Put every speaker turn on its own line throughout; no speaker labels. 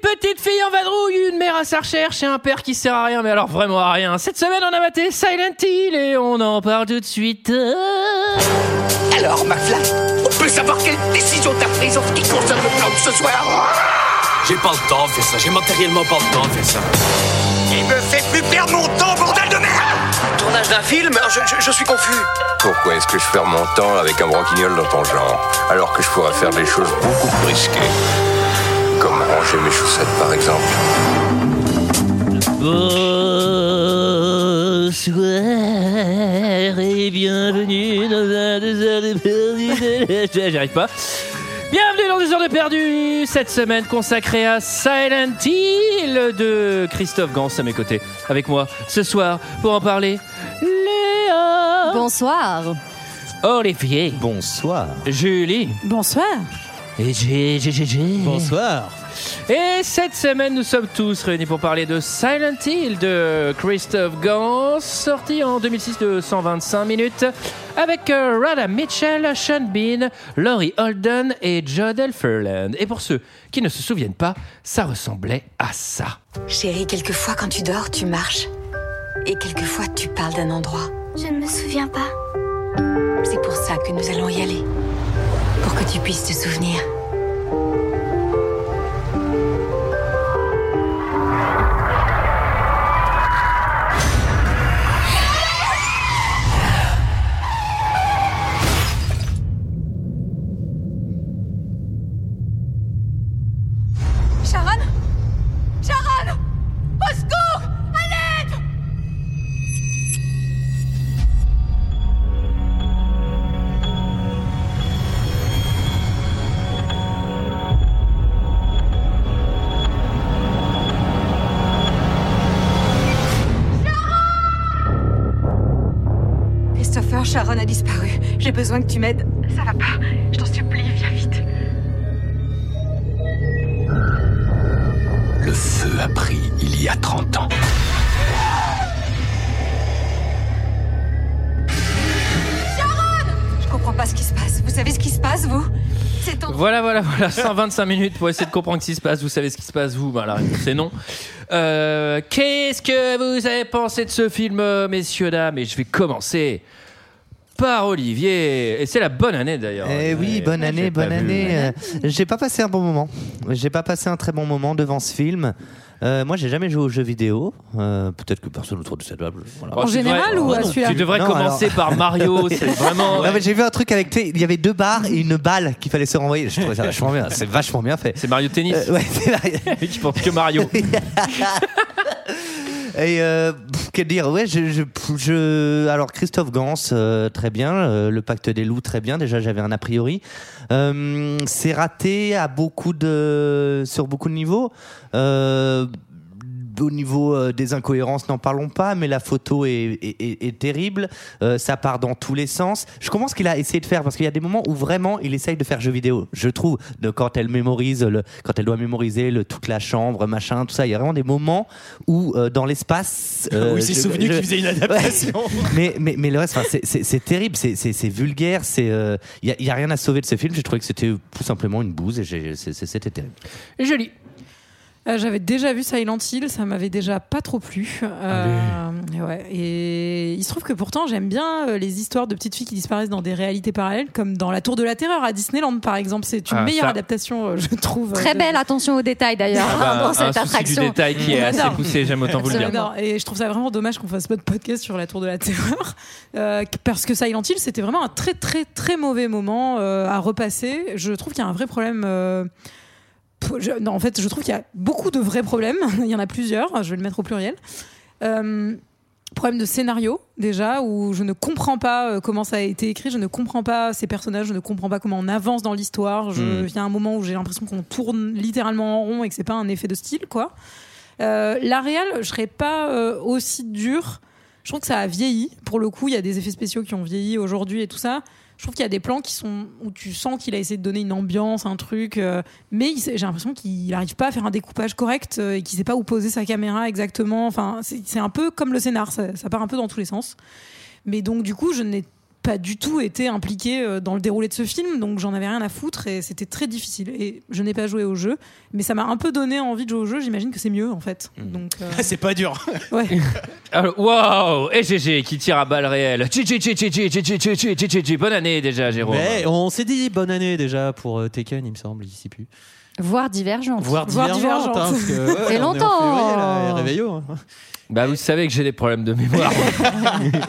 petite fille en vadrouille, une mère à sa recherche et un père qui sert à rien, mais alors vraiment à rien. Cette semaine, on a maté Silent Hill et on en parle tout de suite.
Alors, McFly, on peut savoir quelle décision t'as prise en ce qui concerne le plan de ce soir
J'ai pas le temps de faire ça, j'ai matériellement pas le temps de faire ça.
Il me fait plus perdre mon temps, bordel de merde
Tournage d'un film je, je- je suis confus.
Pourquoi est-ce que je perds mon temps avec un broquignol dans ton genre Alors que je pourrais faire des choses beaucoup plus risquées. Comme ranger mes chaussettes par exemple.
Bonsoir et bienvenue dans un deux heures de perdu. de- J'arrive pas. Bienvenue dans deux heures de perdu cette semaine consacrée à Silent Hill de Christophe Gans à mes côtés, avec moi ce soir pour en parler.
Oh.
Léa,
Bonsoir.
Olivier,
Bonsoir.
Julie
Bonsoir.
et G, G, G, G.
Bonsoir.
Et cette semaine, nous sommes tous réunis pour parler de Silent Hill de Christophe Gans, sorti en 2006 de 125 minutes, avec euh, Radha Mitchell, Sean Bean, Laurie Holden et Jodel Furland. Et pour ceux qui ne se souviennent pas, ça ressemblait à ça.
Chérie, quelquefois quand tu dors, tu marches. Et quelquefois tu parles d'un endroit.
Je ne me souviens pas.
C'est pour ça que nous allons y aller. Pour que tu puisses te souvenir. Sharon Sharon Au secours À l'aide Christopher, Sharon a disparu. J'ai besoin que tu m'aides. Ça va pas. Je t'en supplie, viens vite.
Le feu a pris il y a 30 ans.
Je comprends pas ce qui se passe. Vous savez ce qui se passe, vous C'est ton...
Voilà, voilà, voilà, 125 minutes pour essayer de comprendre ce qui se passe. Vous savez ce qui se passe, vous Bah, La réponse est non. Euh, Qu'est-ce que vous avez pensé de ce film, euh, messieurs, dames Et je vais commencer par Olivier. Et c'est la bonne année d'ailleurs.
Eh oui, bonne
Je l'ai
année,
Oh, pas
bonne
vu.
année. Euh, J'ai pas passé un bon moment. J'ai pas passé un très bon moment devant ce film. Euh, moi, j'ai jamais joué aux jeux vidéo. Euh, Peut-être que personne autour de cette table. voilà.
Oh,
En
tu
général ou à
non,
celui-là
Tu devrais
Non,
commencer
alors.
par Mario, c'est vraiment.
Non, mais j'ai vu un truc avec. tu sais, Il y avait deux barres et une balle qu'il fallait se renvoyer. Je trouvais ça vachement bien. C'est vachement bien fait.
C'est Mario Tennis.
Euh, ouais, c'est vrai.
Tu penses que Mario.
Et euh, pff, que dire Ouais, je, je, pff, je- alors Christophe Gans, euh, très bien. euh, le Pacte des loups, très bien. Déjà, j'avais un a priori. Euh, c'est raté à beaucoup de sur beaucoup de niveaux. Euh, au niveau euh, des incohérences, n'en parlons pas, mais la photo est, est- est- est terrible. Euh, ça part dans tous les sens. Je comprends ce qu'il a essayé de faire parce qu'il y a des moments où vraiment il essaye de faire jeu vidéo. Je trouve de quand elle mémorise, le, quand elle doit mémoriser le, toute la chambre, machin, tout ça. Il y a vraiment des moments où euh, dans l'espace, euh,
oui, c'est
je-
souvenu
je-
qu'il faisait une adaptation.
mais, mais, mais le reste, enfin, c'est- c'est c'est terrible, c'est- c'est c'est vulgaire, c'est euh, il y a- il y a, rien à sauver de ce film. J'ai trouvé que c'était tout simplement une bouse et j'ai- c'est- c'est- c'était terrible.
Joli.
Euh, J'avais déjà vu Silent Hill, ça m'avait déjà pas trop plu. Euh, ouais. Et il se trouve que pourtant j'aime bien euh, les histoires de petites filles qui disparaissent dans des réalités parallèles, comme dans La Tour de la Terreur à Disneyland par exemple. C'est une
Ah,
meilleure
ça.
adaptation, euh, je trouve. euh,
Très
de-
belle, attention aux détails d'ailleurs, hein,
Ah bah,
dans cette
un souci du
attraction.
détail qui est assez
J'adore.
poussé, j'aime autant vous le dire.
Absolument.
J'adore. Et je trouve ça vraiment dommage qu'on fasse pas de podcast sur la Tour de la Terreur. euh, parce que Silent Hill, c'était vraiment un très, très, très mauvais moment euh, à repasser. Je trouve qu'il y a un vrai problème. euh, p- je- non, en fait, je trouve qu'il y a beaucoup de vrais problèmes. Il y en a plusieurs. Je vais le mettre au pluriel. Euh, problème de scénario déjà où je ne comprends pas euh, comment ça a été écrit je ne comprends pas ces personnages je ne comprends pas comment on avance dans l'histoire je
Mm.
il y a un moment où j'ai l'impression qu'on tourne littéralement en rond et que c'est pas un effet de style quoi euh, la réal je serais pas euh, aussi dur je trouve que ça a vieilli pour le coup il y a des effets spéciaux qui ont vieilli aujourd'hui et tout ça je trouve qu'il y a des plans qui sont où tu sens qu'il a essayé de donner une ambiance un truc euh, mais il s'est- j'ai l'impression qu'il n'arrive pas à faire un découpage correct euh, et qu'il sait pas où poser sa caméra exactement. Enfin, c'est c'est un peu comme le scénar, ça, ça part un peu dans tous les sens. Mais donc, du coup, je n'ai pas du tout été impliquée euh, dans le déroulé de ce film, donc j'en avais rien à foutre et c'était très difficile. Et je n'ai pas joué au jeu, mais ça m'a un peu donné envie de jouer au jeu. J'imagine que c'est mieux en fait. Donc euh,
C'est pas dur.
ouais.
Alors, Waouh Ah, Et GG qui tire à balles réelles. GG, bonne année déjà, Jérôme.
Mais on s'est dit bonne année déjà pour euh, Tekken, il me semble, il s'y pue.
Voir divergence.
Voire
Voire
divergente.
divergente.
hein, parce que, ouais,
C'est
on est en
longtemps.
février, là, et réveillons, hein.
Bah, vous savez que j'ai des problèmes de mémoire.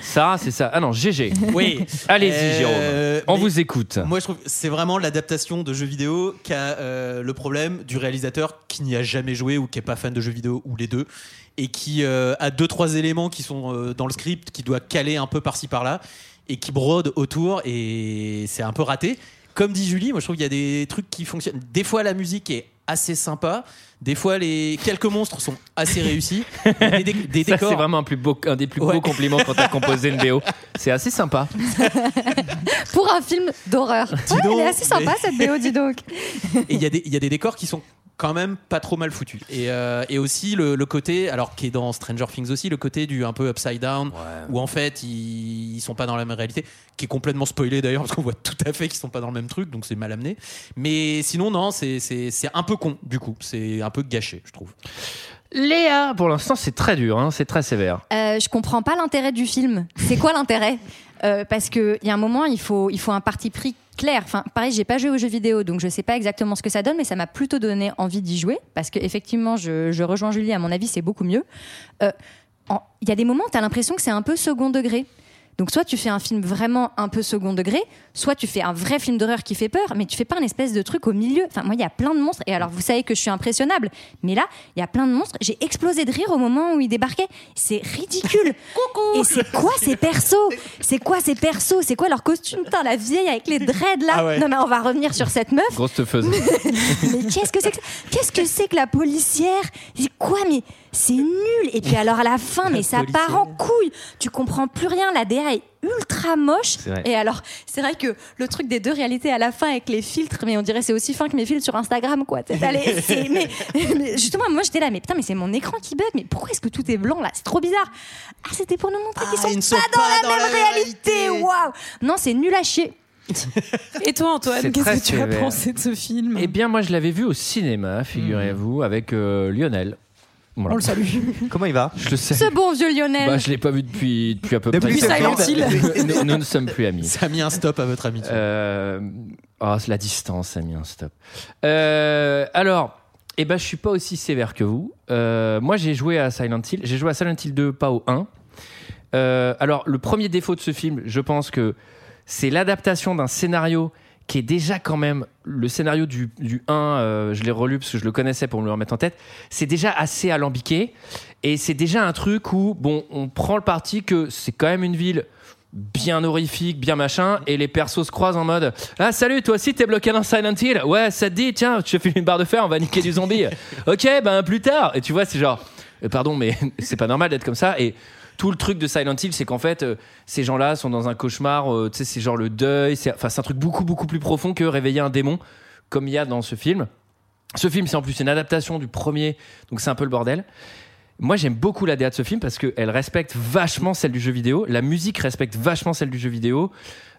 Sarah, c'est ça. Ah non, GG.
Oui.
Allez-y, Jérôme.
Euh,
On
mais-
vous écoute.
Moi, je trouve que c'est vraiment l'adaptation de jeux vidéo qui a euh, le problème du réalisateur qui n'y a jamais joué ou qui est pas fan de jeux vidéo ou les deux et qui euh, a deux trois éléments qui sont euh, dans le script qui doit caler un peu par-ci par-là et qui brode autour et c'est un peu raté. Comme dit Julie, moi je trouve qu'il y a des trucs qui fonctionnent. Des fois la musique est assez sympa, des fois les quelques monstres sont assez réussis. Il y a Des, dé- des
Ça,
décors.
c'est vraiment un, plus beau, un des plus
Ouais.
beaux compliments quand t'as composé une BO. C'est assez sympa.
Pour un film d'horreur. Ouais,
donc,
elle est assez sympa
mais-
cette BO, dis donc.
Et il y, a des- il y a des décors qui sont quand même pas trop mal foutus. Et, euh, et aussi le, le côté, alors qui est dans Stranger Things aussi, le côté du un peu upside down, où en fait ils, ils sont pas dans la même réalité, qui est complètement spoilé d'ailleurs, parce qu'on voit tout à fait qu'ils sont pas dans le même truc, donc c'est mal amené. Mais sinon, non, c'est- c'est c'est un peu con du coup, c'est un peu gâché, je trouve.
Léa, pour l'instant, c'est très dur, hein, c'est très sévère.
Euh, je comprends pas l'intérêt du film. C'est quoi l'intérêt Euh, Parce qu'il y a un moment, il faut, il faut un parti pris clair. Enfin, pareil, j'ai pas joué aux jeux vidéo, donc je sais pas exactement ce que ça donne, mais ça m'a plutôt donné envie d'y jouer. Parce que effectivement, je, je rejoins Julie, à mon avis, c'est beaucoup mieux. Euh, en- Il y a des moments, tu as l'impression que c'est un peu second degré. Donc soit tu fais un film vraiment un peu second degré, soit tu fais un vrai film d'horreur qui fait peur, mais tu fais pas un espèce de truc au milieu. Enfin moi il y a plein de monstres et alors vous savez que je suis impressionnable, mais là il y a plein de monstres. J'ai explosé de rire au moment où ils débarquaient. C'est ridicule. Coucou. Et c'est quoi ces persos C'est quoi ces persos C'est quoi leur costume Putain la vieille avec les dreads là.
Ah ouais.
Non mais on va revenir sur cette meuf.
Grosse te faisant.
Mais qu'est-ce que c'est que ça Qu'est-ce que c'est que la policière C'est quoi mais c'est nul et puis alors à la fin mais ça part en couille. Tu comprends plus rien la DA est ultra moche
vrai.
et alors c'est vrai que le truc des deux réalités à la fin avec les filtres mais on dirait c'est aussi fin que mes filtres sur Instagram quoi. T'es allé- c'est- mais, mais justement moi j'étais là mais putain mais c'est mon écran qui bug mais pourquoi est-ce que tout est blanc là C'est trop bizarre. Ah c'était pour nous montrer
Ah,
qu'ils sont,
ils ne sont
pas
pas
dans
dans
la même
la
réalité.
réalité.
Waouh. Non, c'est nul à chier.
Et toi
C'est
Antoine, qu'est-ce
très
que tu as
sévère.
pensé de ce film
Eh bien, moi, je l'avais vu au cinéma, figurez-vous, avec euh, Lionel. Voilà.
On le salue.
Comment il va
Je le sais.
Ce bon vieux Lionel.
Bah, je l'ai pas vu depuis, depuis à peu
Depuis
près.
Silent
sept ans. nous, nous ne sommes plus amis.
Ça a mis un stop à votre amitié.
Euh, oh, c'est la distance a mis un stop. Euh, alors, eh ben, je suis pas aussi sévère que vous. Euh, moi, j'ai joué à Silent Hill. J'ai joué à Silent Hill 2, pas au 1. Euh, alors, le premier défaut de ce film, je pense que c'est l'adaptation d'un scénario qui est déjà quand même le scénario du, du 1, euh, je l'ai relu parce que je le connaissais pour me le remettre en tête, c'est déjà assez alambiqué et c'est déjà un truc où bon, on prend le parti que c'est quand même une ville bien horrifique, bien machin et les persos se croisent en mode "Ah salut, toi aussi t'es bloqué dans Silent Hill Ouais, ça te dit tiens, tu fais une barre de fer, on va niquer du zombie. OK, ben plus tard." Et tu vois, c'est genre euh, pardon mais c'est pas normal d'être comme ça et tout le truc de Silent Hill, c'est qu'en fait, euh, ces gens-là sont dans un cauchemar, euh, tu sais, c'est genre le deuil, c'est enfin, c'est un truc beaucoup, beaucoup plus profond que réveiller un démon, comme il y a dans ce film. Ce film, c'est en plus une adaptation du premier, donc c'est un peu le bordel. Moi, j'aime beaucoup la DA de ce film parce qu'elle respecte vachement celle du jeu vidéo. La musique respecte vachement celle du jeu vidéo.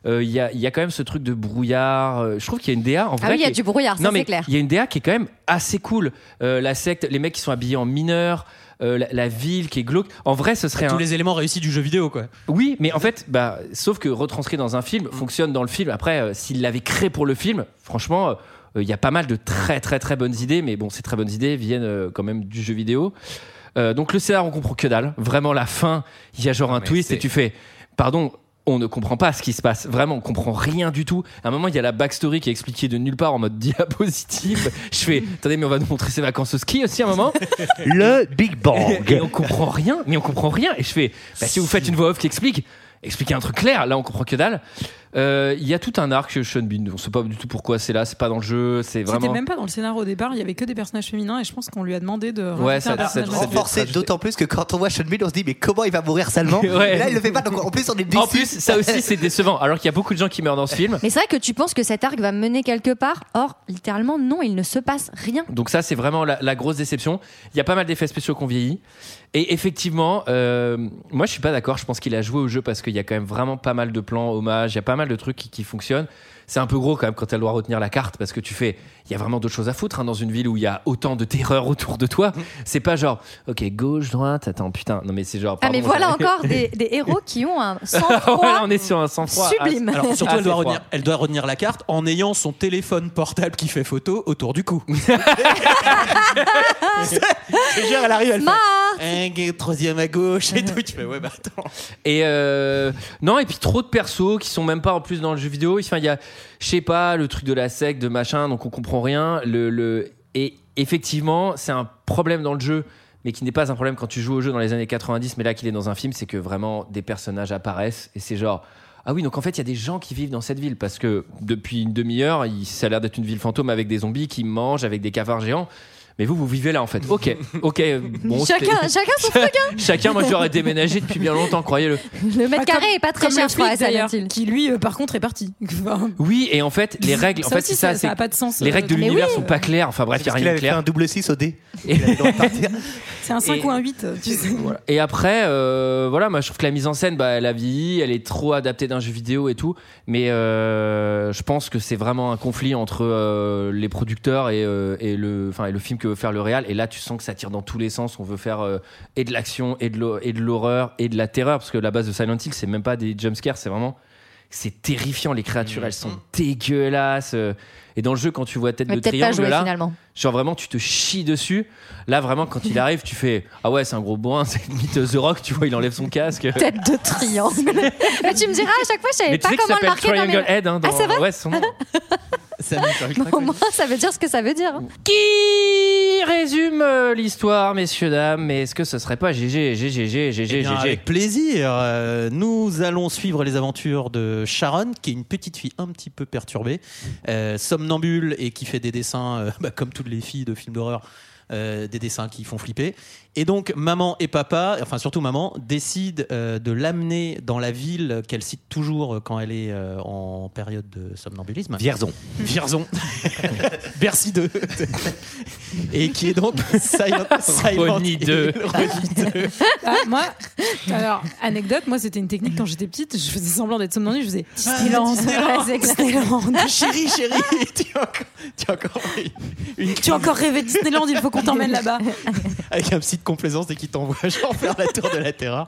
Euh, Il y, a, il y a quand même ce truc de brouillard. euh, Je trouve qu'il y a une DA en
ah
vrai.
oui, il y a
qui-
du brouillard, ça
non, mais
c'est clair.
Il y a une DA qui est quand même assez cool. Euh, la secte, les mecs qui sont habillés en mineurs, euh, la, la ville qui est glauque. En vrai, ce serait
Tous
un,
les éléments réussis du jeu vidéo, quoi.
oui, mais en fait, bah, sauf que retranscrit dans un film fonctionne dans le film. Après, euh, s'il l'avait créé pour le film, franchement, euh, il y a pas mal de très très très bonnes idées, mais bon, ces très bonnes idées viennent euh, quand même du jeu vidéo. Euh, donc le scénar, on comprend que dalle. Vraiment, la fin, il y a genre un twist et tu fais, pardon. On ne comprend pas ce qui se passe. Vraiment, on comprend rien du tout. À un moment, il y a la backstory qui est expliquée de nulle part en mode diapositive. Je fais, attendez, mais on va nous montrer ses vacances au ski aussi à un moment.
Le Big
Et
Bang.
on comprend rien, mais on comprend rien. Et je fais, bah, si vous faites une voix off qui explique, expliquez un truc clair. Là, on comprend que dalle. Euh, Il y a tout un arc Sean Bean. On ne sait pas du tout pourquoi c'est là, c'est pas dans le jeu, c'est
C'était
vraiment.
même pas dans le scénario au départ, il y avait que des personnages féminins et je pense qu'on lui a demandé de rajouter
Ouais,
un
ça- ça-
personnage
ça-
masculin.
Renforcé d'autant plus que quand on voit Sean Bean, on se dit mais comment il va mourir salement
Ouais.
Et Là, il le fait pas. Donc en plus, on est déçu.
En plus, ça aussi c'est décevant. Alors qu'il y a beaucoup de gens qui meurent dans ce film.
Mais c'est vrai que tu penses que cet arc va mener quelque part. Or, littéralement, non, il ne se passe rien. Ah,
Donc ça, c'est vraiment la, la grosse déception. Il y a pas mal d'effets spéciaux qu'on vieillit. Et effectivement, euh, moi, je suis pas d'accord. Je pense qu'il a joué au jeu parce qu'il y a quand même vraiment pas mal de plans, hommages, il y a pas mal de trucs qui, qui fonctionnent. C'est un peu gros quand même quand elle doit retenir la carte parce que tu fais, il y a vraiment d'autres choses à foutre hein, dans une ville où il y a autant de terreur autour de toi. C'est pas genre, ok, gauche, droite, attends, putain. Non mais c'est genre.
Ah, mais
pardon,
voilà
ça-
encore des, des héros qui ont un
Ouais,
sang-froid
on est sur un sang-froid.
sublime.
Alors surtout,
Ah,
elle, doit
c'est
retenir,
froid.
elle doit retenir la carte en ayant son téléphone portable qui fait photo autour du cou. Je te jure, elle arrive, elle
Smart.
fait un troisième à gauche et tout. Tu fais ouais, bah attends.
Et euh, non, et puis trop de persos qui sont même pas en plus dans le jeu vidéo. Enfin, il y a, je sais pas, le truc de la secte, de machin, donc on comprend rien. Le, le- et effectivement, c'est un problème dans le jeu, mais qui n'est pas un problème quand tu joues au jeu dans les années 90, mais là qu'il est dans un film, c'est que vraiment des personnages apparaissent et c'est genre. Ah oui, donc en fait, il y a des gens qui vivent dans cette ville parce que depuis une demi-heure, il- ça a l'air d'être une ville fantôme avec des zombies qui mangent, avec des cafards géants. Mais vous, vous vivez là en fait. Ok, ok. euh, Bon,
chacun,
c'était-
chacun son hein.
Chacun, moi j'aurais déménagé depuis bien longtemps, croyez-le.
Le mètre
Bah, comme-
carré est pas très
Comme
cher,
le
je crois, à
flic d'ailleurs,
Silent Hill.
qui lui euh, par contre est parti. Enfin,
Oui, et en fait, les règles, en fait,
aussi,
c'est ça,
ça
c'est
a pas de sens.
les
euh,
règles de
comme-
Mais oui.
l'univers sont pas claires. Enfin bref, il y a
Parce
rien
qu'il
de
avait fait
clair.
un double 6 au dé.
Et,
C'est un 5
Et-
ou un 8, tu sais.
et après, euh, voilà, moi je trouve que la mise en scène, bah, elle a vieilli, elle est trop adaptée d'un jeu vidéo et tout. Mais euh, je pense que c'est vraiment un conflit entre euh, les producteurs et, euh, et le, enfin, et le film que veut faire le réal. Et là, tu sens que ça tire dans tous les sens. On veut faire euh, et de l'action, et de l'hor- et de l'horreur, et de la terreur, parce que la base de Silent Hill, c'est même pas des jumpscares, c'est vraiment. C'est terrifiant, les créatures, elles sont dégueulasses. euh. Et dans le jeu, quand tu vois tête
Mais
de
peut-être pas
triangle
jouer
là,
finalement.
Genre vraiment, tu te chies dessus. Là, vraiment, quand il arrive, tu fais Ah ouais, c'est un gros bourrin, c'est limite The Rock, tu vois, il enlève son casque.
Tête de triangle. Mais tu me diras à chaque fois, je savais
Mais tu
pas
sais que ça
comment le
s'appelle
marquer dans
Triangle
mes.
Head. Hein, dans...
Ah, c'est vrai
ouais, c'est son nom.
Ça
Au moins, ça veut dire ce que ça veut dire. hein.
Qui résume euh, l'histoire, messieurs, dames Mais est-ce que ce serait pas GG, GG, GG, GG
Avec plaisir. Euh, nous allons suivre les aventures de Sharon, qui est une petite fille un petit peu perturbée, euh, somnambule et qui fait des dessins, euh, bah, comme toutes les filles de films d'horreur, euh, des dessins qui font flipper. Et donc, maman et papa, enfin surtout maman, décident euh, de l'amener dans la ville qu'elle cite toujours quand elle est euh, en période de somnambulisme.
Vierzon.
Vierzon. Bercy 2. et qui est donc Silent, Silent
Ronnie
Hill.
2.
Ronnie 2.
Ah, moi, alors, anecdote, moi c'était une technique quand j'étais petite, je faisais semblant d'être somnambule, je faisais Disneyland,
Disneyland.
ouais, Disneyland.
chérie, chérie, tu as encore, tu as encore une, une
Tu as encore rêvé de Disneyland, il faut qu'on t'emmène là-bas.
avec un petit de complaisance et qui t'envoie genre faire la tour de la terreur.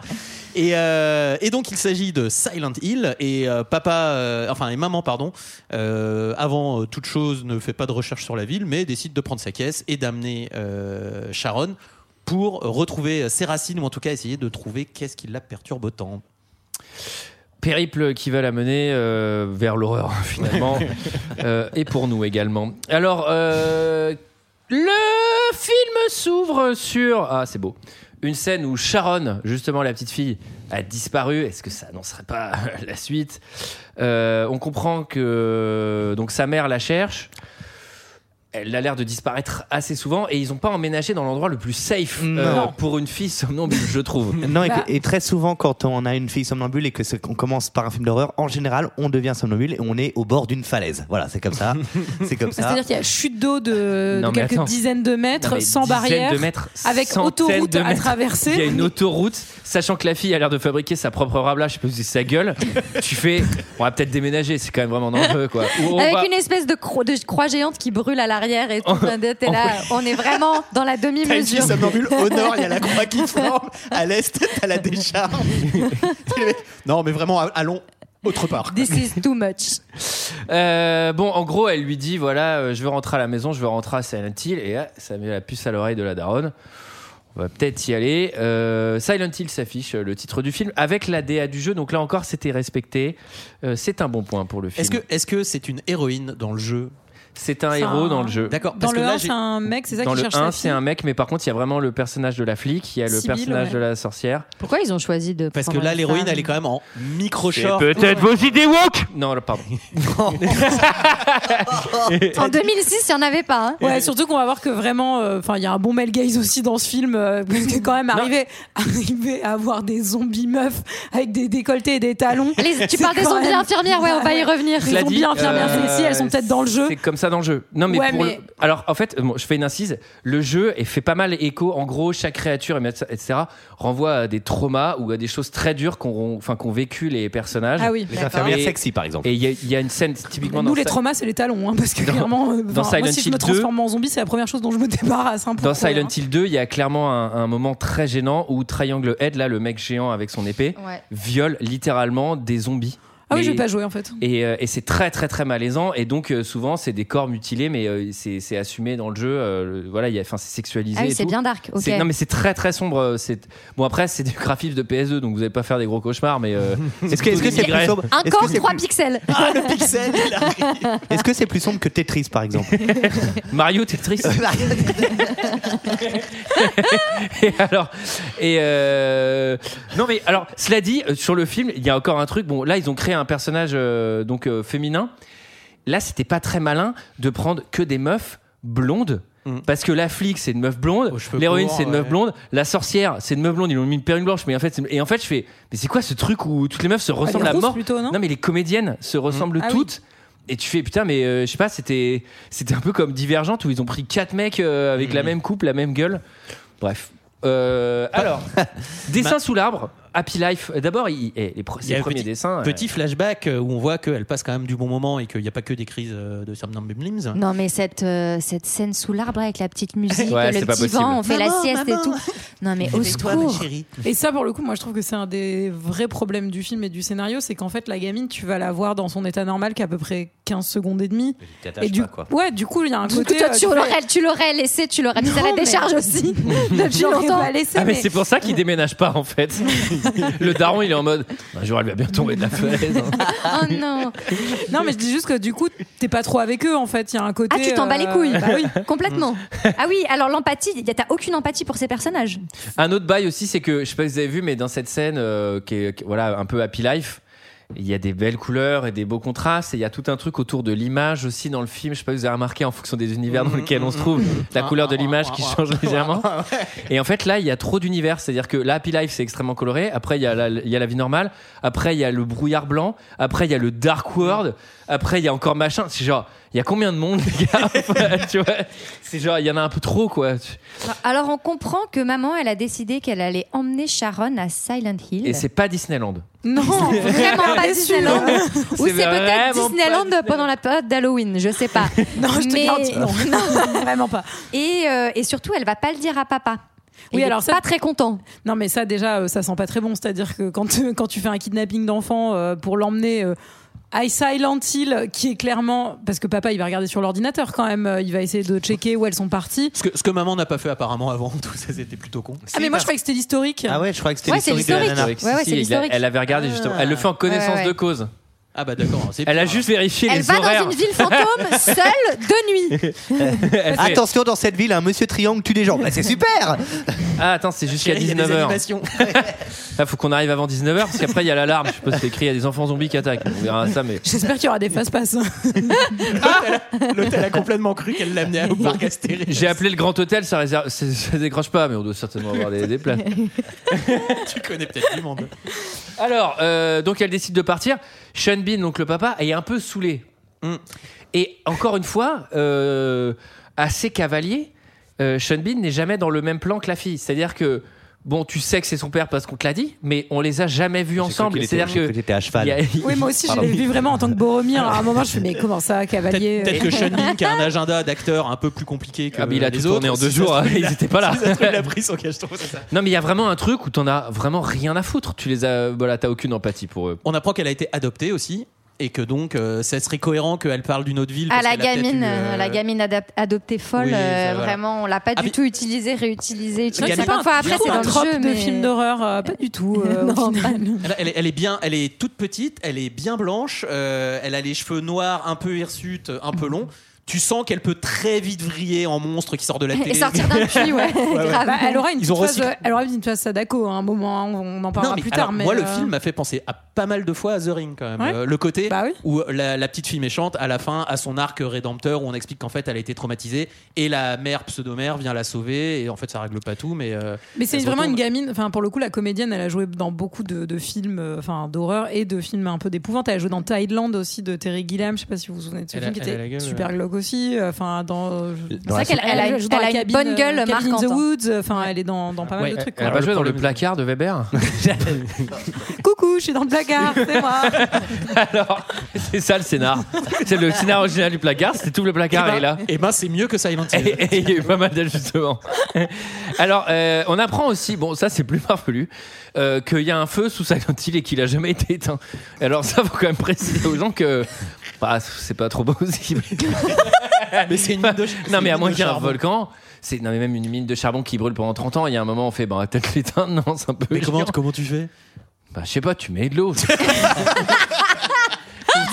Et, euh, et donc il s'agit de Silent Hill et euh, papa, euh, enfin et maman pardon, euh, avant euh, toute chose ne fait pas de recherche sur la ville mais décide de prendre sa caisse et d'amener euh, Sharon pour retrouver euh, ses racines ou en tout cas essayer de trouver qu'est-ce qui la perturbe autant.
Périple qui va la mener euh, vers l'horreur, finalement. Euh, et pour nous également. Alors, euh, le film s'ouvre sur. Ah, c'est beau. Une scène où Sharon, justement la petite fille, a disparu. Est-ce que ça annoncerait pas la suite Euh, On comprend que donc sa mère la cherche. Elle a l'air de disparaître assez souvent et ils n'ont pas emménagé dans l'endroit le plus safe euh,
Non.
pour une fille somnambule, je trouve.
Non, et,
Bah.
et très souvent, quand on a une fille somnambule et que c'est- qu'on commence par un film d'horreur, en général, on devient somnambule et on est au bord d'une falaise. Voilà, c'est comme ça. c'est comme ça.
C'est-à-dire qu'il y a chute d'eau de, de
Non, mais
quelques
attends.
dizaines de
Non,
mètres,
mais
sans
dizaines
barrière,
de mètres,
avec
centaines
autoroute
de
à
mètres.
traverser.
Il y a une autoroute, sachant que la fille a l'air de fabriquer sa propre rabla, je sais pas si c'est sa gueule. tu fais, on va peut-être déménager, c'est quand même vraiment dangereux quoi. Ou on
Avec
va-
une espèce de, cro- de croix géante qui brûle à l'arrière et tout. T'es là, on est vraiment dans la
T'as une fille
demi-mesure.
somnambule, au nord il y a la croix qui forme, à l'est t'as la décharge. non mais vraiment allons autre part.
This is too much.
Euh, bon, en gros, elle lui dit voilà, euh, je veux rentrer à la maison, je veux rentrer à Silent Hill, et là, ça met la puce à l'oreille de la daronne. On va peut-être y aller. Euh, Silent Hill s'affiche, euh, le titre du film, avec la DA du jeu, donc là encore, c'était respecté. Euh, c'est un bon point pour le film.
Est-ce que est-ce que c'est une héroïne dans le jeu
c'est un
C'est
héros
un-
Euh, dans le jeu.
D'accord.
Dans
Parce que
le hein.
là,
1,
j'ai-
c'est un mec, c'est ça
Dans
qui
le
cherche
1,
sa
c'est
fille.
un mec, mais par contre, il y a vraiment le personnage de la flic, il y a le
Sibylle,
personnage
ouais.
de la sorcière.
Pourquoi ils ont choisi de.
parce que
prendre
là,
une
l'héroïne,
femme
elle est quand même en micro-short.
peut-être vos idées woke Non, le- pardon.
En 2006, il n'y en avait pas. hein.
Ouais, surtout qu'on va voir que vraiment, euh, enfin, il y a un bon male gaze aussi dans ce film, euh, parce que quand même arriver, arriver à avoir des zombies meufs avec des décolletés et des talons.
Allez, tu
C'est
parles des
quand
zombies
même-
infirmières, ouais, on va y revenir.
Ils
Cela
ont
dit,
bien infirmières,
euh,
celles-ci, elles sont peut-être dans le jeu.
C'est comme ça dans le jeu. Non, mais,
Ouais,
pour
mais-
le- alors en fait, bon, je fais une incise. Le jeu et fait pas mal écho. En gros, chaque créature, etc., renvoie à des traumas ou à des choses très dures qu'ont enfin qu'ont vécu les personnages.
Ah oui.
Les infirmières
Et-
sexy, par exemple.
Et il y, a- il y a une scène typiquement
Nous,
dans,
les
Si-
traumas, c'est les talons, hein, parce que clairement, euh,
dans
enfin, moi,
Silent
si je
Hill
me transforme en zombie, c'est la première chose dont je me débarrasse. hein,
dans
pourquoi,
Silent
hein.
Hill 2, il y a clairement un, un moment très gênant où Triangle Head, là, le mec géant avec son épée,
Ouais.
viole littéralement des zombies.
Ah oui,
Mais-
je vais pas jouer en fait.
Et, euh, et c'est très très très malaisant et donc euh, souvent c'est des corps mutilés mais euh, c'est c'est assumé dans le jeu euh, le- voilà il y a enfin c'est sexualisé
Ah oui,
et
c'est
tout.
bien dark. Ok.
C'est- Non mais c'est très très sombre. euh, C'est bon après c'est du graphisme de PS2 donc vous allez pas faire des gros cauchemars mais euh,
Est-ce que est-ce que c'est
Grey.
plus sombre
Un
Est-ce que
corps,
c'est
3
plus-
pixels.
Ah, le pixel, il a-
Est-ce que c'est plus sombre que Tetris, par exemple
Mario Tetris. et alors et euh, non mais alors cela dit euh, sur le film il y a encore un truc bon là ils ont créé un personnage euh, donc euh, féminin. Là c'était pas très malin de prendre que des meufs blondes.
Mm. Oh,
Parce que la flic c'est une meuf blonde,
Aux cheveux
l'héroïne
courts,
c'est une meuf
ouais.
blonde, la sorcière c'est une meuf blonde, ils lui ont mis une perruque blanche, mais en fait c'est- et en fait je fais mais c'est quoi ce truc où toutes les meufs se
Ah, les
ressemblent à
rousses,
mort
plutôt, non
non, mais les comédiennes se ressemblent
Ah oui.
toutes. Et tu fais putain, mais euh, je sais pas, c'était c'était un peu comme Divergente où ils ont pris quatre mecs euh, avec
Mm.
la même coupe, la même gueule. Bref. Euh, alors, dessin sous l'arbre, Happy Life. D'abord, il, eh, les pre-
Il y
ses
a un
premiers
petit-
dessins. euh,
Petit flashback euh, où on voit qu'elle passe quand même du bon moment et qu'il n'y a pas que des crises euh, de somnambulisme.
Non, mais cette, euh, cette scène sous l'arbre avec la petite musique,
Ouais,
le
c'est pas
petit
possible.
vent, on fait
Maman,
la sieste
maman.
et tout. Non, mais au
Réveille-toi, ma
secours.
chérie.
Et ça, pour le coup, moi, je trouve que c'est un des vrais problèmes du film et du scénario, c'est qu'en fait, la gamine, tu vas la voir dans son état normal qu'à peu près 15 secondes et demie. Et du,
Ah,
ouais, du coup, il y a un
Du coup,
côté.
toi,
euh,
tu
fais-
l'aurais, tu l'aurais laissé, tu l'aurais mis à la
Non, mais-
décharge aussi. Depuis
J'aurais
longtemps.
pas laissé,
Ah, mais
mais-
c'est pour ça qu'il déménage pas en fait. le daron, il est en mode un jour elle va bien tomber de la falaise. hein.
Oh non.
Non, mais je dis juste que du coup, t'es pas trop avec eux en fait. Il y a un côté.
Ah, tu t'en bats les
euh,
couilles.
bah oui.
Complètement. Ah oui, alors l'empathie, y a- t'as aucune empathie pour ces personnages.
Un autre bail aussi, c'est que je sais pas si vous avez vu, mais dans cette scène euh, qui est qui- voilà un peu Happy Life, il y a des belles couleurs et des beaux contrastes. Et il y a tout un truc autour de l'image aussi dans le film. Je sais pas si vous avez remarqué en fonction des univers dans lesquels on se trouve, la couleur de l'image qui change légèrement. Et en fait, là, il y a trop d'univers. C'est-à-dire que la Happy Life, c'est extrêmement coloré. Après, il y, a la- il y a la vie normale. Après, il y a le brouillard blanc. Après, il y a le Dark World. Après, il y a encore machin. C'est genre, il y a combien de monde, les gars Tu vois C'est genre, il y en a un peu trop, quoi.
Alors on comprend que maman, elle a décidé qu'elle allait emmener Sharon à Silent Hill.
Et c'est pas Disneyland.
Non, hein.
Vraiment pas Disneyland. Ou c'est peut-être
vraiment
Disneyland
pas
pendant la période d'Halloween, je sais pas.
Non, je te
Mais-
garantis, non. Non, vraiment pas.
Et, euh, et surtout, elle va pas le dire à papa. Il
Oui,
est
alors ça-
pas très content.
Non, mais ça déjà, euh, ça sent pas très bon. C'est-à-dire que quand, tu- quand tu fais un kidnapping d'enfant euh, pour l'emmener euh, à Silent Hill, qui est clairement. Parce que papa, il va regarder sur l'ordinateur quand même. euh, Il va essayer de checker où elles sont parties.
Ce que, ce que maman n'a pas fait apparemment avant, tout ça c'était plutôt con.
Ah, mais moi, je croyais que c'était l'historique.
Ah ouais, je crois que c'était
Ouais, c'est
l'historique de la
l'historique.
nana.
Ouais, ouais,
Si,
c'est
il a-
l'historique.
Elle a regardé justement. Elle le fait en connaissance
Ouais, ouais.
de cause.
Ah bah d'accord. c'est
Elle a
bizarre.
juste vérifié
Elle
les
va
horaires.
dans une ville fantôme seule de nuit.
Elle fait,
Attention, dans cette ville, un monsieur triangle tue des gens. Bah, c'est super
Ah attends, c'est jusqu'à
Il y a des
19h.
animations.
Là, faut qu'on arrive avant 19h parce qu'après il y a l'alarme. Je suppose que c'est écrit, il y a des enfants zombies qui attaquent. On verra ça, mais.
J'espère qu'il y aura des fast-pass.
L'hôtel a complètement cru qu'elle l'amenait au parc Astérix.
J'ai appelé le grand hôtel, ça, réserve, ça, ça décroche pas, mais on doit certainement avoir des, des places.
Tu connais peut-être du monde.
Bah,
Alors, euh, donc elle décide de partir. Sean Bean, donc le papa, est un peu saoulé.
Mm.
Et encore une fois, euh, assez cavalier, euh, Sean Bean n'est jamais dans le même plan que la fille. C'est-à-dire que, bon, tu sais que c'est son père parce qu'on te l'a dit, mais on les a jamais vus ensemble. C'est-à-dire que.
j'étais à
il y
cheval.
a-
Oui, moi aussi, je
Pardon.
l'ai vu vraiment en tant que Boromir. À un moment, je me suis dit, mais comment ça, cavalier
euh,
euh,
Peut-être peut-être que Sean Bean, qui a un agenda d'acteur un peu plus compliqué que
Ah, mais il a
les
tout
autres,
tourné en deux
si
jours,
ça se trouve,
ils
il a-
étaient pas là.
si ça se trouve, il a pris son cacheton, c'est ça.
Non, mais il y a vraiment un truc où t'en as vraiment rien à foutre. Tu les as. Voilà, t'as aucune empathie pour eux.
On apprend qu'elle a été adoptée aussi. Et que donc, euh, ça serait cohérent qu'elle parle d'une autre ville. parce
À la
qu'elle a peut-être
gamine,
eu, euh,
euh, la gamine adap- adoptée folle,
Oui, ça,
euh,
voilà.
vraiment, on l'a pas
Ah,
du
mais-
tout utilisée, réutilisée,
Non,
utilisée.
c'est pas
Cinq fois après,
du
c'est
tout
dans
un hein.
le
trope
jeu.
de
mais-
film d'horreur, euh, pas du tout. euh, au
Non,
final.
Elle, elle est- elle est bien, elle est toute petite, elle est bien blanche, euh, elle a les cheveux noirs, un peu hirsutes, un peu longs. tu sens qu'elle peut très vite vriller en monstre qui sort de la
Et
télé.
sortir d'un puits, ouais, grave.
Bah, elle aura une
Ils ont
petite phase,
recyclé.
euh, elle aura une petite phase Sadako à un moment, hein, on en parlera
Non, mais
plus
alors,
tard. Mais
moi, le
euh,
film m'a fait penser à pas mal de fois à The Ring quand même.
Ouais.
Euh, le côté
Bah oui.
où la, la petite fille méchante, à la fin, a son arc rédempteur où on explique qu'en fait elle a été traumatisée et la mère pseudo-mère vient la sauver et en fait ça règle pas tout, mais. euh,
Mais c'est
elle se
vraiment
retourne.
une gamine. Enfin, pour le coup, la comédienne, elle a joué dans beaucoup de, de films, euh, enfin d'horreur et de films un peu d'épouvante. Elle a joué dans Thailand aussi de Terry Gilliam. Je sais pas si vous vous souvenez de ce
Elle a-
film qui
elle a la
était
gueule, Bah,
super glauque aussi. Enfin, dans. euh, je-
C'est vrai qu'elle elle a,
joue dans
elle
la
a une
cabine,
bonne
euh,
gueule
Cabin in
marquante.
the
hein.
Woods. Enfin, elle est dans, dans pas mal
Ouais,
de trucs.
Elle
quoi.
a pas joué dans le
problème-
placard de Weber
Coucou, je suis dans le placard, c'est moi.
Alors, c'est ça le scénar. C'est le scénar original du placard, c'était tout le placard,
Eh ben-
elle est là.
Eh ben, c'est mieux que Silent Hill.
Et- et Il y a eu pas mal d'ajustements. Alors, euh, on apprend aussi, bon, ça c'est plus farfelu, euh, qu'il y a un feu sous Silent Hill et qu'il a jamais été éteint. Alors, ça, faut quand même préciser aux gens que bah, c'est pas trop possible.
mais c'est une mine de c'est
Non,
une
mais à
mine
moins
de
qu'il y ait un
charbon.
volcan, c'est non, mais même une mine de charbon qui brûle pendant 30 ans, il y a un moment, on fait, bah, on va peut-être l'éteindre, non, c'est un peu.
Mais comment,
chiant.
comment tu fais
Bah, je sais pas, tu mets de l'eau.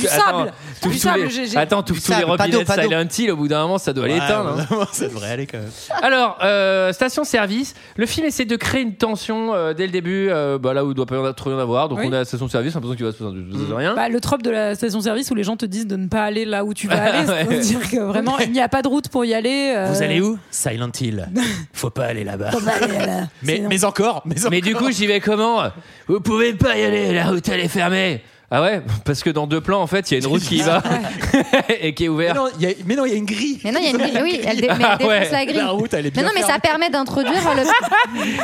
Du sable.
Tout,
Du sable, GG.
Attends, tous
Du
tous les
sable, pas d'eau,
robinets de
pas d'eau.
Silent Hill, au bout d'un moment, ça doit
Ouais,
l'éteindre. hein.
vraiment, Ça devrait aller quand même.
Alors, euh, station-service, le film essaie de créer une tension euh, dès le début, euh, bah, là où il doit pas y en avoir- trop y en avoir. Donc,
Oui.
on a la station-service, l'impression qu'il va se passer de- de rien.
Bah, le trope de la station-service où les gens te disent de ne pas aller là où tu vas aller,
Ouais.
c'est-à-dire que vraiment il n'y a pas de route pour y aller. euh,
où Silent Hill. Faut pas aller là-bas.
faut pas aller là.
Mais,
C'est-
mais encore mais,
Mais
encore.
du coup, j'y vais comment Vous pouvez pas y aller, la route elle est fermée. Ah ouais Parce que dans deux plans, en fait, il y a une route qui y va et qui est
Mais
ouverte.
non, il y a- mais non, il y a une grille.
Mais non, il y a une grille. Oui, elle, dé- mais elle
Ah
défonce
ouais,
la grille.
La route, elle est
mais
bien
non, mais ça
fermée.
permet d'introduire le.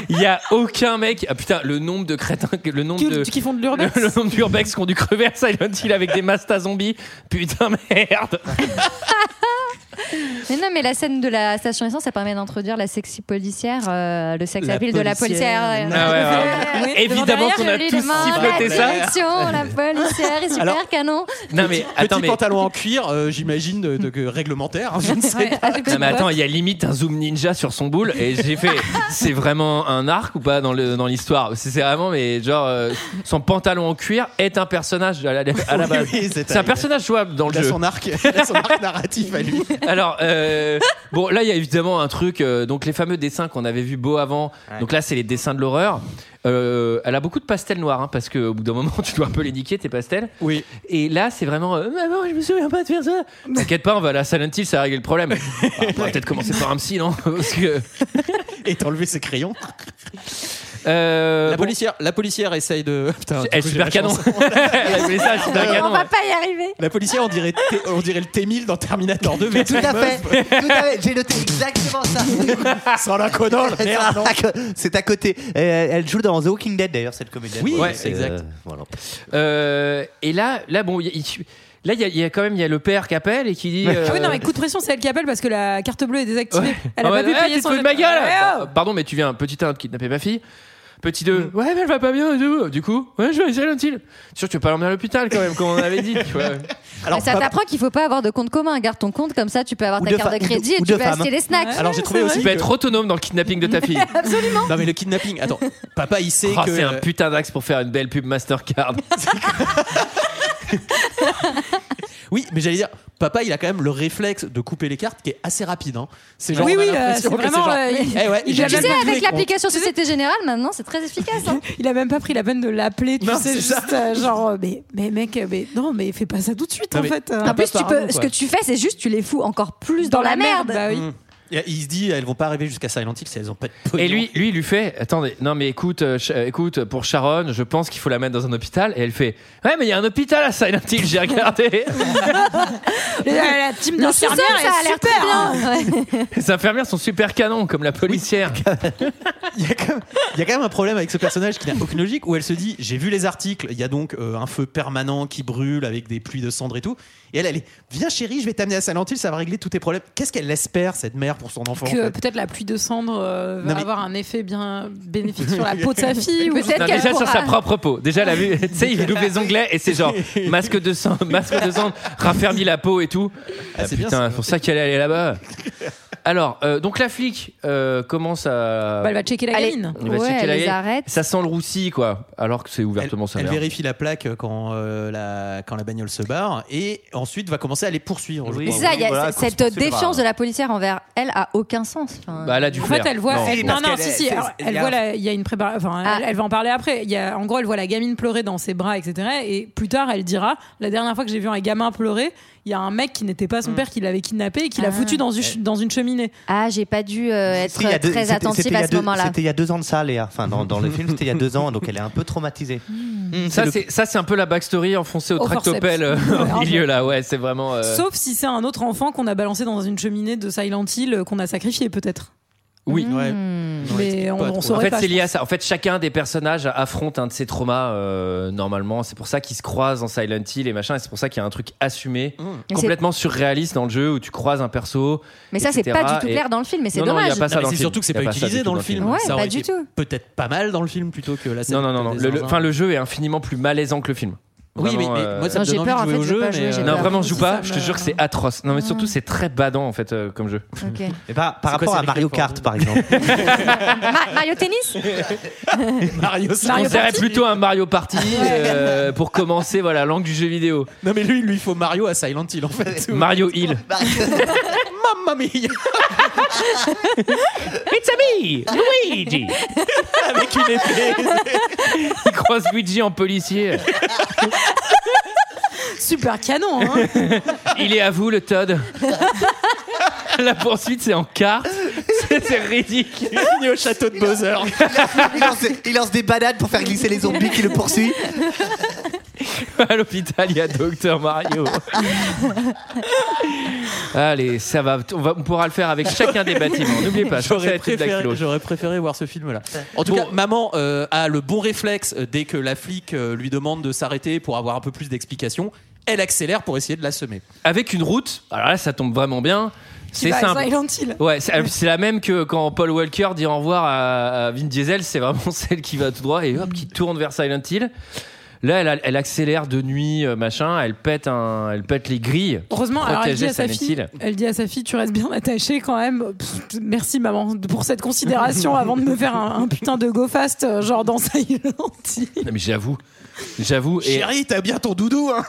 Il y a aucun mec. Ah putain, le nombre de crétins, que- le nombre
qui,
de.
qui font de
Le,
l'urbex.
le nombre d'urbex qui ont dû crever à Silent Hill avec des mastas zombies. Putain, merde
Ah
Mais non, mais la scène de la station essence, ça permet d'introduire la sexy policière, euh, le sex
La
appeal de la
policière.
policière.
Ah ouais, ouais.
Oui.
Évidemment
Devant
qu'on a
Joli
tous
demain,
siffloté
la
ça.
direction, la policière est super
Alors-
canon.
Non, mais
Petit
attends, mais.
pantalon en cuir, euh, j'imagine, de, de- que- réglementaire. hein, je ne sais
Ouais, avec
Non
une
mais attends,
boîte.
il y a limite un zoom ninja sur son boule et j'ai fait c'est vraiment un arc ou pas dans le dans l'histoire C'est c'est vraiment mais genre euh, son pantalon en cuir est un personnage à la, à la
Oui,
base.
oui,
C'est un personnage jouable dans le
Il a
jeu.
son arc, il a son arc narratif à lui.
Alors euh, bon là il y a évidemment un truc euh, donc les fameux dessins qu'on avait vu beau avant. Donc là c'est les dessins de l'horreur. Euh, elle a beaucoup de pastels noirs hein, parce qu'au bout d'un moment tu dois un peu les niquer tes pastels.
Oui.
Et là, c'est vraiment euh, Maman, je me souviens pas de faire ça. T'inquiète pas, on va aller à Silent Hill, ça a réglé le problème. Ah, on pourrait peut-être commencer par un psy, non Parce que.
Et t'enlever ses crayons.
euh,
la,
bon,
policière, la policière essaye de. Putain, du
Elle
coup, j'ai
super
la
canon.
chanson.
Elle a appelé ça, super
Euh,
On
canon.
va pas y arriver.
La policière, on dirait, T- on dirait le T-1000 dans Terminator 2, mais
Tout à fait, tout à fait. J'ai noté exactement ça.
sans la codole. Merde, non.
C'est à côté. Euh, Elle joue dans The Walking Dead d'ailleurs cette comédienne.
Oui,
Ouais,
c'est exact.
euh, voilà.
Ah,
Euh, et là, là, bon, il y a- il- Là, il y, a- il y a quand même il y a le père qui appelle et qui dit.
Ah
euh,
oui, non, mais coup de pression, c'est elle qui appelle parce que la carte bleue est désactivée.
Ouais.
Elle a
Ah
pas
ouais,
pu
ouais,
payer
tu te
son Ah,
fous de ma gueule
Ouais, oh. Mm. ouais.
Pardon, mais tu viens, petit 1 de kidnapper ma fille. Petit 2, ouais, mais elle va pas bien et tout. Du coup, ouais, je vais aller Silent Hill. Sûr, tu vas pas l'emmener à l'hôpital quand même, comme on avait dit. tu vois.
Alors,
ça
papa-
t'apprend qu'il faut pas avoir de compte commun. Garde ton compte, comme ça tu peux avoir
Ou
ta
de
carte de
fa- ou de-
crédit et
ou
tu
de
peux
femme.
acheter des snacks.
Alors, j'ai trouvé
Tu
aussi.
peux
que-
être autonome dans le kidnapping de ta fille.
Absolument.
Non, mais le kidnapping. Attends, papa, il sait
Oh,
que.
c'est un putain d'axe pour faire une belle pub Mastercard.
Oui, mais j'allais dire, papa, il a quand même le réflexe de couper les cartes qui est assez rapide. Hein. C'est genre,
Oui,
on a
oui, euh,
l'impression
c'est
que
vraiment,
genre,
euh, il-
eh ouais,
il
j'ai
a
Tu
jamais
sais,
même
vu les
avec
comptes.
l'application Société Générale, maintenant, c'est très efficace. hein.
Il a même pas pris la peine de l'appeler, tu
Non,
sais,
c'est
juste euh, genre, euh, mais, mais mec, euh, mais non, mais fais pas ça tout de suite
Non,
en
mais-
fait. euh.
En plus, tu
par nous,
peux, ce
hein, quoi.
que tu fais, c'est juste tu les fous encore plus dans, la merde.
Bah oui.
Mm. Et Il se dit, elles vont pas arriver jusqu'à Silent Hill si elles ont pas de pognon.
Et lui, lui, il lui fait Attendez, non, mais écoute, euh, Ch- euh, écoute, pour Sharon, je pense qu'il faut la mettre dans un hôpital. Et elle fait Ouais, mais il y a un hôpital à Silent Hill, j'ai regardé.
Et La, la team
Le sous-sol,
d'infirmières
ça a
est
l'air
super. hein.
très bien. Ouais.
Les infirmières sont super canons, comme la policière.
il y, a quand même, il y a quand même un problème avec ce personnage qui n'a aucune logique où elle se dit j'ai vu les articles il y a donc euh, un feu permanent qui brûle avec des pluies de cendres et tout et elle elle est viens chérie je vais t'amener à Silent Hill ça va régler tous tes problèmes qu'est-ce qu'elle espère cette mère pour son enfant en
Que
fait
peut-être la pluie de cendres euh, va
Non, mais-
avoir un effet bien bénéfique sur la peau de sa fille. ou
Peut-être
Non,
qu'elle
déjà sur
pourra-
sa propre peau. Déjà, elle a vu, tu sais, il ouvre les onglets et c'est genre masque de sang, masque de sang, raffermi la peau et tout.
Ah, c'est bien
Putain,
ça.
c'est pour ça qu'elle est allée là-bas. Alors, euh, donc la flic euh, commence à.
Bah, elle va checker la
Allez.
gamine.
Elle va
Ouais,
checker
elle
la
les
gueule.
arrête.
Ça sent le roussi, quoi. Alors que c'est
Elle,
ouvertement ça.
elle vérifie la plaque quand, euh, la, quand la bagnole se barre et ensuite va commencer à les poursuivre. je
Oui.
Mais
crois.
c'est ça, il y a c-
voilà,
cette
course-poursuite,
défiance
bravo.
de la policière envers elle a aucun sens. Enfin,
Bah, elle a du
En
flair.
fait, elle voit.
Non.
elle, non,
parce
non,
qu'elle
si,
est-
si.
c'est-
alors,
il y
elle
a
voit
un-
la- il y a une préparation. Enfin, elle,
Ah.
elle va en parler après. Il y a, en gros, elle voit la gamine pleurer dans ses bras, etc. Et plus tard, elle dira La dernière fois que j'ai vu un gamin pleurer, il y a un mec qui n'était pas son père qui l'avait kidnappé et qui l'a
Ah.
foutu dans une, ch- dans une cheminée.
Ah, j'ai pas dû euh, être
C'était il y a deux-
très
c'était- c'était
attentive
il y a
à ce
deux-
moment-là.
C'était il y a deux ans de ça, Léa. Enfin, dans, dans le film, c'était il y a deux ans, donc elle est un peu traumatisée. Mm,
Ça,
le-
c'est ça, c'est un peu la backstory enfoncée au,
Au
tractopelle
forceps.
euh, au milieu, là. Ouais, c'est vraiment. euh,
Sauf si c'est un autre enfant qu'on a balancé dans une cheminée de Silent Hill euh, qu'on a sacrifié, peut-être.
Oui.
Ouais.
Hmm.
On
Mais
l'explique
on,
pas
on
trop.
En
saurait
fait,
pas.
c'est lié à ça. En fait, chacun des personnages affronte un de ses traumas euh, normalement. C'est pour ça qu'ils se croisent dans Silent Hill et machin. Et c'est pour ça qu'il y a un truc assumé,
Mm.
Mais c'est-
complètement surréaliste dans le jeu où tu croises un perso.
Mais ça, c'est
etc.
pas du tout
Et-
clair dans le film, mais c'est
Non, non, il y a
dommage.
pas ça
Non, Ah, mais
dans le
c'est
film.
surtout que c'est
Il y a
pas
ça
utilisé
du
dans le film.
Ouais,
Ça aurait
pas du
été
tout.
Peut-être pas mal dans le film plutôt que la scène.
Non, non, non, non.
des
Le, le-
zinzins.
enfin, le jeu est infiniment plus malaisant que le film.
Oui, mais,
Vraiment,
mais
euh,
moi ça
Non,
me
j'ai
donne envie
peur,
de
en
jouer
fait,
au
je veux
jeu.
pas
mais,
jouer, j'ai
euh,
peur.
Non, vraiment, je joue
Si
pas.
ça
Je te
me- Mm.
jure que c'est atroce. Non, mais surtout, c'est très badant en fait euh, comme jeu.
Ok.
Eh ben, par
C'est quoi,
rapport
c'est
à
les
Mario
clés
Kart,
pour-
par exemple.
Ma- Mario Tennis
Mario, c'est-
Je considérais
Party.
plutôt un Mario Party euh, pour commencer voilà l'angle du jeu vidéo.
Non, mais lui, il lui faut Mario à Silent Hill en fait.
Mario Hill.
Mamma mia
It's a me, Luigi.
Avec une épée
Il croise Luigi en policier.
Super canon, hein
Il est à vous, le Todd. La poursuite, c'est en carte. C'est c'est ridicule.
finie au château de Bowser.
Il lance, des, il lance des bananes pour faire glisser les zombies qui le poursuivent.
À l'hôpital, il y a Docteur Mario. Allez, ça va. On, va- on pourra le faire avec chacun des bâtiments. N'oubliez pas, ça va
J'aurais
être une blague
préféré,
close.
j'aurais préféré voir ce film-là. En tout
Bon.
cas, maman euh, a le bon réflexe euh, dès que la flic euh, lui demande de s'arrêter pour avoir un peu plus d'explications. Elle accélère pour essayer de la semer.
Avec une route, alors là, ça tombe vraiment bien.
Qui
C'est
va à
simple.
Silent Hill.
Ouais, c'est euh, c'est la même que quand Paul Walker dit au revoir à, à Vin Diesel, c'est vraiment celle qui va tout droit et hop, qui tourne vers Silent Hill. Là, elle, elle accélère de nuit, euh, machin, elle pète, un, elle pète les grilles.
Heureusement, alors elle dit à sa
Protéger
fille,
Silent
elle dit à sa fille, tu restes bien attachée quand même. Pff, merci maman pour cette considération avant de me faire un, un putain de go fast euh, genre dans Silent Hill.
Non, mais j'avoue, j'avoue. Et
Chérie, t'as bien ton doudou, hein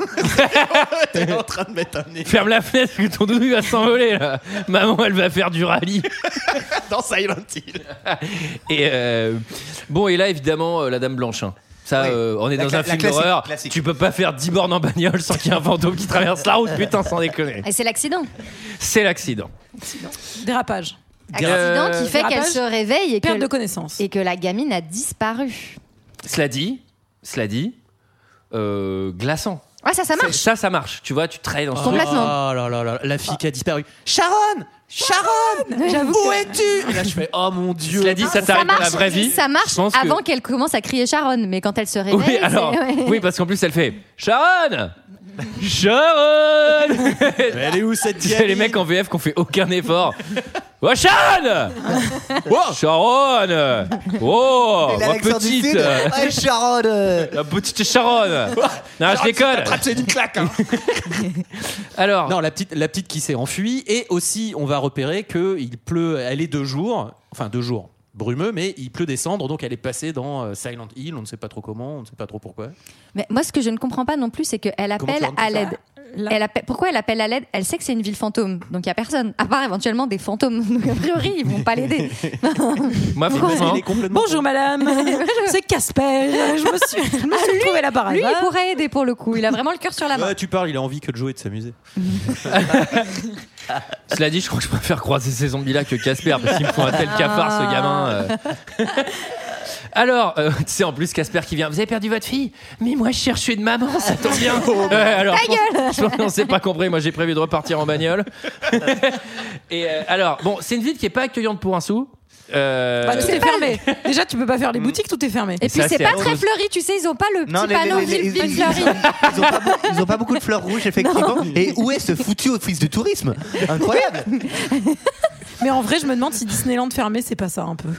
T'es en train de mettre un nez
ferme la fenêtre que ton doudou va s'envoler là. Maman, elle va faire du rallye.
dans Silent Hill.
Et euh, bon, et là, évidemment, euh, la Dame Blanche. hein. Ça,
Oui.
euh, on est
La
dans
cla-
un
la
film
classique,
d'horreur.
classique.
Tu peux pas faire 10 bornes en bagnole sans qu'il y ait un fantôme qui traverse la route, putain, sans déconner.
Et c'est l'accident.
C'est l'accident.
Dérapage,
Accident
Euh,
qui fait qu'elle
dérapage.
se réveille et que,
perte de connaissance.
et que la gamine a disparu.
Cela dit, cela dit, euh, glaçant.
Ah, ça, ça
C'est-
marche. Ah,
Ça, ça marche. Tu vois, tu trailles dans ce truc.
Complètement.
Oh là là là, la fille
Ah.
qui a disparu. Sharon Sharon
J'avoue
Où
que-
es-tu Et là, je fais Oh mon dieu
Cela dit, ça t'arrive dans la vraie vie.
Ça
Je
marche
pense que-
avant qu'elle commence à crier Sharon, mais quand elle se réveille.
Oui,
c'est-
alors,
ouais.
oui, parce qu'en plus, elle fait Sharon Sharon
Mais Elle est où cette
C'est les
gamine
mecs en VF qui ont fait aucun effort. Oh, Sharon oh, Sharon Oh
Et
Ma
l'Alexandre du
petite
Sud, Ouais, Sharon euh,
La petite Sharon Non, Ah, je déconne
C'est une claque hein.
Alors,
Non, la petite, la petite qui s'est enfuie. Et aussi, on va repérer que il pleut. Elle est deux jours, enfin deux jours brumeux, mais il pleut des cendres, donc elle est passée dans euh, Silent Hill. On ne sait pas trop comment, on ne sait pas trop pourquoi.
Mais moi, ce que je ne comprends pas non plus, c'est qu'elle
Comment tu
appelle
rentres
à
tout ça
l'aide.
Là-
Elle appelle- Pourquoi elle appelle à l'aide Elle sait que c'est une ville fantôme, donc il n'y a personne, à part éventuellement des fantômes. Donc a priori, ils vont pas l'aider.
moi, franchement,
Hein
Elle est complètement.
Bonjour madame, c'est Casper. Je me suis, je me suis retrouvée là par
Ah, Lui, il
hasard.
pourrait aider pour le coup. Il a vraiment le cœur sur la main.
Ouais, tu parles, il a envie que de jouer et de s'amuser.
cela dit, je crois que je préfère croiser ces zombies-là que Casper, parce qu'ils me font un tel cafard, ce gamin. euh. Alors, euh, tu sais, en plus, Casper qui vient, vous avez perdu votre fille Mais moi, je cherchais une maman, ça tombe bien Ouais, alors, je pense- Je pense qu'on s'est pas compris, moi j'ai prévu de repartir en bagnole. Et euh, alors, bon, c'est une ville qui est pas accueillante pour un sou. Euh,
Bah, tout est fermé. Déjà, tu peux pas faire
Mm.
les boutiques, tout est fermé.
Et puis
ça,
c'est
c'est
pas
la
très
rose.
fleuri, tu sais, ils ont pas le petit
Non, les-
panneau
les- les-
ville,
les-
ville
ils-
fleurie.
Ils ont, pas beau- ils ont pas beaucoup de fleurs rouges, effectivement. Et où est ce foutu office de tourisme Incroyable
Mais en vrai, je me demande si Disneyland fermé, c'est pas ça un peu.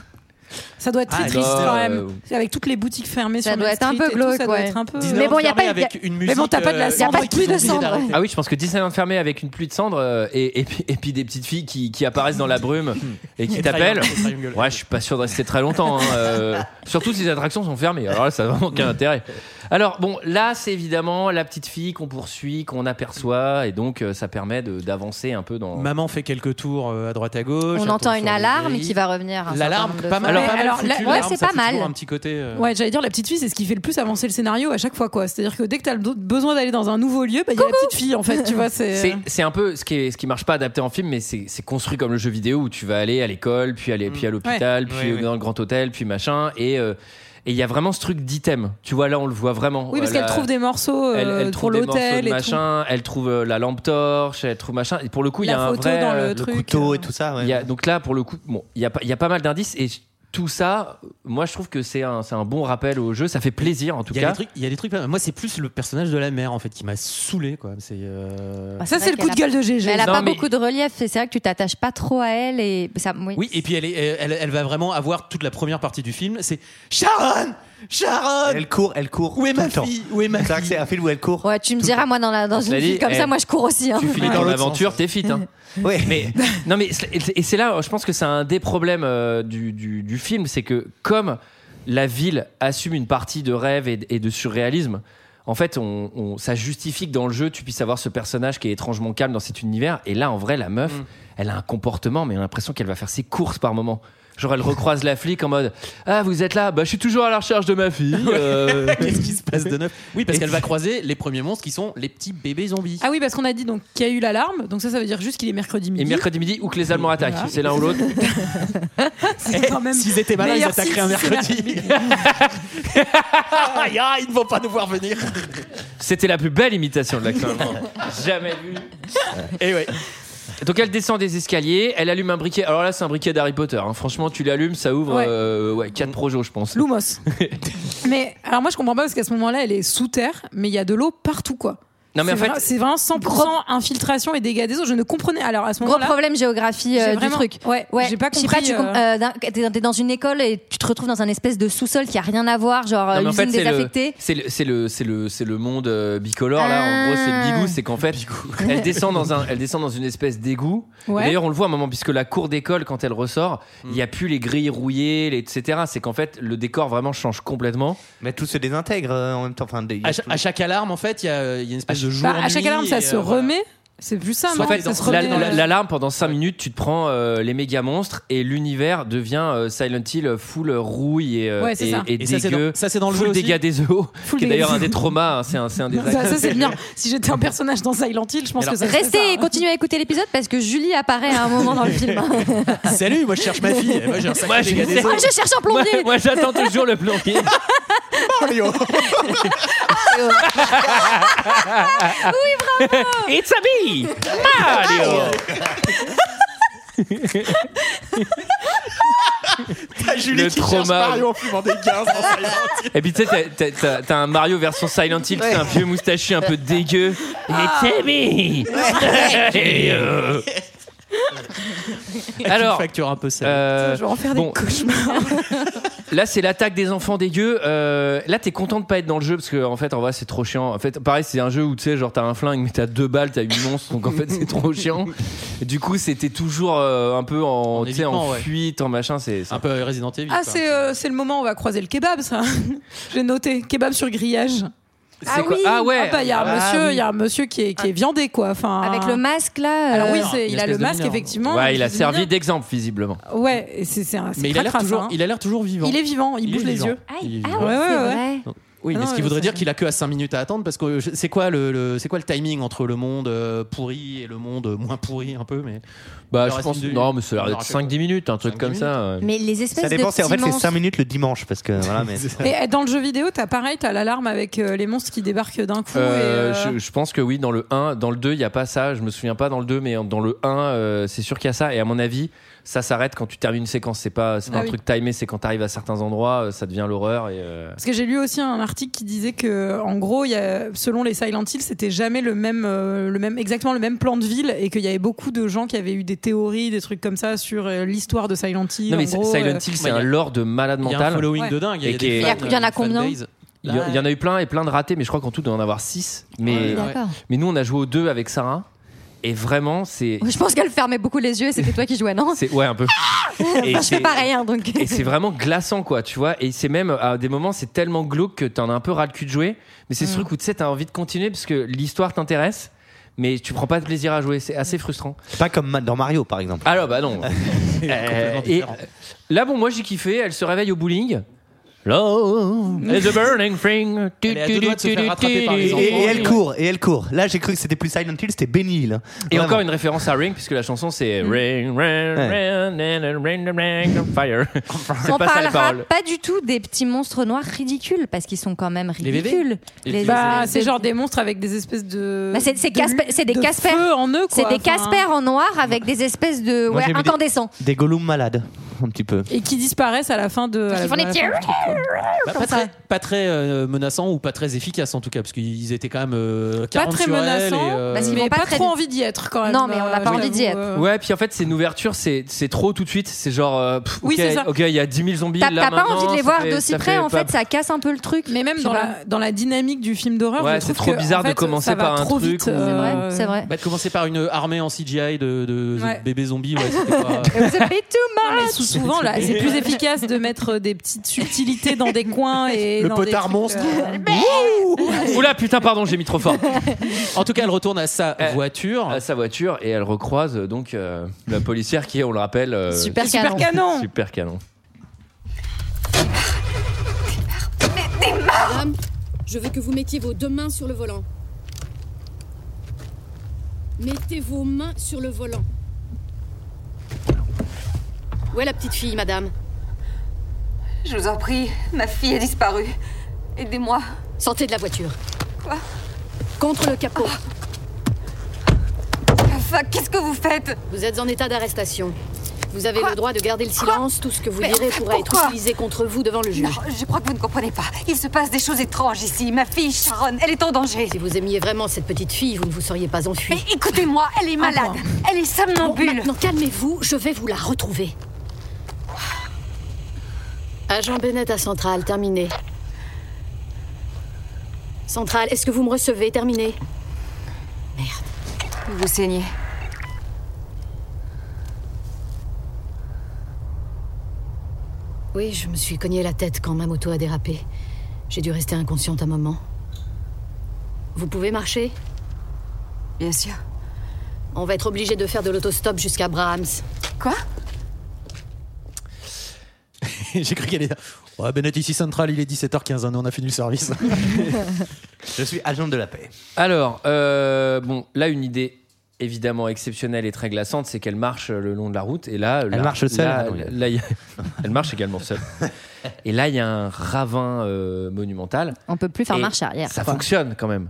Ça doit être très
Ah,
triste
bah,
quand même.
euh,
Avec toutes les boutiques fermées
Ça
sur
doit
Main
être un
Street
peu
et tout,
glauque,
ça doit
ouais.
être un peu.
Disney Euh, Mais bon, y a
fermé
pas de-
avec une musique.
Mais bon, t'as pas de la
euh,
cendre,
ils
pas de
sont
pluie de
obligés
cendre.
d'arrêter.
Ah oui, je pense que Disneyland fermé avec une pluie de cendres euh, et, et puis, et puis des petites filles qui, qui apparaissent dans la brume et qui
Et
t'appellent.
Triangle, Triangle.
Ouais, je suis pas sûr de rester très longtemps. hein, euh, surtout si les attractions sont fermées. Alors là, ça n'a vraiment aucun intérêt. Alors bon, là, c'est évidemment la petite fille qu'on poursuit, qu'on aperçoit, et donc euh, ça permet de- d'avancer un peu dans.
Maman fait quelques tours euh, à droite à gauche.
On
elle
entend
tombe
une
sur les
alarme
grilles.
qui va revenir. un
L'alarme,
certain nombre de
pas
fois.
mal.
Ouais,
pas mal
alors,
foutue,
la- ouais,
l'alarme,
c'est
ça
pas
fait toujours
mal.
Un petit côté. euh,
Ouais, j'allais dire, la petite fille, c'est ce qui fait le plus avancer le scénario à chaque fois, quoi. C'est-à-dire que dès que t'as le do- besoin d'aller dans un nouveau lieu, bah, il y a la petite fille, en fait, tu vois. C'est. euh,
C'est c'est un peu ce qui, est, ce qui marche pas adapté en film, mais c'est c'est construit comme le jeu vidéo où tu vas aller à l'école, puis aller
Mm.
puis à l'hôpital, puis
Ouais, ouais.
dans le grand hôtel, puis machin, et euh, et il y a vraiment ce truc d'item. Tu vois là, on le voit vraiment.
Oui, parce
Euh,
qu'elle
la-
trouve des morceaux euh,
elle, elle
pour
trouve des morceaux
l'hôtel
de
et tout.
machin, elle trouve euh, la lampe torche, elle trouve machin. Et pour le coup, il y
La
a un
photo
vrai.
dans le
euh,
Le
truc,
couteau
euh,
et tout ça. ouais.
il y a- donc là, pour le coup, bon, il y a, pas- il y a pas mal d'indices et tout ça, moi je trouve que c'est un, c'est un bon rappel au jeu. Ça fait plaisir en tout
Il y, a
cas.
des trucs, il y a des trucs. pas mal. Moi, c'est plus le personnage de la mère en fait qui m'a saoulé quoi. C'est. euh,
Ah, ça, c'est le coup de gueule de
Mais
GG.
elle a
Non,
pas
mais-
beaucoup de relief, et c'est vrai que tu t'attaches pas trop à elle et ça. Oui.
Oui, et puis elle, est, elle, elle va vraiment avoir toute la première partie du film. C'est Sharon, Sharon,
Elle court, elle court.
où est
tout
ma
le temps.
fille, où est ma
C'est vrai que c'est
fille
un film où elle court.
Ouais, tu me diras, moi, dans, la, dans une
Cela dit,
vie comme
eh,
ça, moi, je cours aussi. hein.
Tu finis
Ouais.
dans
Dans l'autre
l'aventure,
sens.
t'es fit. hein.
Ouais.
Mais non, mais c'est- et c'est là, je pense que c'est un des problèmes euh, du, du- du film, c'est que comme la ville assume une partie de rêve et, de- et de surréalisme, en fait, on, on- ça justifie que dans le jeu, tu puisses avoir ce personnage qui est étrangement calme dans cet univers. Et là, en vrai, la meuf, elle a un comportement, mais on a l'impression qu'elle va faire ses courses par moment. Genre, elle recroise la flic en mode Ah, vous êtes là Bah, je suis toujours à la recherche de ma fille. euh.
Qu'est-ce qui se passe de neuf Oui, parce qu'elle va croiser les premiers monstres qui sont les petits bébés zombies.
Ah oui, parce qu'on a dit donc qu'il y a eu l'alarme, donc ça, ça veut dire juste qu'il est mercredi midi.
Et mercredi midi, ou que les Allemands attaquent.
Voilà.
C'est l'un ou l'autre.
Ah, c'est quand même.
S'ils étaient malins, ils
meilleur
attaqueraient un
signe, c'est
mercredi. Aïe, aïe, ils ne vont pas nous voir venir.
C'était la plus belle imitation de la Clem. Jamais vue.
Et ouais.
Donc elle descend des escaliers, elle allume un briquet. Alors là, c'est un briquet d'Harry Potter. hein. Franchement, tu l'allumes, ça ouvre
Ouais.
4 projets, je pense.
Lumos. mais alors moi je comprends pas parce qu'à ce moment-là elle est sous terre, mais il y a de l'eau partout quoi.
Non, mais en
C'est
fait-
vra- c'est vraiment 100% infiltration et dégâts des eaux. Je ne comprenais alors à ce
Gros
moment-là.
problème géographie
j'ai
euh, du
vraiment-
truc.
Ouais,
Ouais,
j'ai pas
je sais
compris.
tu
euh,
com- euh, d'un- t'es- t'es dans une école et tu te retrouves dans un espèce de sous-sol qui a rien à voir, genre
Non,
euh,
mais en
l'usine
fait, c'est le,
désaffectée.
c'est le, c'est le, c'est le, c'est le monde euh, bicolore là. En gros, c'est le
Ah.
bigou, c'est qu'en fait, elle descend dans un, elle descend dans une espèce d'égout.
Euh,
Ouais.
Et D'ailleurs, on le voit à un moment puisque la cour d'école, quand elle ressort, il n'y a plus les grilles rouillées, les, etc. C'est qu'en fait, le décor vraiment change complètement.
Mais tout se désintègre euh, en même temps. Enfin, des-
Ah,
À, cha- à chaque alarme, en fait, il y, a euh, il y a une
Ah,
espèce de jour.
bah, à chaque alarme ça
et,
se
euh, voilà.
remet. C'est plus ça.
Soit
non
En fait,
ça se
la-
remet,
la-
euh,
l'alarme pendant 5 minutes, tu te prends euh, les méga monstres et l'univers devient euh, Silent Hill full rouille et, euh,
Ouais, c'est
et-
ça.
et
Et ça, c'est
dégueu.
dans- ça, c'est dans le
full
jeu aussi.
dégâts des eaux,
Full
qui est
dégâts
d'ailleurs
des
un des
eaux.
traumas, hein, c'est un, c'est un des
ça,
actes.
ça, c'est bien. Si j'étais un personnage dans Silent Hill, je pense que ça serait
Restez et
ça.
continuez à écouter l'épisode parce que Julie apparaît à un moment dans le film. Moi,
Salut, moi je cherche ma fille. Moi j'ai un sacré
Moi, je
dégât des
sais.
eaux.
Ah, je cherche un
Moi,
plombier.
moi, j'attends toujours le plombier. oui, bravo It's a bee Mario
T'as Julie
Le
qui cherche
trauma.
Mario en fumant des gaz hein. dans sa lentille.
Et puis tu sais, t'as- t'as- t'as- t'as un Mario version Silent Hill, c'est un vieux moustachu un peu dégueu. It's a bee Et, euh, Alors,
facture un peu sale.
euh,
Je vais en faire
bon.
des cauchemars.
Là, c'est l'attaque des enfants dégueux. Euh, là, t'es content de pas être dans le jeu parce que, en fait, en vrai, c'est trop chiant. En fait, pareil, c'est un jeu où tu sais, genre, t'as un flingue, mais t'as deux balles, t'as huit monstres, donc en fait, c'est trop chiant. Et du coup, c'était toujours euh, un peu en,
En
tu sais, en
évitement, ouais.
fuite, en machin. C'est c'est-
un peu Resident Evil.
Ah,
quoi.
c'est euh, c'est le moment où on va croiser le kebab, ça. J'ai noté kebab sur grillage.
c'est quoi Ah ouais.
Ah bah, il y a un
Ah
monsieur, il
oui.
y a un monsieur qui est, qui est viandé quoi. Enfin,
Avec le masque là.
Alors
euh,
Ah, oui, c'est-
une
il a le
espèce de
masque
mineur.
effectivement.
Ouais, il a
Je
servi
veux dire-
d'exemple visiblement.
Ouais, et c'est c'est un. c'est
Mais il a l'air
cracra, ça,
toujours,
hein.
il a l'air toujours vivant.
Il est vivant, il,
Il est
bouge les
vivant.
yeux.
Ah,
Il est
ah
vivant.
ouais,
Ouais, ouais,
c'est
ouais.
vrai.
Oui,
Ah
mais
non,
ce qui
ouais,
voudrait
ça,
dire
c'est-
qu'il a que à 5 minutes à attendre parce que je- c'est quoi le, le- c'est quoi le timing entre le monde euh, pourri et le monde moins pourri un peu mais
Bah,
Il
je
reste
pense.
une-
Non, mais ça a
il
l'air
aura
d'être
fait
5-10 minutes, un truc
5-10
comme euh, ça. ouais.
Mais les espèces
Ça dépend.
de
c'est- En fait,
petits
c'est 5
monstres-
minutes le dimanche parce que voilà. Mais...
Et dans le jeu vidéo, t'as pareil, t'as l'alarme avec euh, les monstres qui débarquent d'un coup.
Euh,
et, euh,
je, je pense que oui, dans le 1, dans le 2, il n'y a pas ça. Je me souviens pas dans le 2, mais dans le 1, euh, c'est sûr qu'il y a ça. Et à mon avis, ça s'arrête quand tu termines une séquence. C'est pas, c'est pas
Ah
un
oui.
truc timé, c'est quand t'arrives à certains endroits, euh, ça devient l'horreur. Et, euh,
Parce que j'ai lu aussi un article qui disait que, en gros, il y a- selon les Silent Hill, c'était jamais le même, euh, le même, exactement le même plan de ville et qu'il y avait beaucoup de gens qui avaient eu des théories, des trucs comme ça sur euh, l'histoire de Silent Hill.
Non, mais
en
c'est-
gros,
Silent
euh,
Hill,
bah,
c'est
y a-
un lore de malade
Il y a un
mental.
following
Ouais.
de dingue. Il y,
Et qui
a des
est- Bah,
fans,
Il y en a
une
combien
fanbase.
Il y, a- il y en a eu plein et plein de ratés, mais je crois qu'en tout, il doit en avoir 6. Mais,
Ouais.
D'accord.
mais nous, on a joué aux deux avec Sarah. Et vraiment, c'est.
Je pense qu'elle fermait beaucoup les yeux et c'était toi qui jouais, non
c'est- Ouais, un peu.
Ah
Et
Je fais
c'est-
pareil, hein, donc.
Et c'est vraiment glaçant, quoi, tu vois. Et c'est même, à des moments, c'est tellement glauque que t'en as un peu ras le cul de jouer. Mais c'est ce
Mm.
truc où, tu sais, t'as envie de continuer parce que l'histoire t'intéresse, mais tu prends pas de plaisir à jouer. C'est assez frustrant.
Pas comme ma- dans Mario, par exemple.
Alors, bah non. Euh,
Complètement
et
différent.
là, bon, moi, j'ai kiffé. Elle se réveille au bowling. Love is a burning thing.
Elle est à deux doigts de se faire rattraper par les
Et,
enfants.
et elle
Ouais.
court, et elle court. Là, j'ai cru que c'était plus Silent Hill, c'était Benny Hill.
Et
Vraiment.
encore une référence à Ring, puisque la chanson c'est Ring, Ring, Ring, and Ring, Ring, Ring, on Fire. C'est
On
pas ça les
parlera
paroles.
pas du tout des petits monstres noirs ridicules parce qu'ils sont quand même
bébés
ridicules.
Les
Les-
petits-
Bah,
les-
c'est genre des monstres avec des espèces de.
Bah, c'est- c'est
de-
Casper- c'est des
de
Casper.
feu en eux,
C'est
quoi.
des
Enfin,
Casper en noir avec des espèces de
Moi,
ouais,
j'ai vu des-
incandescents.
Des Gollum malades, un petit peu.
Et qui disparaissent à la fin de. à
Ils
la-
font des
à la
petits-
fin du truc, quoi.
Bah, pas très, pas très euh, menaçant ou pas très efficace en tout cas, parce qu'ils étaient quand même euh,
Pas
40
très
sur elle.
menaçant,
et, euh,
Parce qu'ils
mais
vont pas
pas
très
trop
vite.
envie d'y être quand même.
Non, mais on n'a
euh,
pas envie
j'avoue,
d'y être.
euh.
Ouais, puis en fait, c'est une ouverture, c'est c'est trop tout de suite. C'est genre, euh, pff,
Oui,
ok,
c'est ça.
ok, il y a 10 000 zombies.
T'as
là,
t'as pas envie
maintenant,
de les
ça
voir
fait-
d'aussi
ça
près, en
pas-
fait, ça casse un peu le truc.
Mais même
tu
dans
vois.
la, dans la dynamique du film d'horreur,
Ouais,
je
c'est
trouve
trop
que,
bizarre
en
de
fait,
commencer
ça
par
va
un
trop
truc
vite,
où-
C'est vrai,
euh,
c'est vrai.
bah, de commencer par une armée en CGI de, de
Ouais.
bébés zombies, ouais, c'était pas-
Ah,
Non, mais sou- souvent, là, c'est plus efficace de mettre euh, des petites subtilités dans des coins et
Le
dans des
potard
trucs,
monstre.
euh,
Oula, putain, pardon, j'ai mis trop fort.
En tout cas, elle retourne à sa
Euh,
voiture.
Ah,
à sa voiture et elle recroise euh, donc euh, la policière qui est, on le rappelle, euh,
Super
super
canon.
canon.
super canon.
Madame, je veux que vous mettiez vos deux mains sur le volant. Mettez vos mains sur le volant. Où est la petite fille, madame
Je vous en prie, ma fille a disparu. Aidez-moi.
Sortez de la voiture.
Quoi
Contre le capot.
Enfin, qu'est-ce que vous faites
Vous êtes en état d'arrestation. Vous avez
Quoi
le droit de garder le silence. Tout ce que vous
Mais
direz pourra être
pourquoi
utilisé contre vous devant le juge.
Non, je crois que vous ne comprenez pas. Il se passe des choses étranges ici. Ma fille Sharon, elle est en danger.
Si vous aimiez vraiment cette petite fille, vous ne vous seriez pas
Mais
enfui.
écoutez-moi, elle est malade. Elle est
Bon,
somnambule.
maintenant, calmez-vous, je vais vous la retrouver. Agent Bennett à Centrale, terminé. Centrale, est-ce que vous me recevez Terminé.
Vous saignez.
Oui, je me suis cogné la tête quand ma moto a dérapé. J'ai dû rester inconsciente un moment. Vous pouvez marcher
Bien sûr.
On va être obligé de faire de l'autostop jusqu'à Brahms.
Quoi
J'ai cru qu'elle était. Ouais, Bennett ici Central, il est 17h15, hein, nous, on a fini le service.
Je suis agent de la paix.
Alors, euh, bon, là, une idée évidemment exceptionnelle et très glaçante, c'est qu'elle marche euh, le long de la route. Et là, là-
marche seule,
là-
ah non, il y a-
là, il y a- elle marche également seule. Et là, il y a un ravin euh, monumental.
On peut plus faire
Et
marche arrière.
Ça fonctionne quand même.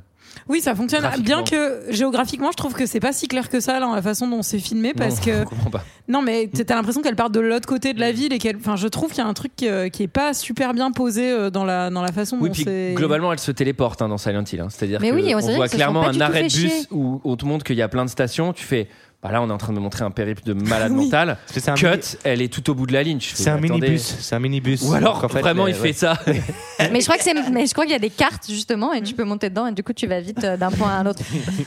Oui, ça fonctionne.
Graphiquement.
Bien que géographiquement, je trouve que c'est pas si clair que ça, là, la façon dont c'est filmé, parce
Non,
que.
on comprend pas.
Non, mais t'as l'impression qu'elle part de l'autre côté de la
Mm.
ville et qu'elle. Enfin, je trouve qu'il y a un truc euh, qui est pas super bien posé euh, dans la, dans la façon
Oui,
dont
puis
c'est.
globalement, elle se téléporte hein, dans Silent Hill. hein. C'est-à-dire
Mais
que
oui, on dirait
on voit
qu'ils se sont
clairement
pas du
un
tout
arrêt de
fait
bus
chier.
où on te montre qu'il y a plein de stations. Tu fais. Bah là, on est en train de me montrer un périple de malade
Ah Oui.
mental.
Parce que c'est un
Cut,
mini-
elle est tout au bout de la ligne. Je fais,
C'est un
attendez.
minibus. C'est un minibus.
Ou alors,
Donc, en fait,
vraiment,
les-
il fait ça.
Mais je crois que c'est, mais je crois qu'il y a des cartes justement et tu peux monter dedans et du coup tu vas vite euh, d'un point à un autre.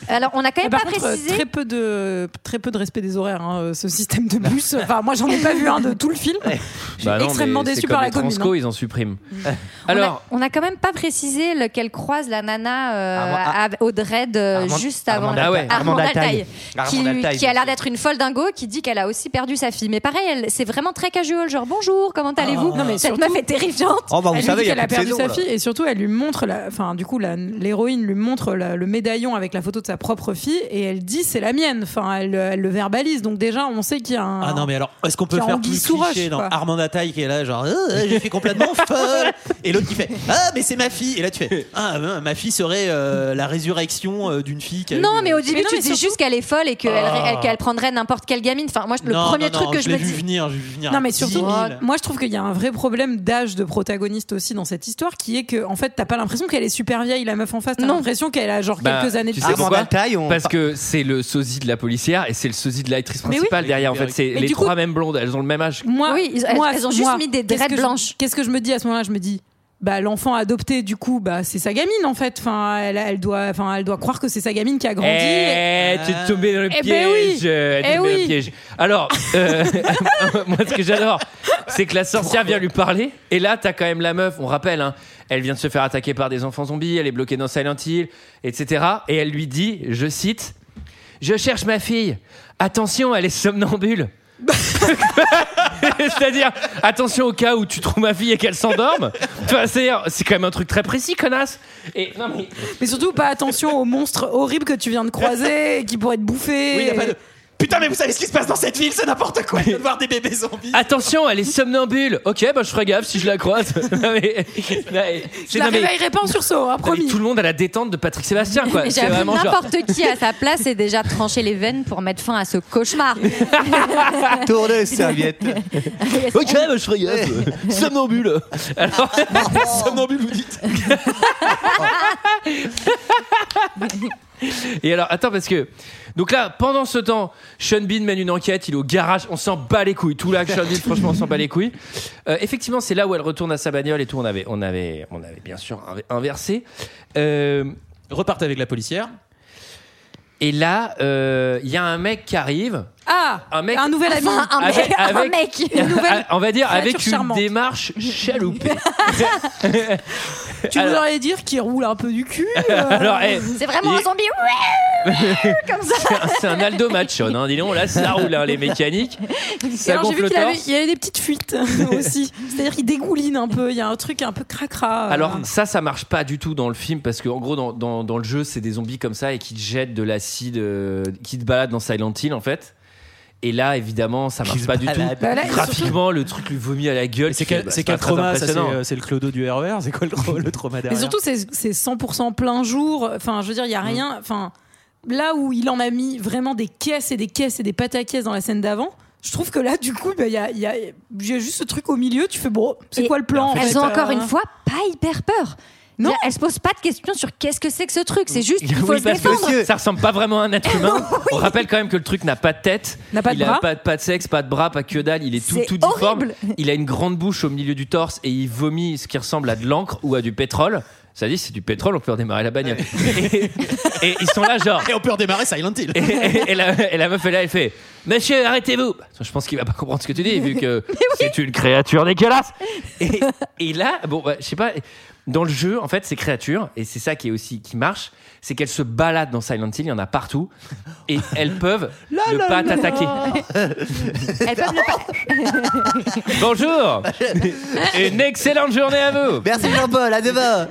Alors on a quand
Et
même
par
pas
contre, euh,
précisé.
très peu de très peu de respect des horaires, hein, euh, ce système de bus. Enfin, moi, j'en ai pas vu un de tout le film. Je suis
Bah non, mais
extrêmement
c'est
déçu
comme
par la
les
commune. hein. Mm.
Transco, ils en suppriment.
on a-
Alors,
on a, quand même pas précisé lequel croise la nana euh,
Armand- Ar-
avec- au dread euh,
Armand-
juste avant.
Armand-
Ah ouais.
Armand
Armand
Altaï,
Armand
qui,
Altaï,
qui a
bien
l'air d'être une folle dingo, qui dit qu'elle a aussi perdu sa fille. Mais pareil, elle- c'est vraiment très casual, genre bonjour, comment allez-vous
Ah. Non, mais
Cette
surtout-
meuf est terrifiante.
Oh bah vous
elle lui
savez,
dit
il y
qu'elle
a
a
plus de
perdu
saison,
sa
là.
fille et surtout elle lui montre, la- enfin du coup la- l'héroïne lui montre la- le médaillon avec la photo de sa propre fille et elle dit c'est la mienne. Enfin elle, elle le verbalise donc déjà on sait qu'il y a un.
Ah non, mais alors, est-ce qu'on peut
Qui a
faire
anguille
plus
sous roche,
cliché dans
quoi.
Armand Taille qui est là, genre, Euh, je suis complètement folle Et l'autre qui fait, ah, mais c'est ma fille Et là, tu fais, ah, ben, ma fille serait euh, la résurrection euh, d'une fille qui a eu,
Non,
euh,
mais au début,
Mais non,
tu
mais
te dis
surtout-
juste qu'elle est folle et qu'elle qu'elle qu'elle prendrait n'importe quelle gamine. Enfin, moi, le
Non,
premier
non,
truc
non,
que je me
l'ai vu
dis.
venir, j'ai vu venir.
Non,
à
mais surtout,
10 000.
moi je trouve qu'il y a un vrai problème d'âge de protagoniste aussi dans cette histoire qui est que, en fait, t'as pas l'impression qu'elle est super vieille, la meuf en face, t'as l'impression qu'elle a genre
Bah,
quelques années
tu
de
sais
plus.
pourquoi Parce
par-
que c'est le sosie de la policière et c'est le sosie de l'actrice
Mais oui.
principale derrière. En fait, c'est
Mais
les
du coup-
trois mêmes blondes, elles ont le même âge.
Moi,
Oui, ils- elles-
moi,
elles ont juste
moi,
mis des
qu'est-ce
dreads
que je-
blanches.
Qu'est-ce que je me dis à ce moment-là Je me dis. Bah, l'enfant adopté du coup bah c'est sa gamine en fait enfin elle, elle doit enfin elle doit croire que c'est sa gamine qui a grandi
Eh, tu es tombé dans le
Eh
piège.
ben oui.
euh, tu es tombé
Eh
dans le
oui.
piège. Alors, euh, moi, ce que j'adore, c'est que la sorcière vient lui parler. Et là, t'as quand même la meuf, on rappelle, hein, elle vient de se faire attaquer par des enfants zombies, elle est bloquée dans Silent Hill, etc. Et elle lui dit, je cite, Je cherche ma fille. Attention, elle est somnambule. C'est-à-dire, attention au cas où tu trouves ma fille et qu'elle s'endorme. Tu vois, c'est c'est quand même un truc très précis, connasse. Et non, mais
mais surtout pas attention aux monstres horribles que tu viens de croiser et qui pourraient te bouffer
Oui, y a pas de- Putain, mais vous savez ce qui se passe dans cette ville, c'est n'importe quoi de voir des bébés zombies.
Attention, elle est somnambule. Ok, bah je ferai gaffe si je la croise. non, mais, non, mais-
je la
non, mais-
réveillerai pas en sursaut hein,
non, mais
promis
tout le monde à la détente de Patrick Sébastien, quoi.
Mais
C'est
j'avoue,
vraiment genre-
n'importe qui à sa place et déjà tranché les veines pour mettre fin à ce cauchemar.
Tourne serviette.
Ok, bah je ferai gaffe. somnambule. Alors,
Somnambule, vous dites.
et alors, attends, parce que. Donc là, pendant ce temps, Sean Bean mène une enquête, il est au garage, on s'en bat les couilles. Tout là, Sean Bean, franchement, on s'en bat les couilles. Euh, effectivement, c'est là où elle retourne à sa bagnole et tout. On avait, on avait, on avait bien sûr inv- inversé. Euh,
Repartent avec la policière.
et là, euh, il y a un mec qui arrive.
ah
Un mec Ah,
un nouvel ami
Enfin, un, mec,
Avec-
un
avec-
mec.
nouvelle
on va dire
créature
avec une
charmante.
démarche chaloupée.
tu
alors-
voudrais dire qu'il roule un peu du cul euh,
Alors, eh,
C'est vraiment
Il-
un zombie. Ouais, ouais, comme ça.
c'est un- c'est un Aldo Machon, hein, dis donc, là, ça roule, hein, les mécaniques. eh, Ça
Alors, j'ai
gonfle
vu
le
qu'il avait,
torse.
il y avait des petites fuites aussi. C'est-à-dire qu'il dégouline un peu. Il y a un truc un peu cracra. euh.
Alors, ça, ça marche pas du tout dans le film parce que, en gros, dans, dans- dans le jeu, c'est des zombies comme ça et qui te jettent de l'acide, euh, qui te baladent dans Silent Hill, en fait. Et là, évidemment, ça marche pas du tout.
Bah là, et surtout-
Graphiquement, le truc lui vomit à la gueule.
C'est
Tu
quel,
fais, bah,
c'est
pas
quel
très
trauma ça, C'est
impressionnant.
euh, c'est le clodo du RER C'est quoi le, tra- le trauma derrière
mais surtout, c'est c'est 100% plein jour. Enfin, je veux dire, il y a rien. Enfin, là où il en a mis vraiment des caisses et des caisses et des pâtes à caisses dans la scène d'avant. Je trouve que là, du coup, bah, il y, a, il y a- il y a juste ce truc au milieu. Tu fais, bon, c'est
Et
quoi le plan en fait,
Elles ont
euh,
encore une fois pas hyper peur.
Non.
Elles se posent pas de questions sur qu'est-ce que c'est que ce truc. C'est juste
Oui,
qu'il faut se
parce que
défendre.
ça ressemble pas vraiment à un être humain. On rappelle quand même que le truc n'a pas de tête,
N'a pas de
il a
bras.
pas, pas de sexe, pas de bras, pas que dalle. Il est tout,
C'est
tout difforme.
horrible.
Il a une grande bouche au milieu du torse et il vomit ce qui ressemble à de l'encre ou à du pétrole. Ça dit, c'est du pétrole, on peut redémarrer la bagnole. Et, et ils sont là, genre.
Et on peut redémarrer Silent Hill.
Et, et- et la, et la meuf est là, elle fait Monsieur, arrêtez-vous Je pense qu'il va pas comprendre ce que tu dis, vu que c'est une créature dégueulasse Et, et là, bon, bah, je sais pas, dans le jeu, en fait, ces créatures, et c'est ça qui est aussi qui marche, c'est qu'elles se baladent dans Silent Hill, il y en a partout, et elles peuvent ne pas t'attaquer.
Elles peuvent le pas.
Bonjour Une excellente journée à vous
Merci Jean-Paul, à demain.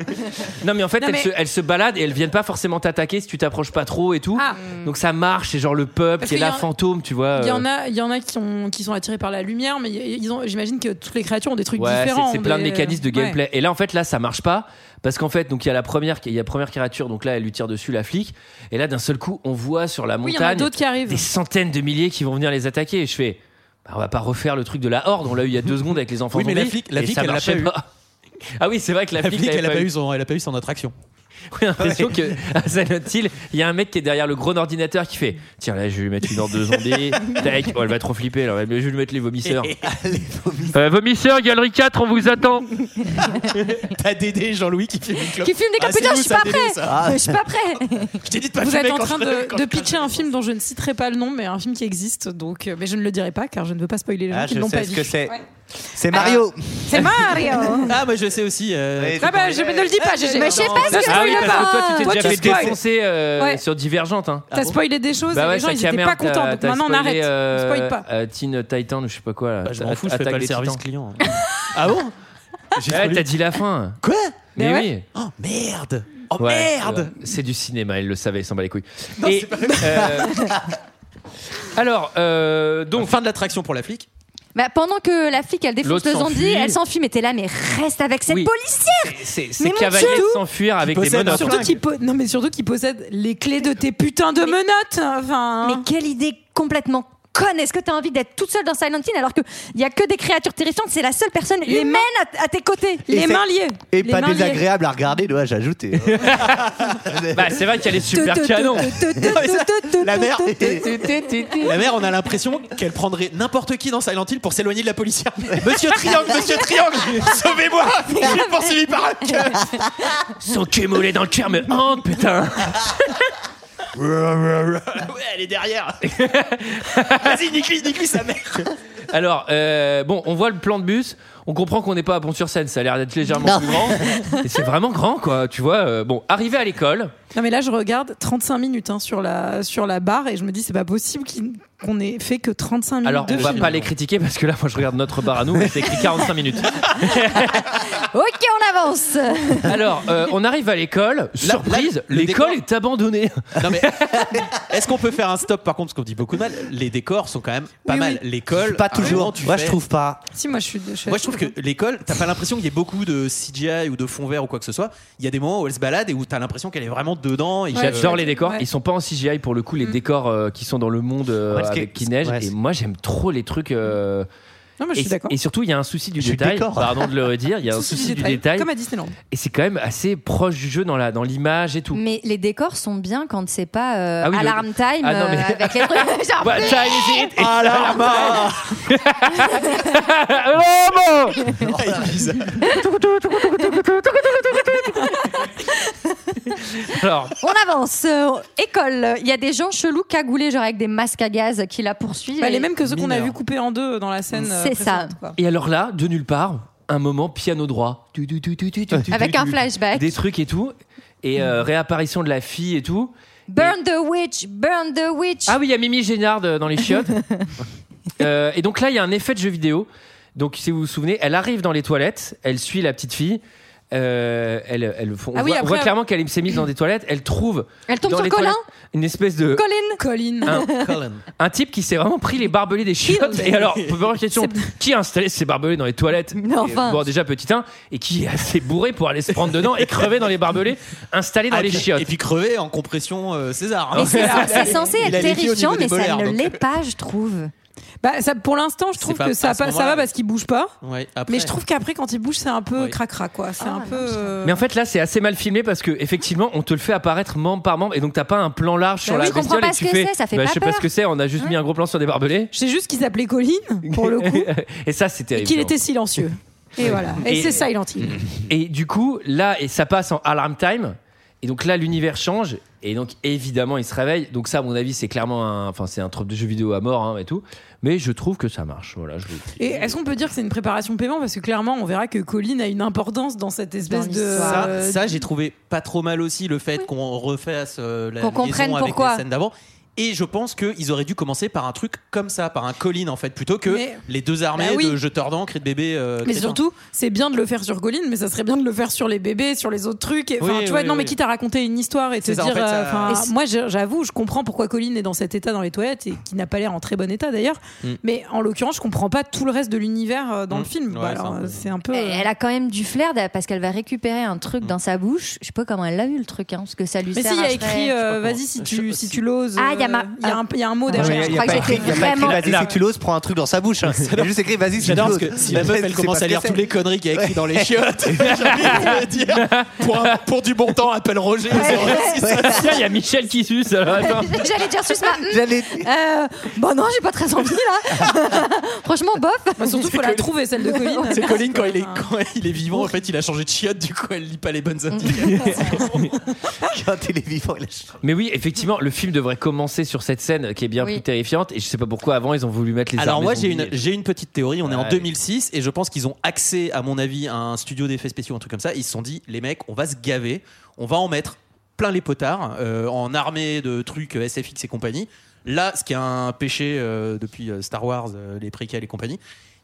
Non, mais en fait,
Non,
elles,
mais-
Se, elles se baladent et elles viennent pas forcément t'attaquer si tu t'approches pas trop et tout.
Ah.
Donc ça marche, c'est genre le peuple
Parce
qui est
qu'il y
là,
en-
fantôme, tu vois.
Il y en
euh,
a, il y en a qui sont, qui sont attirés par la lumière, mais ils ont, j'imagine que toutes les créatures ont des trucs
euh, Ouais,
différents.
c'est- C'est plein de
des-
mécanismes de
euh, Ouais.
gameplay. Et là, en fait, là, ça marche pas. Parce qu'en fait, donc il y a la première, il y a la première créature, donc là, elle lui tire dessus la flic. Et là, d'un seul coup, on voit sur la
Oui, il y en a
montagne
d'autres qui arrivent.
des centaines de milliers qui vont venir les attaquer. Et je fais, bah, on va pas refaire le truc de la horde. On l'a eu il y a deux secondes avec les enfants.
Oui, mais la
zombies,
flic- la
et
flic,
ça
elle l'a
marchait
pas eu.
pas. Ah oui, c'est vrai que la,
La flic, elle a pas
eu.
eu son, elle a pas eu son attraction.
Oui, j'ai l'impression que à Silent Hill, il y a un mec qui est derrière le gros ordinateur qui fait Tiens, là, je vais lui mettre une horde de zombies. Tac, oh, elle va trop flipper. Là. Je vais lui mettre les vomisseurs. Euh, vomisseurs, galerie 4, on vous attend.
T'as Dédé, Jean-Louis qui fait une clope.
Qui fume des
Ah,
clopes.
c'est
Putain,
nous,
je suis
ça,
pas
Dédé,
prêt.
ça.
Je suis pas prêt.
Je t'ai dit de pas
Vous
fumer
êtes en
quand
train
je-
de,
quand
de
je-
pitcher un film dont je ne citerai pas le nom, mais un film qui existe, donc, euh, mais je ne le dirai pas car je ne veux pas spoiler les gens
Ah,
qui
je
ne l'ont
sais
pas
ce
vu.
que c'est. C'est Mario.
C'est Mario
Ah, moi je sais aussi. euh,
Oui,
Ah bah, je ne le dis pas, j'ai
Mais je sais pas ce que
Ah oui,
spoil
parce que toi, tu t'es
Toi,
déjà
tu
fait
spoil.
défoncer euh,
Ouais.
sur Divergente. Hein.
T'as spoilé des choses et les gens
ça
ils étaient
Cameron, t'as-
pas contents, donc
t'as
maintenant on
spoilé,
arrête, on
euh,
spoil pas.
euh, Teen Titan ou je sais pas quoi. Là.
bah, je m'en fous, je fais
Attaque
pas le
des
service
Titans.
client. Ah bon J'ai
Ouais,
trop
t'as
lu.
dit la fin.
Quoi
Mais
Mais
oui.
Oh merde Oh
Ouais,
merde
euh, C'est du cinéma, il le savait, il s'en bat les couilles. Et, euh, alors, euh, donc,
Fin de l'attraction pour la flic.
Bah, pendant que la flic elle défonce
L'autre
le zombie,
s'enfuit.
elle s'enfuit. Mais t'es là, mais reste avec cette
Oui.
policière.
c'est- c'est c'est
mon
cavalier
Dieu.
de s'enfuir avec des
possède un
monotes.
flingue.
Hein
Surtout qu'il po- non mais surtout qu'il possède les clés de tes putains de menottes. Enfin,
Mais quelle idée complètement conne Est-ce que tu as envie d'être toute seule dans Silent Hill alors qu'il n'y a que des créatures terrifiantes C'est la seule personne, les mène à, à tes côtés.
Et c'est- Et pas
désagréable
désagréable à regarder, dois-je ajouter.
Bah, c'est vrai qu'elle est super canon.
La mère, la mère, on a l'impression qu'elle prendrait n'importe qui dans Silent Hill pour s'éloigner de la policière. Monsieur Triangle, Monsieur Triangle, sauvez-moi Je suis poursuivi par un cœur
Son cul moulé dans le cœur me hante, putain.
Ouais, elle est derrière Vas-y, nique-lui, nique-lui sa mère
Alors, euh, bon, on voit le plan de bus. On comprend qu'on n'est pas à Pont-sur-Seine. Ça a l'air d'être légèrement plus grand. Et c'est vraiment grand, quoi. Tu vois, euh, bon, arrivé à l'école.
Non mais là je regarde 35 minutes hein, sur la sur la barre et je me dis c'est pas possible qu'il- qu'on ait fait que 35 minutes
Alors,
Mm,
euh,
de
on va
film.
pas les critiquer parce que là, moi, je regarde notre bar à nous et c'est écrit 45 minutes.
Ok, on avance.
Alors, euh, on arrive à l'école. Surprise,
le
l'école
décor-
est abandonnée.
Euh,
Non mais, est-ce qu'on peut faire un stop par contre Parce qu'on dit beaucoup de mal, les décors sont quand même pas
Oui,
mal.
oui.
L'école,
Pas
à un moment,
toujours.
tu
Moi,
fais-
je trouve pas.
Si moi je suis, je suis
Moi, je trouve que l'école, t'as pas l'impression qu'il y ait beaucoup de CGI ou de fond vert ou quoi que ce soit. Il y a des moments où elle se balade et où t'as l'impression qu'elle est vraiment dedans. Et que-
J'adore les décors.
Ouais. Mm.
Ils sont pas en CGI pour le coup, les décors euh, qui sont dans le monde euh,
Ouais, ce qui est-
avec qui neige.
ouais,
et
c'est-
moi, j'aime trop les trucs. euh,
Non mais je
et,
suis d'accord.
et surtout, il y a un souci du
Je suis
détail.
décor.
Pardon de le redire. Il y a un
Souci
souci du détail.
Comme à Disneyland. Bah,
Et c'est quand même assez proche du jeu dans la dans l'image et tout.
Mais les décors sont bien quand c'est pas euh,
Ah oui, le-
alarm time
Ah non, mais-
euh, avec les trucs genre,
What time is it?
Ah,
Alarma
Alarme Alors,
on avance euh, école il y a des gens chelous cagoulés genre avec des masques à gaz qui la poursuivent
Bah,
Et-
les mêmes que ceux qu'on a
Mineur.
vu coupés en deux dans la scène. euh,
C'est ça.
précédente, quoi.
et alors là, de nulle part, un moment piano droit. Tu, tu, tu, tu, tu, tu, tu,
avec
tu,
un
tu.
flashback
Des trucs et tout. Et euh, réapparition de la fille et tout.
burn the witch burn the witch
Ah oui, il y a Mimi Génard euh, dans les chiottes. Euh, et donc là, il y a un effet de jeu vidéo. Donc, si vous vous souvenez, elle arrive dans les toilettes, elle suit la petite fille. Euh, elle, elle, on, voit, on
Ah oui, après,
voit
elle-
clairement qu'elle s'est mise dans des toilettes. Elle trouve
elle tombe
dans
sur
les
Colin
toilettes une espèce de
Colin
Colin.
un, un type qui s'est vraiment pris les barbelés des chiottes. Et alors, première question qui a installé ces barbelés dans les toilettes
Mais enfin.
Et, Bon, déjà petit 1 et qui est assez bourré pour aller se prendre dedans et crever dans les barbelés installés dans
Ah,
les
et puis-
chiottes.
Et puis crever en compression euh, César. hein.
Mais c'est c'est censé
Il
être
a les pieds au
terrifiant
niveau
mais
des
ça
molaires,
ne
donc.
l'est pas je trouve
Bah, ça, pour l'instant, je
C'est
trouve
pas
que ça,
à ce
va- ça
moment-là.
va parce qu'il bouge pas.
Ouais, après-
Mais je trouve qu'après, quand il bouge, c'est un peu
Oui.
cracra, quoi. C'est
Ah,
un
non,
peu.
je sais pas.
euh,
Mais en fait là c'est assez mal filmé parce que effectivement on te le fait apparaître membre par membre et donc t'as pas un plan large sur
Bah
la
oui, je comprends
bestiole
pas
et
ce
tu
que
fais
c'est, ça fait
bah,
pas
je sais pas
peur.
ce que c'est on a juste
Ouais.
mis un gros plan sur des barbelés
Je sais juste qu'il s'appelait Colin, pour le coup,
et ça c'est
et
terrible
qu'il était silencieux. Et voilà. Et,
Et-
c'est Silent Hill.
Et du coup là et ça passe en alarm time et donc là l'univers change et donc évidemment il se réveille donc ça à mon avis c'est clairement un enfin c'est un trope de jeu vidéo à mort hein, et tout mais je trouve que ça marche voilà je vous le dis.
Et est-ce qu'on peut dire que c'est une préparation paiement Parce que clairement, on verra que Colin a une importance dans cette espèce
Dans
de.
l'histoire.
ça,
euh,
ça, j'ai trouvé pas trop mal aussi le fait qu'on refasse euh, la
Qu'on
liaison
comprenne
avec
pourquoi.
les scènes d'avant. Et je pense qu'ils auraient dû commencer par un truc comme ça, par un Colin en fait, plutôt que
Mais-
les deux armées
Bah oui.
de jeteurs d'encre et de bébés. euh,
Mais
crétins.
surtout, c'est bien de le faire sur Colin, mais ça serait bien de le faire sur les bébés, sur les autres trucs. Et, Enfin,
Oui,
tu vois,
oui,
non,
oui.
mais quitte à raconter une histoire et te
C'est ça, en
dire.
fait, ça-
euh, enfin,
Et c'est-
moi, j'ai- j'avoue, je comprends pourquoi Colin est dans cet état dans les toilettes et qui n'a pas l'air en très bon état d'ailleurs. Mais en l'occurrence, je comprends pas tout le reste de l'univers euh, dans
Mm.
le film. Bah,
Ouais, c'est
alors,
un peu-
euh, c'est un peu.
Et
euh,
elle a quand même du flair d'a- parce qu'elle va récupérer un truc dans sa bouche je sais pas comment elle l'a vu le truc hein, parce que ça lui
Mais
sert
si, il y
à
a écrit, euh,
comment-
vas-y, si tu,
Je-
si tu l'oses.
Ah, il y a
euh,
ma-
il y a un- il y a un mot
Ah,
derrière.
je crois que j'étais
Il y a pas écrit
vraiment
vas-y
Là.
si tu l'oses, prends un truc dans sa bouche. hein. Il y a juste écrit vas-y si tu
J'adore parce
l'oses.
que si la meuf elle commence à lire toutes les conneries qu'il y a écrit dans les chiottes, j'ai envie de dire pour, un- pour du bon temps, appelle Roger au 06.
Ah, Tiens, il y a Michel qui suce alors attends.
j'allais dire juste ma
J'allais.
Euh, bah non, j'ai pas très envie là. Franchement, bof.
Bah, surtout, faut la trouver, celle de Colin.
C'est Colin quand il, est,
Un-
quand il est vivant, en fait il a changé de chiotte, du coup elle lit pas les bonnes
Mm.
indications.
Quand il est vivant, il a-
Mais oui, effectivement, le film devrait commencer sur cette scène qui est bien
Oui.
plus terrifiante. Et je sais pas pourquoi avant ils ont voulu mettre les
Alors
armées
moi j'ai
zombies
une,
et tout.
j'ai une petite théorie, on est en
Ouais.
2006 et je pense qu'ils ont accès à mon avis à un studio d'effets spéciaux, un truc comme ça, ils se sont dit les mecs on va se gaver, on va en mettre plein les potards euh, en armée de trucs euh, SFX et compagnie. Là ce qui est un péché euh, depuis euh, Star Wars, euh, les préquels et compagnie,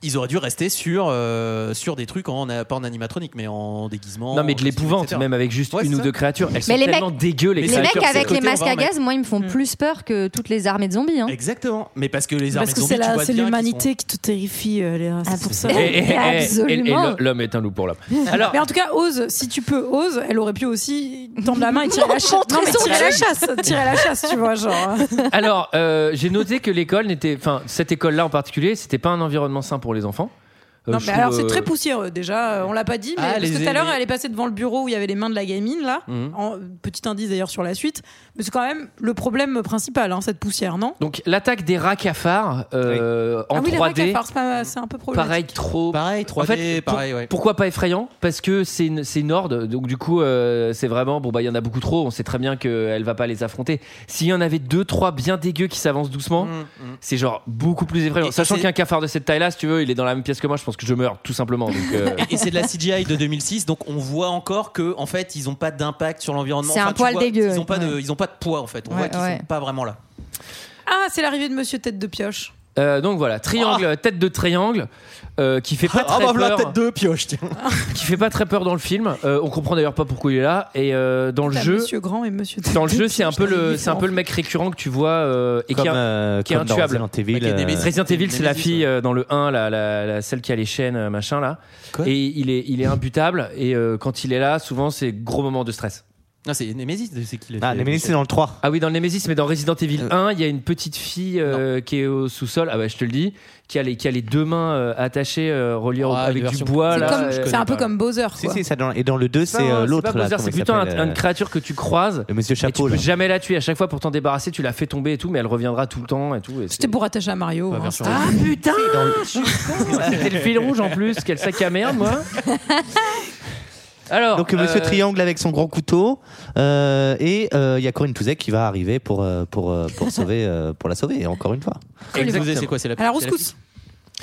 ils auraient dû rester sur, euh, sur des trucs, en, pas en animatronique mais en déguisement.
Non mais de
en costume,
l'épouvante
etc.
même avec juste
Ouais,
une
c'est
ou
ça.
deux créatures. Elles sont
les mecs-
tellement dégueu les,
les
Les
créatures.
mecs
acteurs,
avec
c'est
les
le côté
masques à
vraiment-
gaz, moi, ils me font plus peur que toutes les armées de zombies. hein.
Exactement, mais parce que les armées
Parce que
zombies,
c'est
tu
la-
vois
c'est
bien qu'ils
l'humanité qui te terrifie, euh, Léa. C'est pour ça.
Et- et- et- et-
Absolument.
et l'homme est un loup pour l'homme. Eh, Alors
Mais en tout cas, ose, si tu peux, ose. Elle aurait pu aussi tendre la main et tirer la chasse. Non, mais tirer la chasse, tirer la chasse, tu vois, genre.
Alors, euh, j'ai noté que l'école n'était, enfin, cette école-là en particulier, c'était pas un environnement sain pour les enfants. Euh,
Non,
je
mais alors
trouve,
c'est
euh,
très poussiéreux déjà, euh, on l'a pas dit, mais
Ah,
parce
les-
que tout à l'heure
les-
elle est passée devant le bureau où il y avait les mains de la gamine là,
Mhm.
En- petit indice d'ailleurs sur la suite, mais c'est quand même le problème principal, hein, cette poussière, non
Donc l'attaque des rats cafards euh, en
Ah oui, les oh
3D.
racafards, c'est pas- c'est un peu problématique.
Pareil, trop.
Pareil, 3D,
pour-
pareil, ouais.
Pourquoi pas effrayant Parce que c'est une, c'est une horde, donc du coup, euh, c'est vraiment. Bon, bah, il y en a beaucoup trop, on sait très bien qu'elle va pas les affronter. S'il y en avait deux, trois bien dégueux qui s'avancent
Mm.
doucement, c'est genre beaucoup plus effrayant.
Et- et
Sachant
c'est-
qu'un cafard de cette taille-là, si tu veux, il est dans la même pièce que moi, je pense que je meurs, tout simplement. Donc, euh,
Et c'est de la CGI de 2006, donc on voit encore que en fait ils n'ont pas d'impact sur l'environnement.
C'est un
tu
poil dégueu,
Ils n'ont
ouais.
pas de, ils ont pas de poids en fait. On
Ouais,
voit qu'ils
ouais.
sont pas vraiment là.
Ah, c'est l'arrivée de Monsieur Tête de Pioche.
euh, donc voilà, triangle, tête de triangle, euh, qui fait pas
Ah
très
bah voilà,
peur.
tête de pioche. Tiens.
qui fait pas très peur dans le film. Euh, on comprend d'ailleurs pas pourquoi il est là. Et euh, dans le
T'as
jeu,
Monsieur Grand et Monsieur Tête
dans le
de
jeu, c'est un
Pioche,
peu
t'as
le,
des
c'est un peu le mec récurrent que tu vois euh, et
comme,
qui est un-
euh,
qui est
comme dans
intuable.
Resident Evil,
Avec les
euh,
Nemesis.
Resident Evil, c'est la
Nemesis,
fille
ouais.
euh, dans le 1, la, la- la- celle qui a les chaînes, euh, machin là.
Quoi
et il est, il est imbutable. Et euh, quand il est là, souvent, c'est gros moment de stress.
Non, c'est Nemesis, c'est qui
Ah, les Nemesis, c'est dans le 3.
Ah oui, dans le Nemesis, mais dans Resident Evil 1, il y a une petite fille euh, qui est au sous-sol. Ah bah, je te le dis, qui a les, qui a les deux mains euh, attachées, euh, reliées au-
Ah,
avec
une
du
version-
bois
C'est
là.
Comme-
euh,
C'est un peu comme Bowser,
Si,
quoi.
si, ça dans- et dans le 2, c'est
Non,
euh, l'autre.
pas
là,
Bowser,
comment
C'est
il
plutôt un-
s'appelle,
un- une
euh,
créature que tu croises.
le Monsieur
Et tu
Chapeau,
peux
là.
jamais la tuer. À chaque fois pour t'en débarrasser, tu la fais tomber et tout, mais elle reviendra tout le temps et tout. et
C'était pour attacher à Mario.
Pas
hein.
version-
Ah putain C'était le fil rouge en plus, quel sac à merde moi Alors,
Donc, euh, Monsieur
euh,
Triangle avec son grand couteau. euh, et euh, il y a Corinne Touzet qui va arriver pour, euh, pour, euh, pour, sauver, euh, pour la sauver, encore une fois.
Exactement.
C'est quoi C'est la
À la
c'est
rouscousse.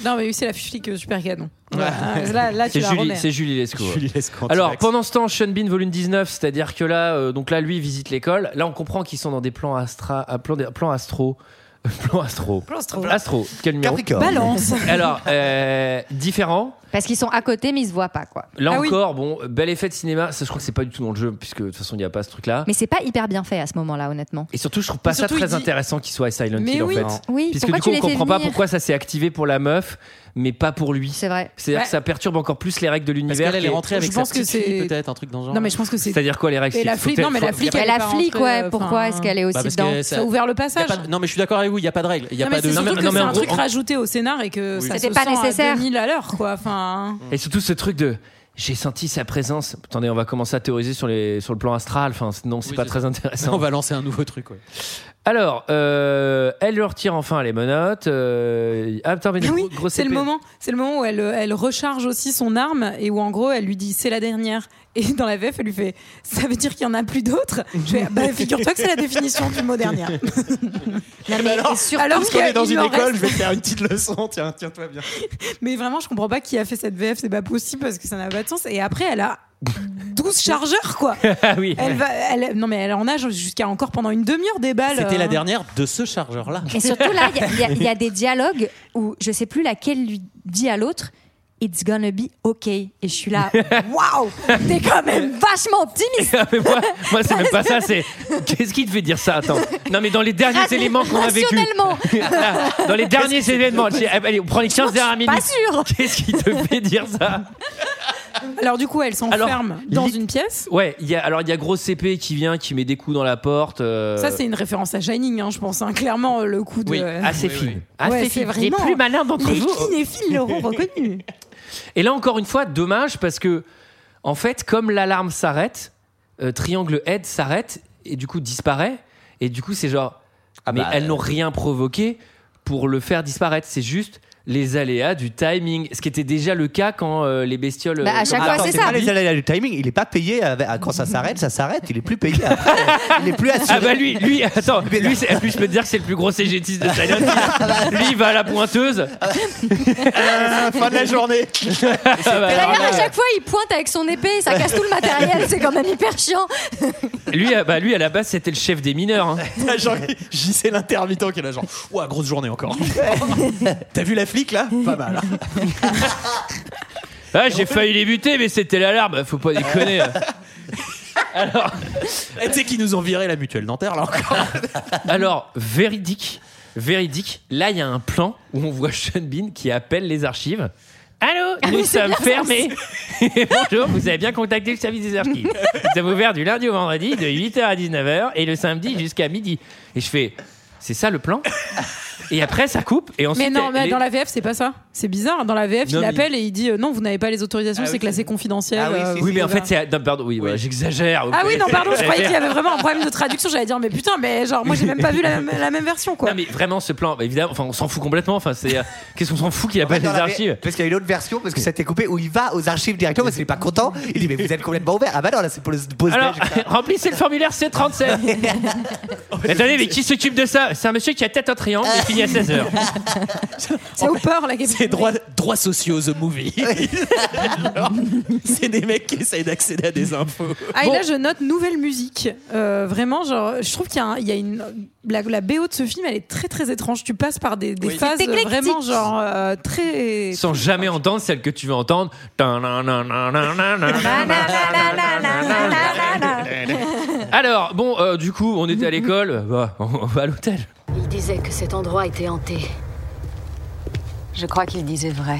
Non, mais oui, c'est la flic euh, super canon. Voilà. Là, là, tu
C'est
la
Julie,
remets. hein.
c'est Julie Lescaut.
fille- Julie Lescant,
Alors,
T-Rex.
pendant ce temps, Sean Bean, volume 19, c'est-à-dire que là, euh, donc là, lui, il visite l'école. Là, on comprend qu'ils sont dans des plans astra, à plan, plan astro. plan astro.
Plan astro.
Astro, quel numéro
Capricorne.
Balance.
Alors, euh, différent.
Parce qu'ils sont à côté, mais ils se voient pas, quoi.
Là
Ah oui.
encore, bon, bel effet de cinéma. Ça, je crois que c'est pas du tout dans le jeu, puisque de toute façon, il n'y a pas ce truc-là.
Mais c'est pas hyper bien fait à ce moment-là, honnêtement.
Et surtout, je trouve pas
Mais surtout,
ça
il
très
dit-
intéressant qu'il soit à Silent
Mais
Hill
oui.
en fait.
Oui,
Puisque
pourquoi
du coup,
tu
on
les fais
comprend pas
venir
pourquoi ça s'est activé pour la meuf, mais pas pour lui.
C'est vrai.
C'est-à-dire
Ouais.
que ça perturbe encore plus les règles de
Parce
l'univers.
qu'elle elle est
qui est-
rentrée
Je
avec sa
pense que
petite fille,
c'est-
peut-être un truc dans le genre.
Non, mais je pense que c'est.
C'est-à-dire quoi les règles
Et
c'est-
la
faut
flic,
que-
non, mais la
faut-
flic,
Elle
est
la
pas
flic,
rentrée,
ouais.
euh,
Pourquoi
enfin,
est-ce qu'elle est aussi
Bah, parce
dedans
que
Ça a ouvert le passage.
Y a pas de- Non, mais je suis d'accord avec vous. Il y a pas de règle. Il y a
Non,
pas
mais
de.
c'est
Non,
surtout
mais-
que
non, mais
c'est
en
un
gros-
truc rajouté au scénar et que ça
C'était
se
pas
sent
nécessaire.
à 2000 à l'heure, quoi. Enfin, hein.
Et surtout ce truc de j'ai senti sa présence. Attendez, on va commencer à théoriser sur, les, sur le plan astral. Enfin, c'est- non, c'est
Oui,
pas
c'est
très intéressant.
On va lancer un nouveau truc. ouais.
Alors, euh, elle leur tire enfin les menottes. Euh... Ah, putain, mais
Ah oui,
gros- grosse
c'est le
épée.
moment, c'est le moment où elle, elle recharge aussi son arme et où en gros elle lui dit c'est la dernière. Et dans la VF, elle lui fait ça veut dire qu'il y en a plus d'autres. Je fais bah, figure-toi que c'est la définition du mot dernière.
Non,
Eh ben
mais et surtout-
Alors qu'on est dans une école,
je vais te faire une petite leçon. Tiens, tiens-toi bien.
Mais vraiment, je comprends pas qui a fait cette VF, c'est pas possible parce que ça n'a pas de sens. Et après, elle a 12 chargeurs, quoi.
Ah oui.
Elle va, elle- non, mais elle en a jusqu'à encore pendant une demi-heure des balles.
C'était la
hein.
dernière de ce chargeur-là.
Et surtout, là, il y a- il y, a- il y a des dialogues où je sais plus laquelle lui dit à l'autre It's gonna be okay. Et je suis là, waouh, t'es quand même vachement optimiste.
Ah, mais moi, moi, c'est même pas ça, c'est. Qu'est-ce qui te fait dire ça Attends. Non, mais dans les derniers
Rationnellement.
éléments qu'on a vécu. Là, dans les derniers événements, j'ai- allez, on prend les 15 dernières
Pas
minutes.
sûr.
Qu'est-ce qui te fait dire ça
Alors, du coup, elle
Alors,
s'enferme dans
lit-
une pièce.
Ouais, il y a, alors il y a gros CP qui vient, qui met des coups dans la porte. euh,
Ça, c'est une référence à Shining, hein, je pense. hein. Clairement, le coup de.
Oui.
assez
Oui,
fine.
oui.
Assez
Ouais,
fine.
c'est
Les
vraiment-
plus malins d'entre
Les
vous.
cinéphiles l'auront reconnu.
Et là encore une fois, dommage parce que en fait, comme l'alarme s'arrête, euh, Triangle Head s'arrête et du coup disparaît. Et du coup, c'est genre, mais
bah,
elles n'ont rien provoqué pour le faire disparaître. C'est juste les aléas du timing, ce qui était déjà le cas quand euh, les bestioles.
Bah, à
euh,
chaque
comme
fois,
ça.
Attends,
c'est
c'est
ça.
pas les aléas du timing. Il est pas payé avec- quand ça s'arrête, ça s'arrête. Il est plus payé. Après. Il est plus assuré.
Ah bah lui, lui, attends, lui, c'est- lui, je peux te dire que c'est le plus gros cégétiste de Silent Hill. Lui, il va à la pointeuse.
Fin de la journée.
Ah bah,
D'ailleurs, à chaque fois, il pointe avec son épée, ça casse tout le matériel, c'est quand même hyper chiant.
lui, ah bah, lui, à la base, c'était le chef des mineurs. hein.
T'as genre JC l'intermittent qui est là genre Ouah grosse journée encore T'as vu la flic là Pas mal hein.
Ah, j'ai failli les buter, mais c'était l'alarme. Faut pas déconner.
Eh, Tu sais qu'ils nous ont viré la mutuelle dentaire là encore
Alors, véridique, véridique, là il y a
Ah
un plan où on voit Sean Bean qui appelle les archives. Allô, nous sommes fermés. Bonjour, vous avez bien contacté le service des archives. Nous avons ouvert du lundi au vendredi de 8h à 19h et le samedi jusqu'à midi. Et je fais, c'est ça le plan Et après, ça coupe et ensuite.
mais non, mais
les-
dans la VF, c'est pas ça. C'est bizarre. Dans la
Non,
VF, il
mais- Ah
appelle et il dit euh, non, vous n'avez pas les autorisations, c'est classé
Ah
confidentiel. euh,
oui, mais en
vous pouvez
fait, c'est. non, pardon, oui, voilà, j'exagère.
Ah oui, non, pardon, je croyais qu'il y
J'exagère.
avait vraiment un problème de traduction. J'allais dire, mais putain, mais genre, moi, j'ai même pas vu la même, la même version, quoi.
Non, mais vraiment, ce plan, bah, évidemment, enfin, on s'en fout complètement. Enfin, c'est. euh, Qu'est-ce qu'on s'en fout qu'il appelle
Dans
les
la-
archives
Parce qu'il y a une autre version, parce que ça a été coupé, où il va aux archives directement parce qu'il est pas content. Il dit, mais vous êtes complètement ouvert. Ah bah non, là c'est pour le pause
Alors,
belge.
remplissez le formulaire C37. Attendez, mais qui s'occupe de ça C'est un monsieur qui a tête en triangle et finit à 16h.
C'est au peur, la
C'est droit, droits sociaux, the movie. Alors, c'est des mecs qui essayent d'accéder à des infos.
Ah, et là, je note nouvelle musique. Euh, vraiment, genre, je trouve qu'il y a, un- il y a une. La, la BO de ce film, elle est très très étrange. Tu passes par des, des
Oui.
phases
C'est éclectique.
vraiment, genre, euh, très.
Sans jamais entendre celle que tu veux entendre. Alors, bon, euh, du coup, on était à l'école. Bah, on va à l'hôtel.
Il disait que cet endroit était hanté.
Je crois qu'il disait vrai.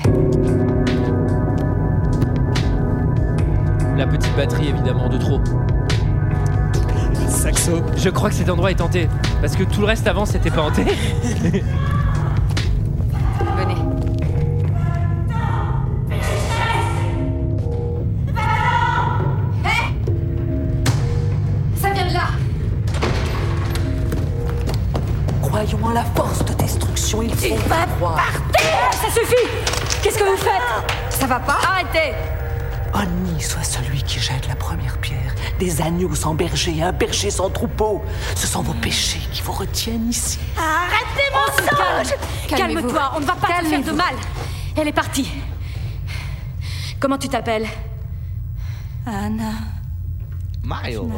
La petite batterie, évidemment, de trop.
Saxo.
Je crois que cet endroit est hanté. Parce que tout le reste avant, c'était pas hanté.
Venez.
Ça vient de là
Croyons en la force de destruction, il faut pas croire.
Terre, Ça suffit Qu'est-ce que vous faites Ça va pas Arrêtez
Oni soit celui qui jette la première pierre. Des agneaux sans berger, un berger sans troupeau. Ce sont vos péchés qui vous retiennent ici.
Arrêtez mon singe
Calmez-vous.
Calme-toi, on ne va pas te faire de
Calmez-vous.
mal. Elle est partie. Comment tu t'appelles Anna.
Mario.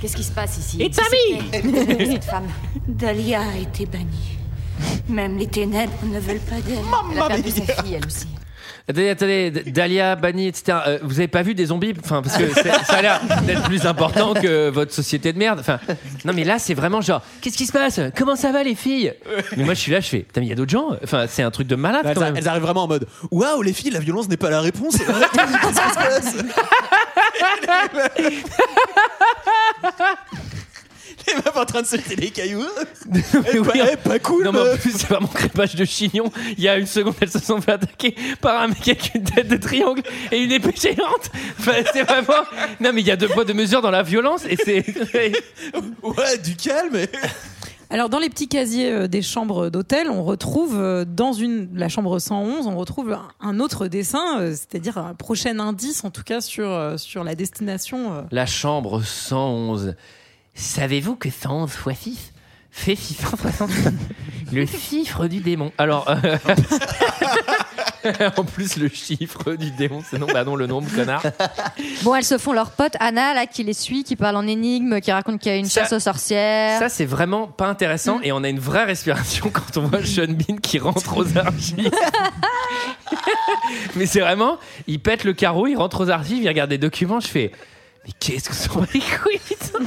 Qu'est-ce qui se passe ici
It's a me.
Qui c'était Cette femme.
Dahlia a été bannie. Même les ténèbres ne veulent pas d'elle.
Elle a perdu sa fille, elle aussi.
Attendez, attendez, D- Dahlia, Bani, etc. Euh, vous avez pas vu des zombies Enfin, parce que c'est- ça a l'air d'être plus important que votre société de merde. Enfin, non, mais là, c'est vraiment genre, qu'est-ce qui se passe Comment ça va, les filles Mais moi, je suis là, je fais, putain, mais il y a d'autres gens Enfin, c'est un truc de malade
Elles,
quand même.
elles arrivent vraiment en mode Waouh, les filles, la violence n'est pas la réponse. les meufs en train de sauter les cailloux.
Mais oui, en-
pas cool.
Non, mais en plus, c'est vraiment crépage de chignon. Il y a une seconde, elles se sont fait attaquer par un mec avec une tête de triangle et une épée géante. Enfin, c'est vraiment. Non, mais il y a deux poids, deux mesures dans la violence et c'est.
ouais, du calme.
Alors, dans les petits casiers euh, des chambres d'hôtel, on retrouve euh, dans une, la chambre 111, on retrouve un, un autre dessin, euh, c'est-à-dire un prochain indice, en tout cas, sur, euh, sur la destination. euh.
La chambre 111. Savez-vous que 111 fois 6 fait 660 Le chiffre du démon. Alors. euh, en plus, le chiffre du démon, c'est non, bah non, le nombre, connard.
Bon, elles se font leur pote Anna, là, qui les suit, qui parle en énigme, qui raconte qu'il y a une
Ça-
chasse aux sorcières.
Ça, c'est vraiment pas intéressant et on a une vraie respiration quand on voit Sean Bean qui rentre aux archives. Mais c'est vraiment, il pète le carreau, il rentre aux archives, il regarde des documents, je fais. Mais qu'est-ce que sont les couilles, putain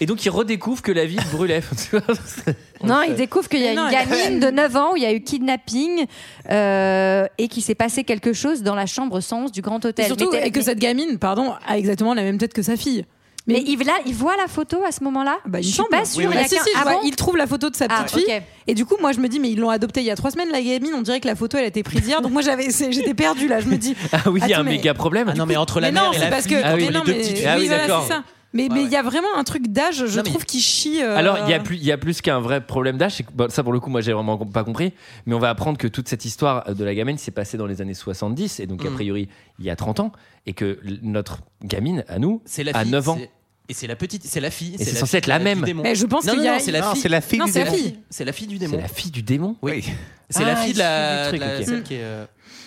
Et donc, il redécouvre que la ville brûlait. Tu vois, c'est-
Non, il découvre qu'il y a
Non,
une
il y a-
gamine de 9 ans où il y a eu kidnapping euh, et qu'il s'est passé quelque chose dans la chambre 111 du Grand Hôtel.
Et surtout,
Mais t'es-
et que
mais-
cette gamine, pardon, a exactement la même tête que sa fille.
mais il, là, il voit la photo à ce moment-là
Bah, il
Je
me
suis
semble.
pas sûre. il y a
Ah, si,
qu'un-
si, je
Ah
vois,
bon
il trouve la photo de sa
Ah,
petite fille.
ok.
Et du coup, moi, je me dis, mais ils l'ont adoptée il y a trois semaines, la gamine. On dirait que la photo, elle a été prise hier. Donc, moi, j'avais, c'est- j'étais perdue là. Je me dis.
Ah oui, il y a
Attends,
un
mais-
méga problème.
non, mais entre la
mais non,
mère et
c'est
la
parce que.
fille, entre
mais
les
non,
deux
mais-
petites filles.
Ah
oui,
oui,
voilà,
d'accord.
c'est ça. Mais mais il y a vraiment un truc d'âge, je
Non, mais-
trouve, qui chie. euh,
Alors, il y a plus, il y a plus qu'un vrai problème d'âge. c'est que- bon, ça, pour le coup, moi, j'ai vraiment com- pas compris. Mais on va apprendre que toute cette histoire euh, de la gamine s'est passée dans les années 70, et donc a
Mm.
Mhm.
priori, il y a 30 ans, et que l- notre gamine, à nous,
C'est la
à
fille,
9 ans.
c'est- Et c'est la petite, c'est la fille.
Et c'est censé
fille
être la
du
même.
démon.
Mais je pense
Non,
qu'il
non,
y a-
non, c'est la
Non,
fille.
c'est la fille
Non,
du
c'est la
démon.
fille.
C'est la fille du
C'est
démon.
la fille du démon.
Oui. C'est
Ah,
la fille de la,
il suit du
de la-
truc, ok.
celle qui est. euh,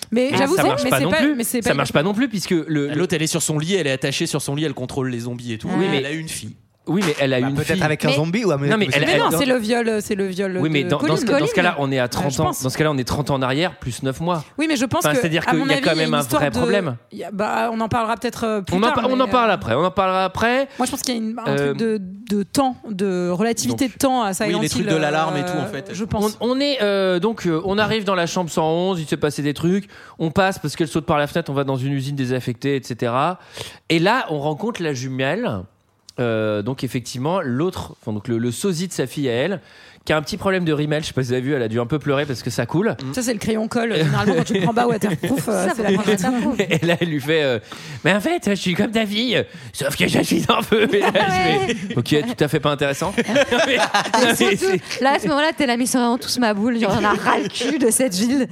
Mais
Ah,
j'avoue,
ça
c'est-
marche
mais
pas
c'est
non
pas- mais
plus.
c'est
Ça
pas-
marche pas non plus puisque le, le-
L'autre, elle est sur son lit, elle est attachée sur son lit, elle contrôle les zombies et tout.
Oui, mais-
elle a une fille.
Oui, mais elle a
Bah,
une
peut-être
fille.
avec un Mais- zombie ou un-
Non, mais, elle,
Mais
elle-
non, c'est le viol, euh, c'est le viol.
Oui, mais
de
dans, dans ce,
Colin.
dans ce cas-là, on est à
Ah,
30
je
ans.
pense.
Dans ce cas-là, on est 30 ans en arrière plus 9 mois.
Oui, mais je pense
Enfin,
que.
c'est-à-dire
à
qu'il
mon
y a
avis,
quand même
une
un
histoire
vrai
de-
problème.
il y a- bah, on en parlera peut-être euh, plus
On en,
tard.
on
mais,
en parle
euh,
après. On en parlera après.
Moi, je pense qu'il y a une- un
Euh,
truc de, de temps, de relativité de temps à Silent Hill.
Oui, les trucs de l'alarme et tout, en
euh,
fait.
Je pense.
On, on est euh, donc euh, on arrive dans la chambre 111, il s'est passé des trucs, on passe parce qu'elle saute par la fenêtre, on va dans une usine désaffectée, etc. Et là, on rencontre la jumelle. euh, donc effectivement l'autre, enfin, donc le, le sosie de sa fille à elle, qui a un petit problème de rimel. Je sais pas si vous avez vu, elle a dû un peu pleurer parce que ça coule.
Ça, c'est le crayon colle. Généralement, quand tu le prends bas waterproof, euh,
Ça, faut
c'est la
prendre
merde.
Et là, elle lui fait euh, Mais en fait, je suis comme ta fille, sauf que je suis un peu. Et là, je fais, ok, tout à fait pas intéressant. Non, mais- non, mais c'est-
Là, à ce moment-là, t'es la mise en tous ma boule. Genre, on a ras le cul de cette ville.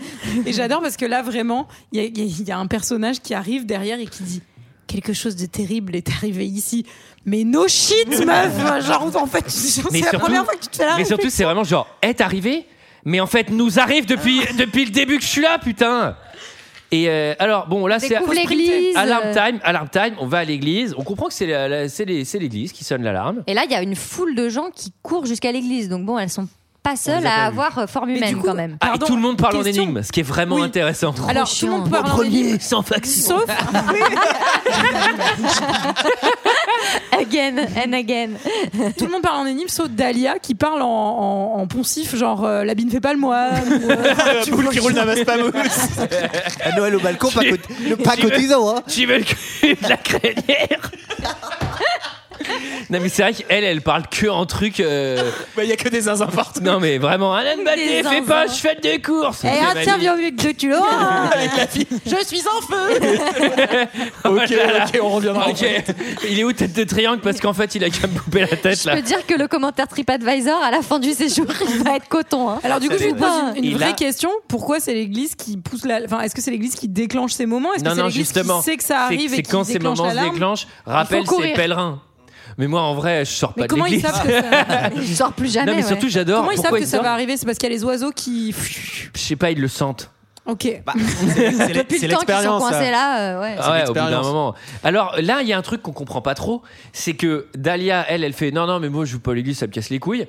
Et j'adore parce que là, vraiment, il y, a- il y a- il y a un personnage qui arrive derrière et qui dit quelque chose de terrible est arrivé ici. Mais no shit, meuf Genre, en fait, c'est
Mais
la
surtout-
première fois que tu te fais la
Mais surtout,
réflexion.
c'est vraiment genre, est arrivé, mais en fait, nous arrive depuis, depuis le début que je suis là, putain. Et euh, alors, bon, là, c'est
Découvre l'église.
alarm time, alarm time, on va à l'église. On comprend que c'est la- la- c'est les- c'est l'église qui sonne l'alarme.
Et là, il y a une foule de gens qui courent jusqu'à l'église. Donc bon, elles sont pas
On
seules
les a pas
à
vues.
avoir euh, forme humaine quand même.
Ah, et tout le monde parle
question.
en énigme, ce qui est vraiment
Oui.
intéressant.
Alors, tout le monde parle en
premier, sans
Sauf.
again and again.
Tout le monde parle en énigme sauf Dahlia qui parle en, en- en poncif, genre euh, la bine fait pas le moine. ou, euh, tu vois,
qui roule n'amasse pas mousse. À Noël au balcon, pas, cot- le pas
tu veux-
cotisant. Hein.
Tu veux le cul de la crinière Non mais c'est vrai qu'elle, elle parle que en truc. euh,
Bah, Il y a que des zinzins partout.
Non mais vraiment, Alan Baté, fais
zinzins.
pas, je fais des courses.
Eh, ah, tiens, viens avec deux kilos. hein.
Avec la fille.
Je suis en feu.
Ok,
ok, on reviendra.
Ok. Il est où tête de triangle parce qu'en fait il a qu'à me couper la tête
Je
là.
peux dire que le commentaire TripAdvisor à la fin du séjour, il va être coton. hein.
Alors du coup, je vous pose une, une
Et
vraie
là-
question. Pourquoi c'est l'Église qui pousse la Enfin, est-ce que c'est l'Église qui déclenche ces moments Est-ce que
Non
c'est
non
l'Église
justement.
qui sait que ça
C'est-
arrive et
C'est
qui
quand ces
déclenche
moments se
l'alarme
déclenchent. Rappelle ces
courir.
pèlerins. Mais moi en vrai je sors
Mais
pas de
comment ils
l'église.
savent que ça
Je sors plus jamais.
Ah. Non mais
ouais.
surtout j'adore.
Comment ils savent
Pourquoi
que ça
sortent
va arriver C'est parce qu'il y a les oiseaux qui.
Je sais pas ils le sentent.
Ok.
Bah, C'est l'e-
Depuis
c'est
le temps qu'ils sont
l'expérience.
coincés
ça.
là, euh, ouais.
Ah ouais, au bout d'un
l'expérience.
moment. Alors là, il y a un truc qu'on comprend pas trop, c'est que Dahlia, elle, elle fait non, non, mais moi je joue pas à l'église, ça me casse les couilles.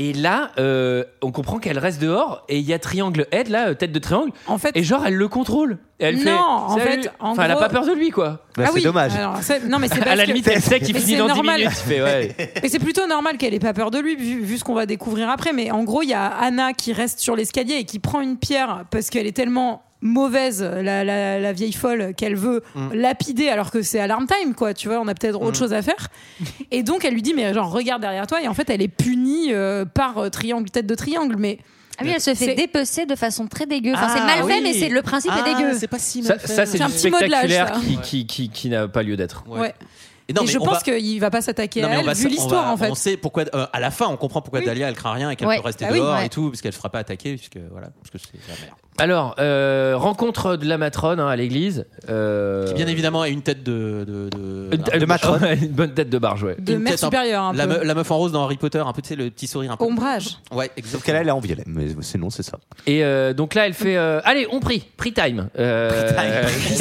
Et là, euh, on comprend qu'elle reste dehors et il y a triangle head là, euh, tête de triangle.
En fait.
Et genre, elle le contrôle. Et elle
Non,
fait.
en
Salut.
fait, en
enfin, elle a
gros-
pas peur de lui, quoi.
Bah, c'est dommage.
Ah Alors, c'est- non, mais c'est
à
parce
la
que-
limite, elle sait qu'il
Mais
finit
c'est
dans
normal.
10 minutes. il fait, ouais.
Mais c'est plutôt normal qu'elle ait pas peur de lui, vu, vu ce qu'on va découvrir après. Mais en gros, il y a Anna qui reste sur l'escalier et qui prend une pierre parce qu'elle est tellement mauvaise, la, la- la vieille folle, qu'elle veut
Mm.
lapider alors que c'est alarm time, quoi. Tu vois, on a peut-être autre chose à faire. Et donc, elle lui dit, mais genre, regarde derrière toi. Et en fait, elle est punie euh, par euh, triangle, tête de triangle. Mais
Ah oui, elle se
C'est-
fait dépecer de façon très dégueu. Enfin,
Ah,
c'est mal fait,
oui.
mais c'est le principe est dégueu.
C'est pas si
Ah, Ça,
mal fait.
ça, c'est
C'est un
du
petit modelage,
spectaculaire
ça.
qui, qui, qui, qui n'a pas lieu d'être.
ouais.
Et non,
Et
mais
je
on
pense
va-
qu'il va pas s'attaquer
Non,
à
mais on
elle,
va-
vu
on
l'histoire,
va-
en fait.
On sait pourquoi, euh, à la fin, on comprend pourquoi
Oui.
Dahlia elle craint rien et qu'elle
Ouais.
peut rester
Bah oui,
dehors
ouais.
et tout, puisqu'elle se fera pas attaquer, puisque voilà, parce que c'est la merde.
Alors, euh, rencontre de la matrone hein, à l'église. euh,
Qui, bien évidemment, a une tête de. de, de-
une tête-
de-
une bonne tête de barge, ouais.
De
une
mère
tête un-
supérieure, un
la,
peu.
me- la meuf en rose dans Harry Potter, un peu, tu sais, le petit sourire un peu.
Ombrage.
Ouais,
Sauf qu'elle
exactement.
elle est en violet, mais sinon c'est ça.
Et euh, donc là, elle fait euh, Allez, on prie, prie time. Euh,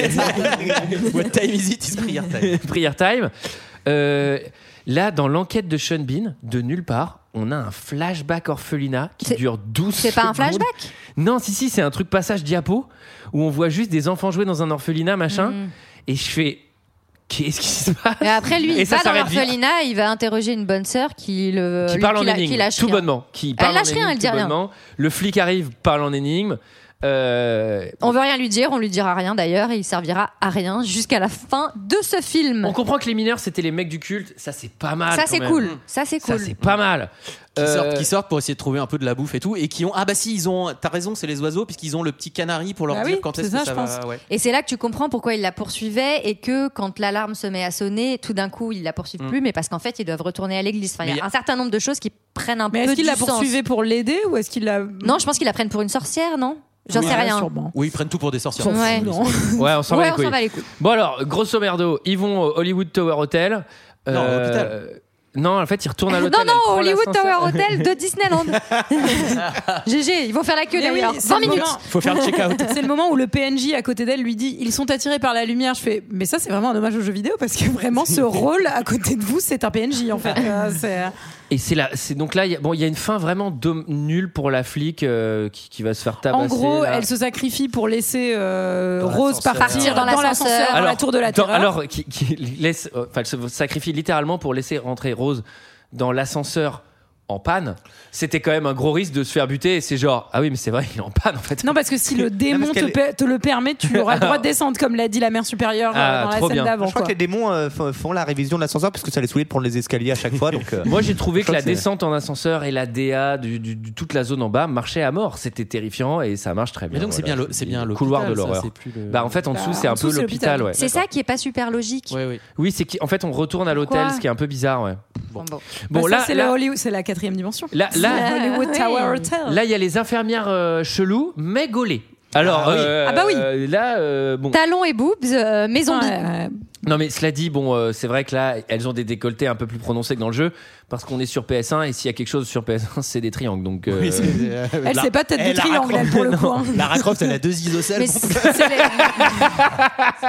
What time is it? It's prayer time.
Prayer time. Euh, là, dans l'enquête de Sean Bean, de nulle part, on a un flashback orphelinat qui
C'est-
dure 12
C'est pas un
secondes.
flashback
Non, si, si, c'est un truc passage diapo où on voit juste des enfants jouer dans un orphelinat, machin.
Mm.
Et je fais Qu'est-ce qui se passe
Mais après, lui,
Et
il
ça
va dans
s'arrête vite.
l'orphelinat, il va interroger une bonne sœur qui le.
qui parle
Euh, qui
en
la- qui
énigme,
lâche
tout
rien.
bonnement. Qui parle
lâche
en
rien,
énigme,
elle dit
tout
rien.
bonnement. Le flic arrive, parle en énigme. Euh,
On veut rien lui dire, on lui dira rien d'ailleurs, et il servira à rien jusqu'à la fin de ce film.
on comprend que les mineurs, c'était les mecs du culte. Ça, c'est pas mal.
Ça
Ah, quand
c'est
même. Mm. Mmh.
cool, ça c'est
Ça,
cool.
c'est pas mal.
Qui,
Euh,
sortent, qui sortent pour essayer de trouver un peu de la bouffe et tout, et qui ont. Ah bah si, ils ont. T'as raison, c'est les oiseaux, puisqu'ils ont le petit canari pour leur
Bah
dire
oui,
quand
c'est
est-ce
ça,
que
je
ça
pense.
va. ouais.
Et c'est là que tu comprends pourquoi ils la poursuivaient et que quand l'alarme se met à sonner, tout d'un coup ils la poursuivent
Mmh.
Mm.
plus, mais parce qu'en fait ils doivent retourner à l'église. Enfin, il
Mais
y
y
a
a-
un certain nombre de choses qui prennent un peu
Mais est-ce qu'il
du
la
sens.
poursuivait pour l'aider ou est-ce qu'il la.
Non, je pense qu'ils la prennent pour une sorcière, non J'en
Oui,
sais
ouais,
rien.
Sûrement.
Oui, ils prennent tout pour des sorcières.
Ouais.
Non.
Ouais, on s'en va
Ouais,
les
on s'en
couilles.
bat les couilles.
Bon alors, grosso merdo, ils vont au Hollywood Tower Hotel.
Non,
Euh, Non, en fait, il retourne à
Non,
l'hôtel. elle
Oh,
non,
prend
Hollywood Tower
l'ascenseur.
Hotel de Disneyland. GG, ils vont faire la queue
Mais
là, oui,
oui,
alors.
c'est
20
le
minutes.
moment. Ah,
Faut faire le check-out.
C'est le moment où le PNJ à côté d'elle lui dit Ils sont attirés par la lumière. Je fais Mais ça, c'est vraiment un hommage aux jeux vidéo parce que vraiment, ce rôle à côté de vous, c'est un PNJ en fait.
Ah.
Euh, c'est-
Et c'est là, c'est donc là, il y a- bon, il y a une fin vraiment dom- nulle pour la flic euh, qui, qui va se faire tabasser.
en gros,
là.
elle se sacrifie pour laisser euh, Rose partir,
Partir dans l'ascenseur.
dans la tour de la
dans-
terreur.
alors, qui, qui laisse, euh, enfin, elle se sacrifie littéralement pour laisser rentrer Rose dans l'ascenseur en panne. C'était quand même un gros risque de se faire buter. Et c'est genre, ah oui, mais c'est vrai, il est en panne en fait.
Non, parce que si le démon te,
qu'elle-
pa- te le permet, tu auras le droit de descendre, comme l'a dit la mère supérieure euh,
Ah,
dans la
trop
scène
bien.
d'avant.
Je crois
quoi.
Les démons euh, f- font la révision de l'ascenseur parce que ça les saoulait de prendre les escaliers à chaque fois. Donc, euh,
Moi, j'ai trouvé
je
que
crois
la
c'est-
descente en ascenseur et la DA de toute la zone en bas marchaient à mort. C'était terrifiant et ça marche très bien.
Mais donc, c'est
Voilà,
bien le-
je te
c'est
dis,
bien
le
l'hôpital,
couloir de
ça,
l'horreur.
c'est plus le-
Bah, en fait, en
Bah,
dessous, c'est
en
un
dessous,
peu
c'est
l'hôpital.
l'hôpital.
ouais.
C'est ça qui est pas super logique.
Ouais, ouais.
Oui, c'est qu'en fait, on retourne à l'hôtel,
Pourquoi
ce qui est un peu bizarre. ouais.
Bon, bon.
Bon,
Bah, ça,
là-
c'est
là-
la Hollywood- c'est la quatrième dimension.
Là- là-
C'est le Hollywood
Ah,
Tower
oui.
Hotel.
Là, il y a les infirmières euh, cheloues, mais gaulées. Alors,
Ah oui.
euh,
Ah bah oui.
euh, là, euh, bon.
Talons et boobs, euh, mais zombies.
Non, mais cela dit, bon, euh, c'est vrai que là, elles ont des décolletés un peu plus prononcés que dans le jeu, parce qu'on est sur PS1, et s'il y a quelque chose sur PS1, c'est des triangles. Donc, euh,
Oui, c'est- euh,
Elle,
la-
c'est pas tête de
eh, Lara
triangle,
Croft,
elle, pour le
non.
coup, hein.
Lara Croft, elle a deux isocèles.
Mais c'est c'est les-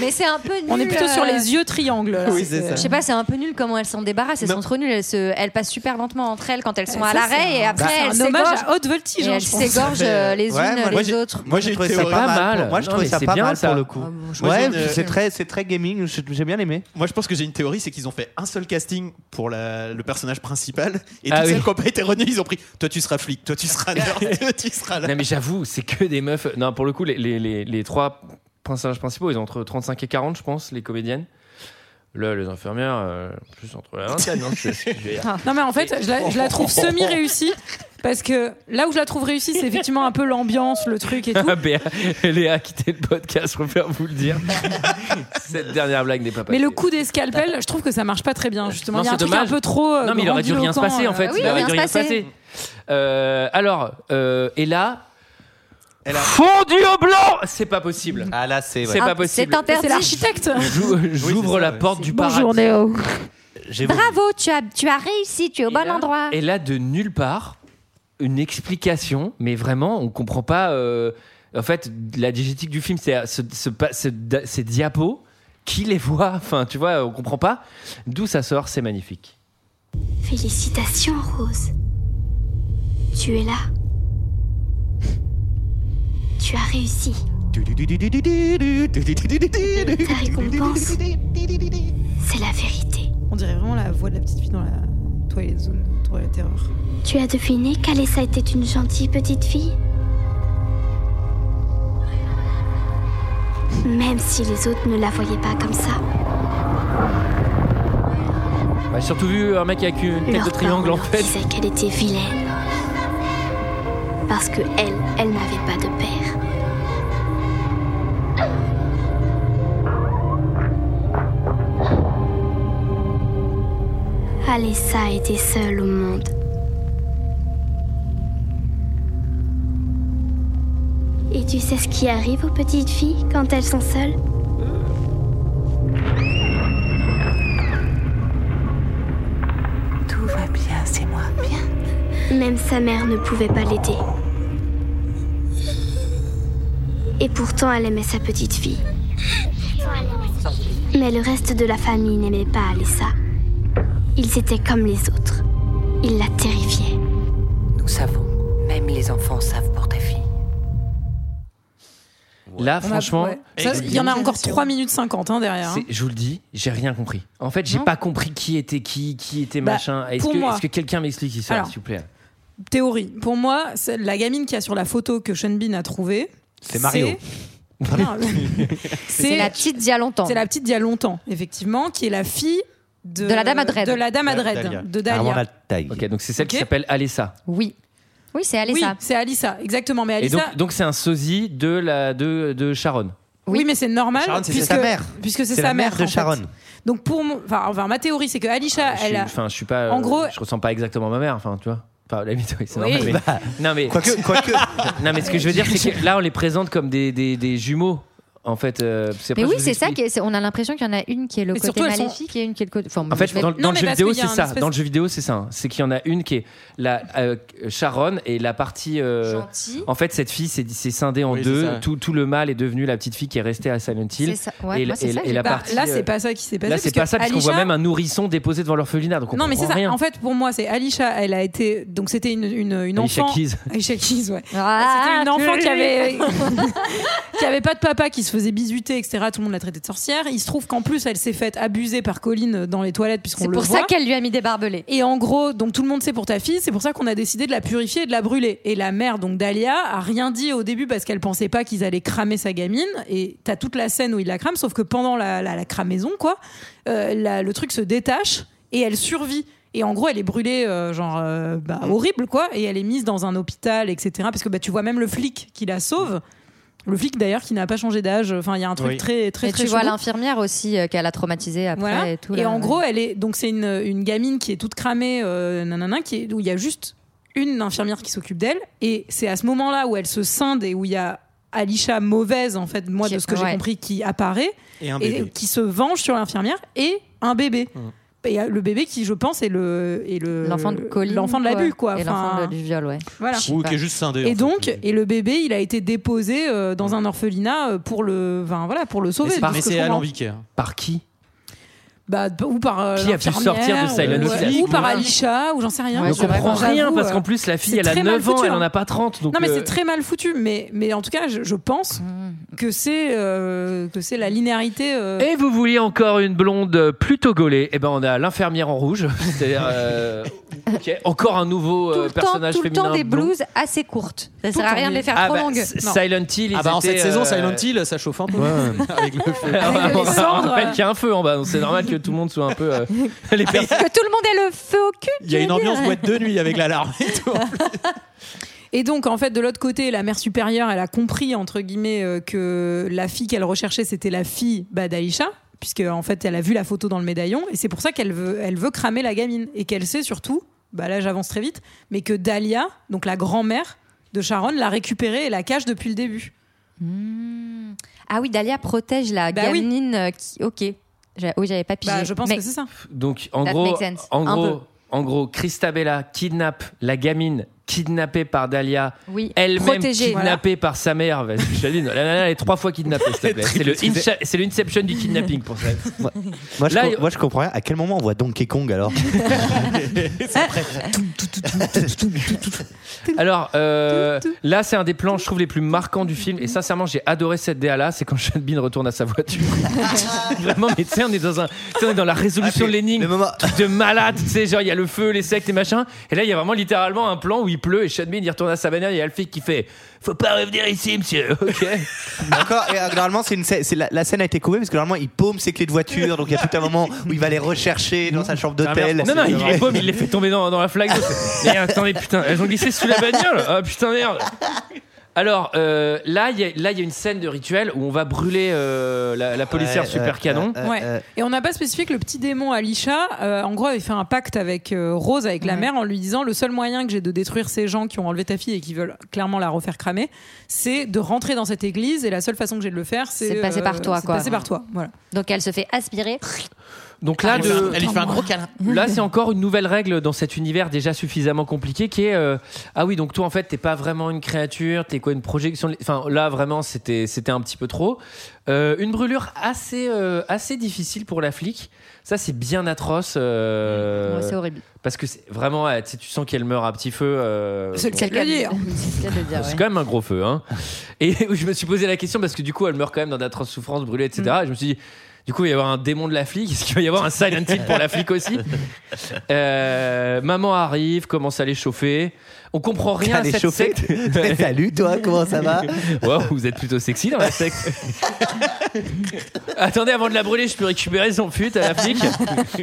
Mais c'est un peu nul.
On est plutôt sur
euh,
les yeux triangles. là.
Oui, c'est ça.
Je sais pas, c'est un peu nul comment elles s'en débarrassent. Elles sont trop nulles. Elles, se- elles passent super lentement entre elles quand elles sont
Ça,
à
c'est
l'arrêt
un-
et après
bah, c'est
elles
un hommage
s'égorgent.
à haute voltige.
Et
hein,
elles
je pense.
s'égorgent euh, les
Ouais,
unes
moi,
les
j'ai-
autres.
Moi, j'ai trouvé ça
théorie.
pas
Pas
mal.
mal.
Moi, je
Non,
trouvais
mais
ça
c'est
pas
bien,
mal
ça.
pour le coup.
Ah bon, je-
Moi, j'ai
ouais,
une-
puis c'est très, c'est très gaming. J'ai j'ai bien aimé.
Moi, je pense que j'ai une théorie, c'est qu'ils ont fait un seul casting pour la- le personnage principal, et
Ah
toutes
oui.
celles qui n'ont pas été retenues, ils ont pris toi tu seras flic, toi tu seras nerd, toi tu seras là.
Non, mais j'avoue, c'est que des meufs. Non, pour le coup, les, les, les, les trois personnages principaux, ils ont entre 35 et 40, je pense, les comédiennes. Là, les infirmières, euh, plus entre la vingtaine, hein, c'est ce que je veux dire.
Non, mais en fait, je la, je la trouve semi-réussie. Parce que là où je la trouve réussie, c'est effectivement un peu l'ambiance, le truc et tout.
Béa, Léa a quitté le podcast, je préfère vous le dire. Cette dernière blague n'est pas passée.
Mais le coup des scalpels, je trouve que ça marche pas très bien, justement.
Non,
Il y a un
c'est
truc
dommage.
un peu trop. euh,
non, mais il aurait dû rien se passer en fait.
grandiloquent, euh.
oui,
il aurait
rien
dû
se
rien se
passer.
passer. Euh, alors, euh, et là.
Elle a-
Fondu au blanc C'est pas possible.
Ah là, c'est.
C'est
Ah,
pas
C'est
possible.
euh. C'est
interdit.
l'architecte.
J'ou- J'ouvre la porte du paradis.
Néo.
Bravo, tu as, tu as réussi, tu es au
Et
bon
là-
endroit.
Et là, de nulle part, une explication, mais vraiment, on comprend pas. euh, en fait, la diégétique du film, c'est euh, ce- ce pa- ce- ces diapos. Qui les voit Enfin, tu vois, on comprend pas. D'où ça sort, c'est magnifique.
Félicitations, Rose. Tu es là. Tu as réussi. Ta récompense, c'est la vérité.
On dirait vraiment la voix de la petite fille dans la Twilight Zone, Twilight Terror.
Tu as deviné qu'Alessa était une gentille petite fille Même si les autres ne la voyaient pas comme ça,
On a surtout vu un mec avec une tête de
leurs
triangle
parents
en
leur
fait.
disaient qu'elle était vilaine. Parce que elle, elle n'avait pas de père. Alessa était seule au monde. Et tu sais ce qui arrive aux petites filles quand elles sont seules
Tout va bien, c'est moi.
Même sa mère ne pouvait pas l'aider. Et pourtant, elle aimait sa petite fille. Mais le reste de la famille n'aimait pas Alessa. Ils étaient comme les autres. Ils la terrifiaient.
Nous savons. Même les enfants savent pour ta fille.
Là,
On a-
franchement,
ouais. Ça, il y en a encore 3 minutes 50 hein, derrière. hein.
c'est- je vous le dis, j'ai rien compris. En fait, j'ai
Non.
pas compris qui était qui, qui était
Bah,
machin. Est-ce
pour
que,
moi.
est-ce que quelqu'un m'explique ça,
Alors.
s'il vous plaît
Théorie. Pour moi, c'est la gamine qui a sur la photo que Sean Bean a trouvée.
C'est Mario.
c'est- Non,
C'est
C'est
la petite d'il y a longtemps.
C'est la petite d'il y a longtemps, effectivement, qui est la fille de,
De la dame à dread.
De la dame à
De
dread,
Dahlia.
de
Avant
Dahlia.
la taille.
Ok, donc c'est celle qui
Ok.
s'appelle Alessa.
Oui. Oui, c'est
oui,
Alessa.
c'est Alissa, exactement. Mais
Et
Alissa,
donc, donc c'est un sosie de la de, de Sharon.
oui, mais Ah, c'est normal.
Sharon, c'est
puisque,
sa mère.
Puisque
C'est
c'est sa
la mère de
en fait.
Sharon.
Donc, pour mon- enfin, enfin, ma théorie, c'est que Alicia,
Ah, je,
Ah, elle
suis,
a. bah,
enfin, je suis pas.
En
euh,
gros-
je ressens pas exactement ma mère. Enfin, tu vois. Enfin, à la limite, oui, c'est
Oui.
normal. mais- non mais
Quoique, quoique.
non mais ce que je veux dire, c'est que là, on les présente comme des, des, des jumeaux. En fait, euh, parce qu'après,
Mais
je
oui,
vous
c'est ça.
explique.
qui est- on a l'impression qu'il y en a une qui est le
Mais
côté
surtout, elles sont-
maléfique et une qui est le côté. enfin,
En fait,
je vais-
dans, dans le jeu vidéo,
qu'il y
c'est
a
ça.
un espèce-
Dans le jeu vidéo, c'est ça. hein. C'est qu'il y en a une qui est la euh, Sharon et la partie. euh,
Gentille.
En fait, cette fille, c'est c'est scindée en
Oui, c'est ça.
deux. Tout, tout le mal est devenu la petite fille qui est restée à Silent Hill.
C'est ça. Ouais,
et
moi, c'est
et-
ça que
et
j'ai
la
pas-
partie.
là,
euh,
c'est pas ça qui s'est passé,
Là,
parce
c'est
que
pas ça, parce qu'on voit
Alicia-
même un nourrisson déposé devant l'orphelinat. Donc on
non mais c'est
comprend
ça.
rien.
En fait, pour moi, c'est Alicia. Elle a été donc c'était une une, une
Alicia
enfant.
Keys.
Alicia Keys, ouais.
Ah,
c'était une enfant
oui.
qui avait qui avait pas de papa, qui se faisait bisuter, etc. Tout le monde l'a traitée de sorcière. Il se trouve qu'en plus, elle s'est faite abuser par Colline dans les toilettes puisqu'on
C'est
le
pour
voit.
ça qu'elle lui a mis des barbelés.
Et en gros, donc tout le monde sait pour ta fille, c'est pour ça qu'on a décidé de la purifier et de la brûler. Et la mère, donc Dahlia, a rien dit au début parce qu'elle pensait pas qu'ils allaient cramer sa gamine. Et t'as toute la scène où ils la crament, sauf que pendant la, la, la cramaison, quoi, euh, la- le truc se détache et elle survit. Et en gros, elle est brûlée, euh, genre, euh, bah, horrible, quoi. Et elle est mise dans un hôpital, etc. Parce que bah, tu vois même le flic qui la sauve. Le flic, d'ailleurs, qui n'a pas changé d'âge. Enfin, il y a un truc
Oui.
très, très,
Et
très
tu vois
chelou.
l'infirmière aussi euh, qu'elle a traumatisée après
Voilà.
et tout.
Et,
là. euh,
en gros, elle est donc c'est une, une gamine qui est toute cramée, euh, nanana, qui est, où il y a juste une infirmière qui s'occupe d'elle. Et c'est à ce moment-là où elle se scinde et où il y a Alisha mauvaise en fait, moi
Qui-
de ce que
ouais.
j'ai compris, qui apparaît
Et un bébé. Mmh.
qui se venge sur l'infirmière et un bébé. Et euh, le bébé qui, je pense, est le est le
euh, l'enfant de Colin.
l'enfant de l'abus quoi.
Et
Enfin,
l'enfant de- du viol, ouais.
voilà.
Ou qui est juste scindé. en
Et
fait. Mmh.
donc, et le bébé, il a été déposé euh, dans un orphelinat euh, pour le, enfin, voilà, pour le sauver. de
Mais
ce que
c'est
je comprends.
alambiqué. hein.
Par qui
Bah, d- ou par euh,
Qui a pu
l'infirmière,
sortir de
ou-
Silent
ou, euh,
Hill
ou par
Ouais.
Alicia ou j'en sais rien
on ne
J'aurais
comprend
pas-
rien
j'avoue,
parce qu'en
euh,
plus la fille
c'est
elle a
très mal
9 ans,
foutu,
elle
hein.
en a pas 30 donc
non mais
euh,
c'est très mal foutu mais mais en tout cas je, je pense que c'est euh, que c'est la linéarité euh,
Mmh. Et vous vouliez encore une blonde plutôt gaulée Eh ben on a l'infirmière en rouge, c'est-à-dire euh, ok, encore un nouveau
Tout
euh,
le temps,
personnage
tout le
féminin.
temps des
blond.
blouses assez courtes. Ça
Tout
sert à
le
rien
temps
de les
des-
faire
Ah
trop
bah,
longues.
S- Silent Hill.
Ah
ils
bah en cette
étaient,
saison,
euh,
Silent Hill, ça chauffe un peu. Avec le feu.
on
Avec les
on
cendres.
rappelle qu'il y a un feu en bas, donc c'est normal que tout le monde soit un peu. euh, les personnes-
Que tout le monde ait le feu au cul.
Il y a
tu
une
veux dire
ambiance boîte de nuit avec l'alarme et tout.
et donc en fait de l'autre côté la mère supérieure elle a compris entre guillemets euh, que la fille qu'elle recherchait c'était la fille bah, d'Alisha puisque en fait elle a vu la photo dans le médaillon et c'est pour ça qu'elle veut elle veut cramer la gamine et qu'elle sait surtout bah là j'avance très vite mais que Dahlia donc la grand-mère de Sharon l'a récupérée et la cache depuis le début
Ah oui, Dahlia protège la
Bah oui.
gamine euh, qui. Ok. J'ai- Oui, j'avais pas pigé.
Bah, je pense
Mais-
que c'est ça.
Donc en
That
gros,
makes sense.
en
Un
gros,
peu.
en gros, Christabella kidnappe la gamine kidnappée par Dahlia.
Oui,
Elle-même
protégée.
kidnappée par sa mère. Vas-y, je te dis, la nana, elle est trois fois kidnappée, s'il te plaît. C'est le Incha- c'est l'inception du kidnapping pour ça.
Moi je,
Là,
com-
il-
moi, je comprends rien. À quel moment on voit Donkey Kong alors
Alors euh, là, c'est un des plans, je trouve, les plus marquants du film. Et sincèrement, j'ai adoré cette DA là. C'est quand Sean Bean retourne à sa voiture. Vraiment, mais tu sais, on est dans un, tu sais, on est dans la résolution de l'énigme.
Le moment.
Truc De malade, tu sais, genre il y a le feu, les sectes et machin. Et là, il y a vraiment littéralement un plan où il pleut et Sean Bean il retourne à sa bannière. et Il y a le flic qui fait Faut pas revenir ici, monsieur. Ok.
Encore, et, euh, normalement, c'est une scè- c'est la, la scène a été coupée parce que normalement, il paume ses clés de voiture, donc il y a tout un moment où il va les rechercher dans sa chambre d'hôtel.
Non, non, il les paume, il les fait tomber dans, dans la flaque. d'eau. Mais attendez, putain, elles ont glissé sous la bagnole. Ah putain, merde. Alors euh, là, il y a- là, il y a une scène de rituel où on va brûler euh, la, la policière
Ouais,
super
ouais,
canon.
ouais,
Ouais.
euh,
Et on n'a pas spécifié que le petit démon Alisha, euh, en gros, avait fait un pacte avec euh, Rose, avec la
Ouais.
mère, en lui disant le seul moyen que j'ai de détruire ces gens qui ont enlevé ta fille et qui veulent clairement la refaire cramer, c'est de rentrer dans cette église. Et la seule façon que j'ai de le faire, c'est euh,
C'est de passer par toi,
c'est de
quoi.
passer par toi. Voilà.
Donc elle se fait aspirer.
Donc
Ah,
là, de-
Ah, Elle lui fait un gros câlin.
là, c'est encore une nouvelle règle dans cet univers déjà suffisamment compliqué qui est euh, ah oui, donc toi en fait, t'es pas vraiment une créature, t'es quoi une projection. de- Enfin, là vraiment, c'était c'était un petit peu trop. Euh, une brûlure assez euh, assez difficile pour la flic. Ça, c'est bien atroce. euh,
Ouais, c'est horrible.
Parce que c'est- vraiment, euh, tu sais, tu sens qu'elle meurt à petit feu. euh,
C'est le
bon,
cas de le dire.
C'est le cas de le dire,
c'est
ouais.
quand même un gros feu. Hein. Et je me suis posé la question parce que du coup, elle meurt quand même dans d'atroces souffrances, brûlée, etc.
Mm.
Et je me suis dit, du coup, il va y avoir un démon de la flic. Est-ce qu'il va y avoir un Silent Hill pour la flic aussi Euh, Maman arrive, commence à l'échauffer. On comprend rien
T'as
à cette
l'échauffé
secte.
Salut toi, comment ça va Euh,
Waouh, vous êtes plutôt sexy dans la secte. Attendez, avant de la brûler, je peux récupérer son fut à la flic.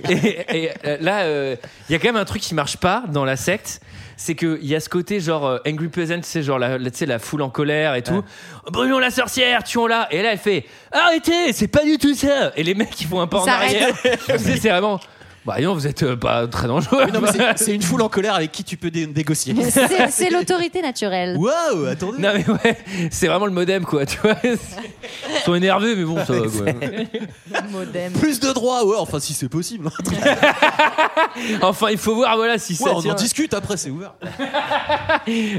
Et, et, euh, là, il y a quand même un truc qui marche pas dans la secte. C'est qu'il y a ce côté genre euh, Angry Peasant, c'est genre la, la- tu sais, la foule en colère et tout. Brûlons la sorcière, tuons-la. Et là, elle fait Arrêtez, c'est pas du tout ça. Et les mecs, ils font un pas en
Ils s'arrêtent.
arrière. Tu sais, c'est vraiment. Bah non, vous êtes euh, pas très dangereux.
Mais non, mais c'est- c'est une foule en colère avec qui tu peux dé- négocier.
C'est c'est l'autorité naturelle.
Waouh, attendez.
Non mais ouais, c'est vraiment le modem quoi, tu vois. Ils sont énervés mais bon ça va quoi.
Modem.
Plus de droits, ouais, enfin si c'est possible.
Enfin, il faut voir voilà si
Ouais,
ça
on en
tient.
discute après, c'est ouvert.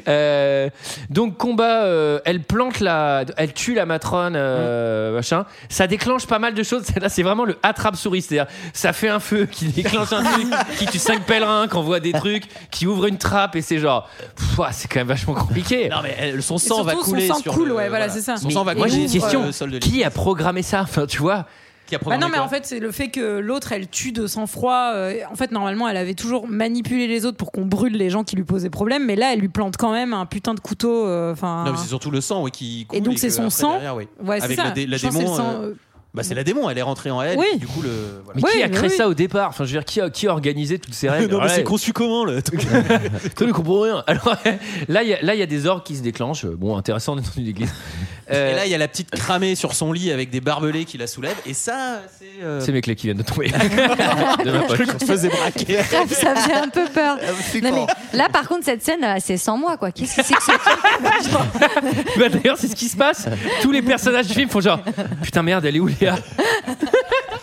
Euh, donc combat, euh, elle plante la, elle tue la matrone, euh,
Mm.
machin. Ça déclenche pas mal de choses. Là, c'est vraiment le attrape souris, c'est-à-dire ça fait un feu qui déclenche un truc, qui tue cinq pèlerins, qui envoie des trucs, qui ouvre une trappe et c'est genre, pff, ouah, c'est quand même vachement compliqué.
Non, mais elle- son
Et
sang va
surtout, son
couler.
sang
sur
coule,
le-
ouais, voilà, c'est ça.
Son
Mais-
sang va
moi,
couler.
j'ai une
sur
question.
le sol de
Qui a programmé ça Enfin, tu vois.
Qui a
Bah
programmé
non, mais
quoi
en fait, c'est le fait que l'autre, elle tue de sang-froid. euh, en fait, normalement, elle avait toujours manipulé les autres pour qu'on brûle les gens qui lui posaient problème, mais là, elle lui plante quand même un putain de couteau. euh, Enfin.
Non, mais c'est surtout le sang ouais, qui coule.
et donc, c'est
que
son
après,
sang.
derrière, ouais.
Ouais, c'est
Avec
ça.
la, dé- la
Je pense que c'est
démon.
le sang,
euh,
euh,
Bah, c'est la démon, elle est rentrée en elle.
Oui.
et Du coup, le. voilà.
Mais qui
Oui,
a
mais
créé
oui.
ça au départ Enfin, je veux dire, qui a, qui a organisé toutes ces règles
Non, mais
Alors là,
c'est conçu comment le truc
Toi, ne comprends rien. Alors là, il y a- là, il y a des orques qui se déclenchent. Bon, intéressant, on est dans une église. Euh,
Et là, il y a la petite cramée sur son lit avec des barbelés qui la soulèvent. Et ça, c'est. euh,
C'est mes clés qui viennent de tomber. De ma poche.
qu'on te faisait braquer.
Bref, ça me fait un peu peur. Non, mais là, par contre, cette scène, euh, c'est sans moi, quoi. Qu'est-ce que c'est que ce
Bah, D'ailleurs, c'est ce qui se passe. Tous les personnages du film font genre Putain, merde, elle est où Léa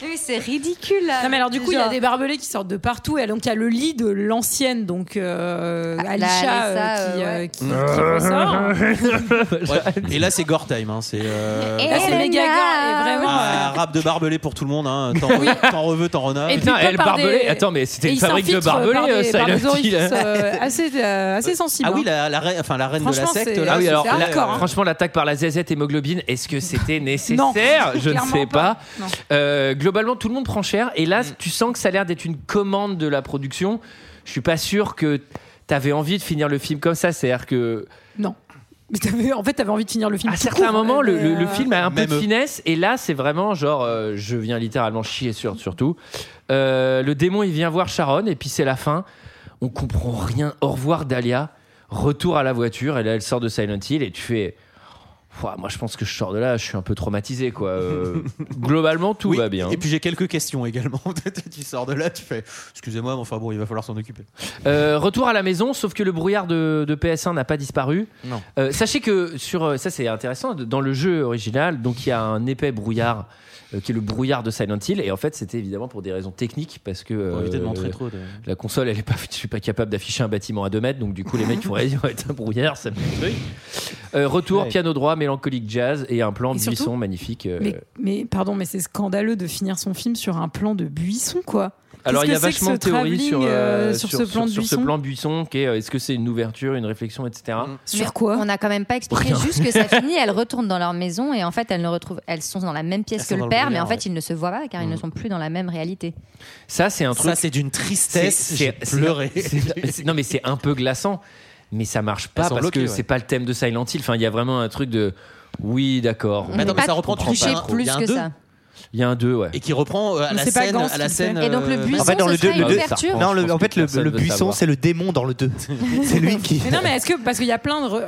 Oui, c'est ridicule. là.
Non mais alors du coup il y a
Genre-
des barbelés qui sortent de partout et donc il y a le lit de l'ancienne donc euh, Alicia
Alessa,
euh, qui,
Ah, bah, euh,
euh,
ouais.
qui, qui ressort.
Ouais. Et là, c'est gore time. hein, C'est. euh,
Et
Là, c'est
Elena.
méga gore, et vraiment. euh,
Ah, rap de barbelés pour tout le monde. Hein. T'en t'en reveux, t'en renards.
Et-
Putain,
puis,
elle
pas par
barbelée.
des-
Attends, mais c'était
Et
une
ils
fabrique de
s'infiltrent par
barbelés,
des-
euh,
par des
Silent Hill.
orifices, euh, assez euh, assez sensible.
Ah oui, la, la, reine- enfin, la reine de la
Franchement,
secte.
c'est-
Là,
Ah oui,
c'est-
alors
c'est
la-
hardcore, hein.
franchement, l'attaque par la zézette hémoglobine, est-ce que c'était nécessaire Je ne
clairement
sais pas.
pas. Non.
Euh, globalement, tout le monde prend cher. Et
Mm.
là, tu sens que ça a l'air d'être une commande de la production. Je suis pas sûr que t'avais envie de finir le film comme ça. C'est-à-dire que
Non. Mais t'avais- en fait t'avais envie de finir le film.
à
tout
certains
court,
moments, le,
mais,
le- le
euh,
film a un peu
Même
de
eux.
finesse. Et là, c'est vraiment genre, euh, je viens littéralement chier sur surtout. Euh, le démon, il vient voir Sharon, et puis c'est la fin. On comprend rien. Au revoir, Dahlia. Retour à la voiture, et là, elle sort de Silent Hill, et tu fais. Ouah, moi, je pense que je sors de là, je suis un peu traumatisé, quoi. Euh, globalement, tout
Oui,
va bien.
Et puis j'ai quelques questions également. tu sors de là, tu fais excusez-moi, mais enfin bon, il va falloir s'en occuper.
Euh, retour à la maison, sauf que le brouillard de, de PS1 n'a pas disparu.
Non.
Euh, sachez que sur euh, ça c'est intéressant de- dans le jeu original, donc il y a un épais brouillard euh, qui est le brouillard de Silent Hill et en fait c'était évidemment pour des raisons techniques parce que euh,
Pour éviter de montrer trop. De...
la console elle est pas je suis pas capable d'afficher un bâtiment à 2 mètres donc du coup les mecs font réduire un brouillard ça me fait un truc. Euh, retour
Ouais.
piano droit mélancolique jazz et un plan
Et
de
surtout-
buisson magnifique. euh,
Mais, mais pardon, mais c'est scandaleux de finir son film sur un plan de buisson, quoi.
Alors il y a
Qu'est-ce que c'est
vachement de
que ce
théories
travelling,
sur, euh,
euh, sur ce plan de
sur ce
buisson
plan de buisson qui est euh, est-ce que c'est une ouverture, une réflexion, etc.
Mm.
Mais
Sur quoi
On n'a quand même pas expliqué
Rien.
juste que ça finit. Elles retournent dans leur maison et en fait, elles ne retrouvent. Elles sont dans la même pièce
Elles sont
que
dans
le
le
père, mais
brouillard,
en fait,
ouais.
ils ne se voient pas car ils ne sont plus dans la même réalité.
Ça c'est un truc
Ça, c'est d'une tristesse. J'ai
c'est-
pleuré.
c'est- c'est- non, mais c'est un peu glaçant, mais ça marche
Elles
pas
sont
parce que
bloquées, ouais.
c'est pas le thème de Silent Hill. Enfin, il y a vraiment un truc de oui, d'accord.
Mais
n'est
attends, mais
pas
ça reprend, tu
touché
comprends pas. Il
plus
y a un
que
deux.
ça.
Il y a un 2, ouais.
Et qui reprend euh, à
Mais
la
c'est pas
scène.
Gans
à la
qui
scène
fait. Et donc, le
euh,
buisson-
En fait, dans
ce
le
serait
deux- le
une
deux-
ouverture.
non,
Je
le,
pense
en
que
fait, le,
personne
le
veut
buisson,
savoir.
c'est le démon dans le 2. c'est lui qui.
Mais non, mais est-ce que parce qu'il y a plein de, re-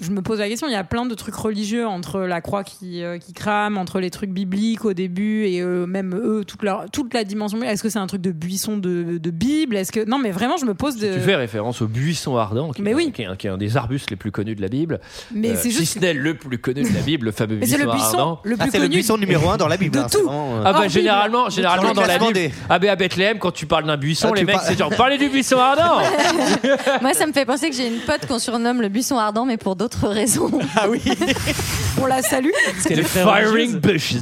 je me pose la question, il y a plein de trucs religieux entre la croix qui euh, qui crame, entre les trucs bibliques au début et euh, même eux toute leur toute la dimension. Est-ce que c'est un truc de buisson de, de Bible Est-ce que non, mais vraiment, je me pose de.
Tu fais référence au buisson ardent, qui, est
Mais
un-
oui.
qui est un, qui est un des arbustes les plus connus de la Bible.
mais
Euh,
c'est
si
juste.
ce n'est le plus connu de la Bible, le fameux
Mais c'est
buisson,
le buisson
ardent.
le
Ah,
plus
c'est le
connu.
buisson numéro 1 dans la Bible.
de
hein, c'est
tout.
vraiment, euh,
Ah bah
Bible.
généralement,
Dans
généralement
le
dans la
classement
Bible,
des-
ah, bah, à Bethléem, quand tu parles d'un buisson,
Ah,
les
tu
mecs
par-
c'est genre parlez du buisson ardent.
Moi, ça me fait penser que j'ai une pote qu'on surnomme le buisson ardent, mais pour d'autres raisons.
Ah oui,
On la salue.
c'est le
Firing bushes.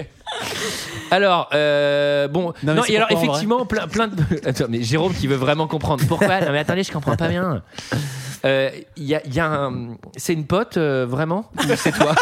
alors, euh, bon, non,
Non, mais c'est
et alors
pourquoi en
effectivement, plein, plein de. Attends, mais Jérôme qui veut vraiment comprendre. Pourquoi Non, mais attendez, je comprends pas bien. Euh, Il y a, il y a un... C'est une pote, euh, vraiment Ou c'est toi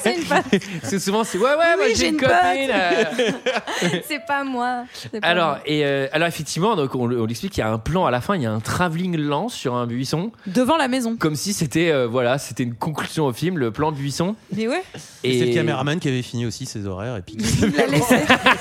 c'est une pote.
Parce que souvent, c'est. Ouais, ouais, moi,
Oui,
j'ai
j'ai
une
une pote.
copine. euh.
C'est pas moi. C'est pas
Alors,
moi.
et, euh, alors, effectivement, donc, on, le- on l'explique, il y a un plan à la fin, il y a un travelling lent sur un buisson,
Devant la maison.
comme si c'était euh, voilà, c'était une conclusion au film, le plan buisson.
Mais ouais.
Et c'est le caméraman qui avait fini aussi ses horaires. Et puis
Il l'a laissé.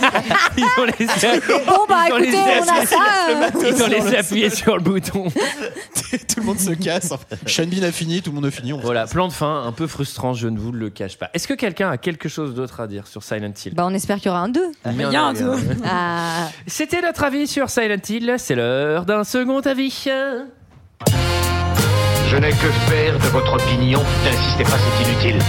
Ils ont laissé-
Bon, bah
Ils ont les
écoutez, on a ça. euh,
Ils ont laissé appuyer sur le bouton.
tout le monde se casse. Sean Bean a fini, tout le monde a fini.
Voilà, plan de fin un peu frustrant, je ne vous le cache pas. Est-ce que quelqu'un a quelque chose d'autre à dire sur Silent Hill
Bah, on espère qu'il y aura un 2.
Ah, mais il y a un deux.
Ah.
C'était notre avis sur Silent Hill, c'est l'heure d'un second avis.
Je n'ai que faire de votre opinion. N'insistez pas, c'est inutile.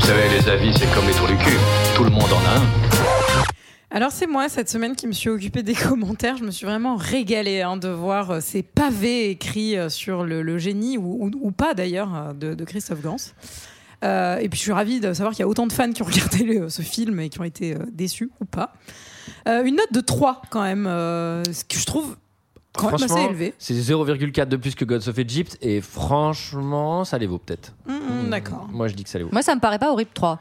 Vous savez, les avis, c'est comme les trous du cul. Tout le monde en a un.
Alors c'est moi cette semaine qui me suis occupée des commentaires. Je me suis vraiment régalée hein, de voir euh, ces pavés écrits euh, sur le, le génie ou, ou- ou pas d'ailleurs euh, de, de Christophe Gans. Euh, et puis je suis ravie de savoir qu'il y a autant de fans qui ont regardé le- ce film et qui ont été euh, déçus ou pas. Euh, une note de 3 quand même, euh, ce que je trouve quand même assez
Franchement,
élevé.
c'est 0,4 de plus que Gods of Egypt et franchement, ça les vaut peut-être.
euh,
Mm, D'accord.
Moi, je dis que ça les vaut.
Moi, ça me paraît pas horrible 3.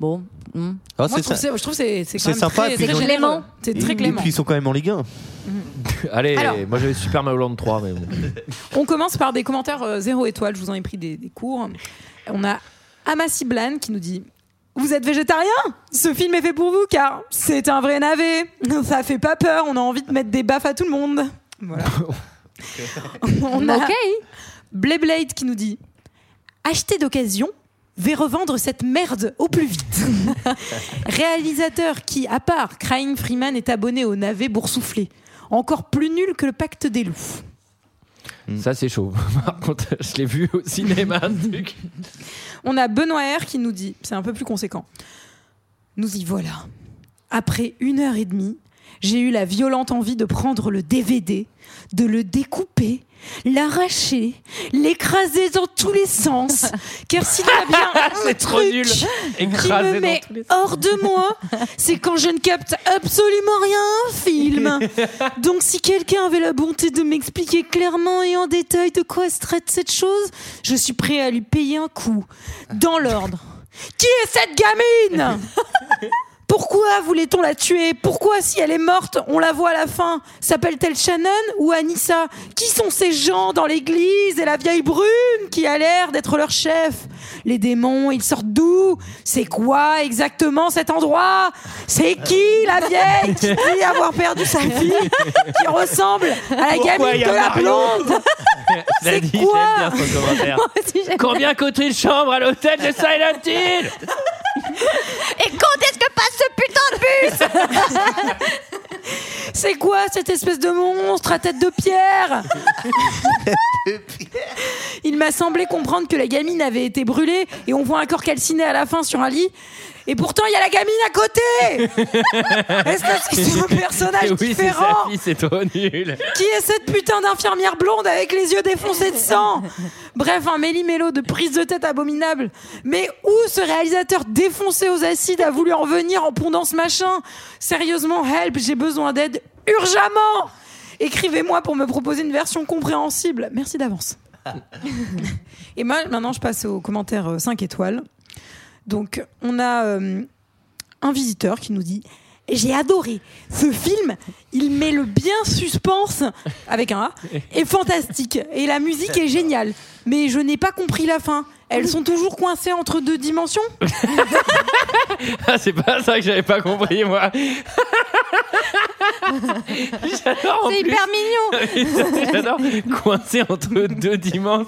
Bon. hmm.
Ah,
Moi, je trouve
ça-
c'est- je trouve c'est c'est quand
C'est
même
sympa,
très,
puis
très
ils ont-
clément. C'est très
Et
clément.
puis ils sont quand même en Ligue 1.
Allez,
Alors-
moi j'avais Super Mario Land 3, mais bon.
On commence par des commentaires euh, zéro étoile. Je vous en ai pris des, des cours. On a Amassi Blan qui nous dit Vous êtes végétarien Ce film est fait pour vous car c'est un vrai navet. Ça fait pas peur. On a envie de mettre des baffes à tout le monde. Voilà. On a
Ok.
Blayblade qui nous dit Acheter d'occasion vais revendre cette merde au plus vite. Réalisateur qui, à part Crying Freeman, est abonné au navet boursouflé. Encore plus nul que le pacte des loups.
Ça, c'est chaud. Par contre, je l'ai vu au cinéma, le truc.
On a Benoît R qui nous dit, c'est un peu plus conséquent. Nous y voilà. Après une heure et demie, j'ai eu la violente envie de prendre le DVD, de le découper, l'arracher, l'écraser dans tous les sens. Car s'il y a bien un
C'est trop
truc
nul.
qui
Écraser
me
dans
met
tous
hors de moi, c'est quand je ne capte absolument rien à un film. Donc si quelqu'un avait la bonté de m'expliquer clairement et en détail de quoi se traite cette chose, je suis prêt à lui payer un coup. Dans l'ordre. Qui est cette gamine Pourquoi voulait-on la tuer Pourquoi, si elle est morte, on la voit à la fin S'appelle-t-elle Shannon ou Anissa Qui sont ces gens dans l'église et la vieille brune qui a l'air d'être leur chef Les démons, ils sortent d'où C'est quoi exactement cet endroit C'est qui la vieille qui dit avoir perdu sa fille qui ressemble à la
Pourquoi
gamine
y a
de la
Mario
blonde
C'est
quoi
bien son commentaire. Combien coûte une chambre à l'hôtel de Silent Hill
Et quand est-ce que passe ce putain de bus
C'est quoi cette espèce de monstre à tête de pierre Il m'a semblé comprendre que la gamine avait été brûlée et on voit un corps calciné à la fin sur un lit. Et pourtant, il y a la gamine à côté Est-ce parce que c'est un personnage
Oui, c'est
différent
sa fille, c'est trop nul.
qui est cette putain d'infirmière blonde avec les yeux défoncés de sang Bref, un méli-mélo de prise de tête abominable. Mais où ce réalisateur défoncé aux acides a voulu en venir en pondant ce machin Sérieusement, help, j'ai besoin d'aide urgemment Écrivez-moi pour me proposer une version compréhensible. Merci d'avance. Et moi, maintenant, je passe aux commentaires 5 étoiles. Donc, on a euh, un visiteur qui nous dit J'ai adoré ce film, il met le bien suspense, avec un A, est fantastique. Et la musique est géniale. Mais je n'ai pas compris la fin. Elles sont toujours coincées entre deux dimensions
Ah, c'est pas ça que j'avais pas compris, moi. J'adore en
C'est
plus.
hyper mignon.
J'adore coincé entre deux dimensions.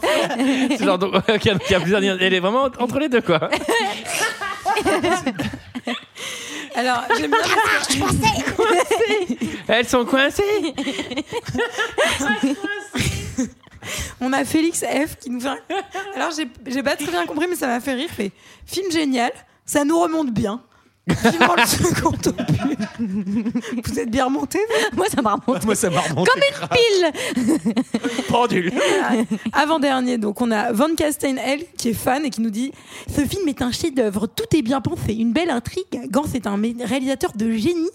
C'est genre, donc, ok, donc il y a plusieurs dimensions. Elle est vraiment entre les deux, quoi.
Alors, j'aime bien. parce que-
Elles sont coincées.
On a Félix F qui nous fait. un- Alors, j'ai- j'ai pas très bien compris, mais ça m'a fait rire. Fait film génial, ça nous remonte bien. Vivement le second opus. Vous êtes bien remonté,
Moi, ça m'a remonté.
Moi, ça m'a remonté.
Comme une pile.
pendule.
Avant-dernier, donc on a Van Castein L qui est fan et qui nous dit Ce film est un chef-d'œuvre, tout est bien pensé, une belle intrigue. Gans est un mé- réalisateur de génie.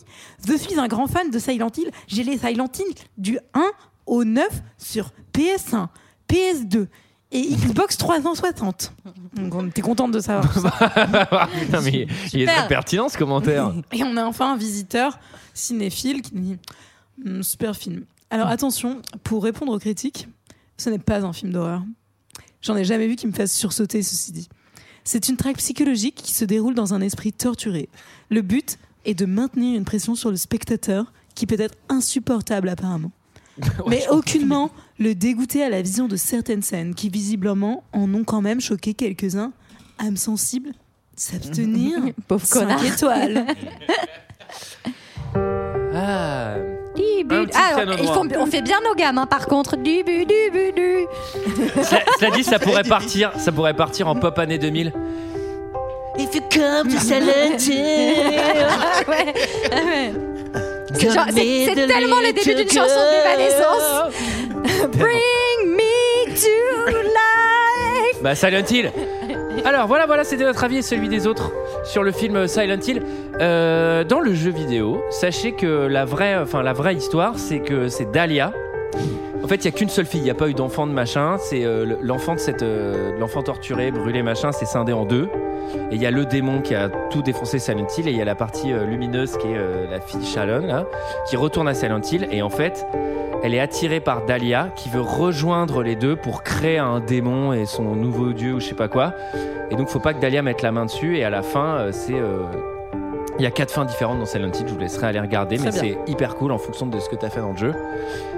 Je suis un grand fan de Silent Hill. J'ai les Silent Hill du 1 au 9 sur PS1, PS2 et Xbox 360. Donc on était contente de savoir ça.
Putain, mais il- il est
Super.
très pertinent ce commentaire.
Et on a enfin un visiteur cinéphile qui nous dit Hmm, Super film. Alors attention, pour répondre aux critiques, ce n'est pas un film d'horreur. J'en ai jamais vu qui me fasse sursauter, ceci dit. C'est une traque psychologique qui se déroule dans un esprit torturé. Le but est de maintenir une pression sur le spectateur qui peut être insupportable apparemment. Mais aucunement le dégoûté à la vision de certaines scènes qui visiblement en ont quand même choqué quelques-uns. Âme sensible, s'abstenir.
Pauvre
cinq
connard.
étoiles.
Ah.
Dibu-
petit
Ah,
piano
il faut-
droit.
on fait bien nos gammes, hein, par contre. Du, bu, du, bu, du.
Cela, cela dit, ça pourrait partir, ça pourrait partir en pop année 2000.
If you come to Salentier,
Ouais, ouais. C'est genre- c'est- c'est tellement le début d'une chanson de Valescence. Bring me to life.
Bah Silent Hill. Alors voilà, voilà, c'était notre avis et celui des autres sur le film Silent Hill. Euh, dans le jeu vidéo, sachez que la vraie, enfin la vraie histoire, c'est que c'est Dahlia. En fait, il y a qu'une seule fille. Il n'y a pas eu d'enfant de machin. C'est euh, le- l'enfant de cette, euh, de l'enfant torturé, brûlé, machin. C'est scindé en deux. Et il y a le démon qui a tout défoncé Silent Hill. Et il y a la partie euh, lumineuse qui est euh, la fille Shalon là, qui retourne à Silent Hill. Et en fait, elle est attirée par Dahlia qui veut rejoindre les deux pour créer un démon et son nouveau dieu ou je sais pas quoi. Et donc faut pas que Dahlia mette la main dessus et à la fin euh, c'est euh, il y a quatre fins différentes dans Silent Hill, je vous laisserai aller regarder
Très
mais
bien.
c'est hyper cool en fonction de ce que tu as fait dans le jeu.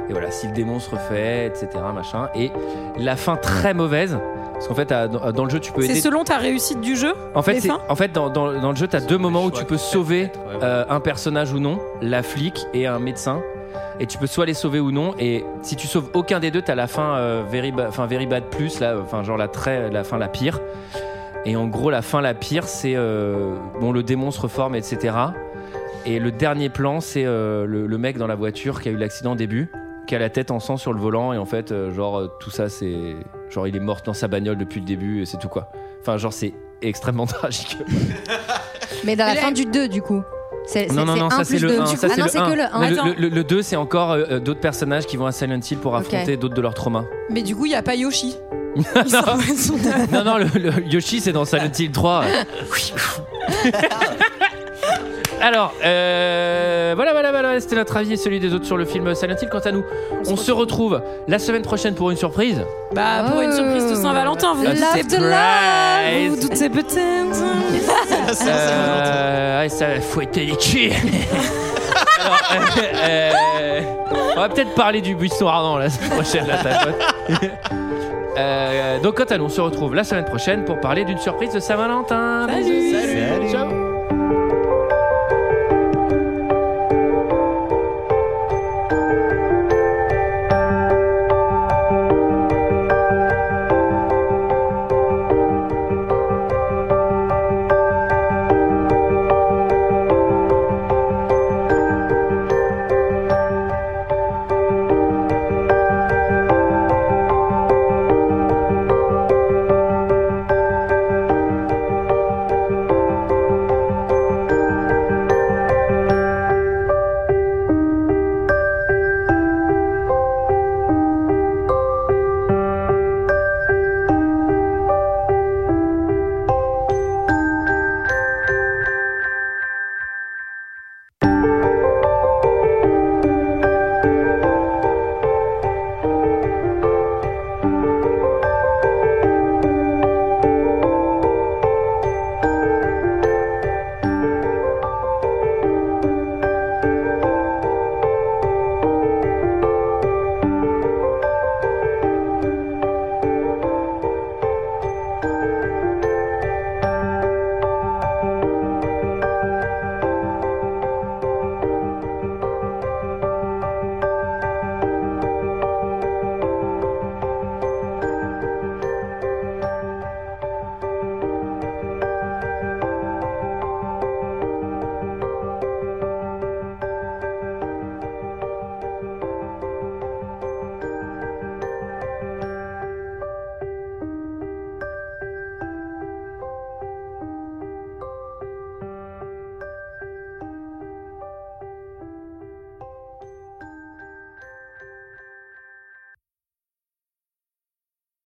Et voilà, si le démon se refait, etc. machin et la fin très mauvaise parce qu'en fait à- dans dans le jeu tu peux
C'est
aider
selon ta réussite du jeu
en fait,
les
c'est-
fins
en fait dans, dans- dans le jeu, tu as deux moments où tu peux sauver euh, un personnage ou non, la flic et un médecin. Et tu peux soit les sauver ou non. Et si tu sauves aucun des deux, tu as la fin euh, very, ba- enfin, very bad plus, là, euh, enfin, genre la, très, la fin la pire. Et en gros, la fin la pire, c'est euh, bon, le démon se reforme, etc. Et le dernier plan, c'est euh, le, le mec dans la voiture qui a eu l'accident au début, qui a la tête en sang sur le volant, et en fait, euh, genre, euh, tout ça, c'est. Genre, il est mort dans sa bagnole depuis le début, et c'est tout quoi. Enfin, genre, c'est extrêmement tragique.
Mais dans la fin du 2, du coup. C'est,
Oh non, non,
c'est
non,
un
ça
plus
c'est le
deux.
1.
Ah non, c'est que le 1.
Le, 2, c'est encore euh, euh, d'autres personnages qui vont à Silent Hill pour
Ok.
affronter d'autres de leurs traumas.
Mais du coup, il n'y a pas Yoshi.
non. non, non, le, le Yoshi, c'est dans Silent Hill 3. Alors, euh, voilà, voilà, voilà, c'était notre avis et celui des autres sur le film Silent Hill. Quant à nous, on, se retrouve la semaine prochaine pour une surprise.
Bah, pour une surprise de
Oh.
Saint-Valentin, vous
A
doutez de
surprise.
là, vous doutez
Ah,
peut-être.
Euh, ouais, ça va fouetter les culs. Alors, euh, euh, on va peut-être parler du buisson ardent la semaine prochaine, la tapote. Euh, donc, quant à nous, on se retrouve la semaine prochaine pour parler d'une surprise de Saint-Valentin.
Salut.
Bisous.
Salut.
Ciao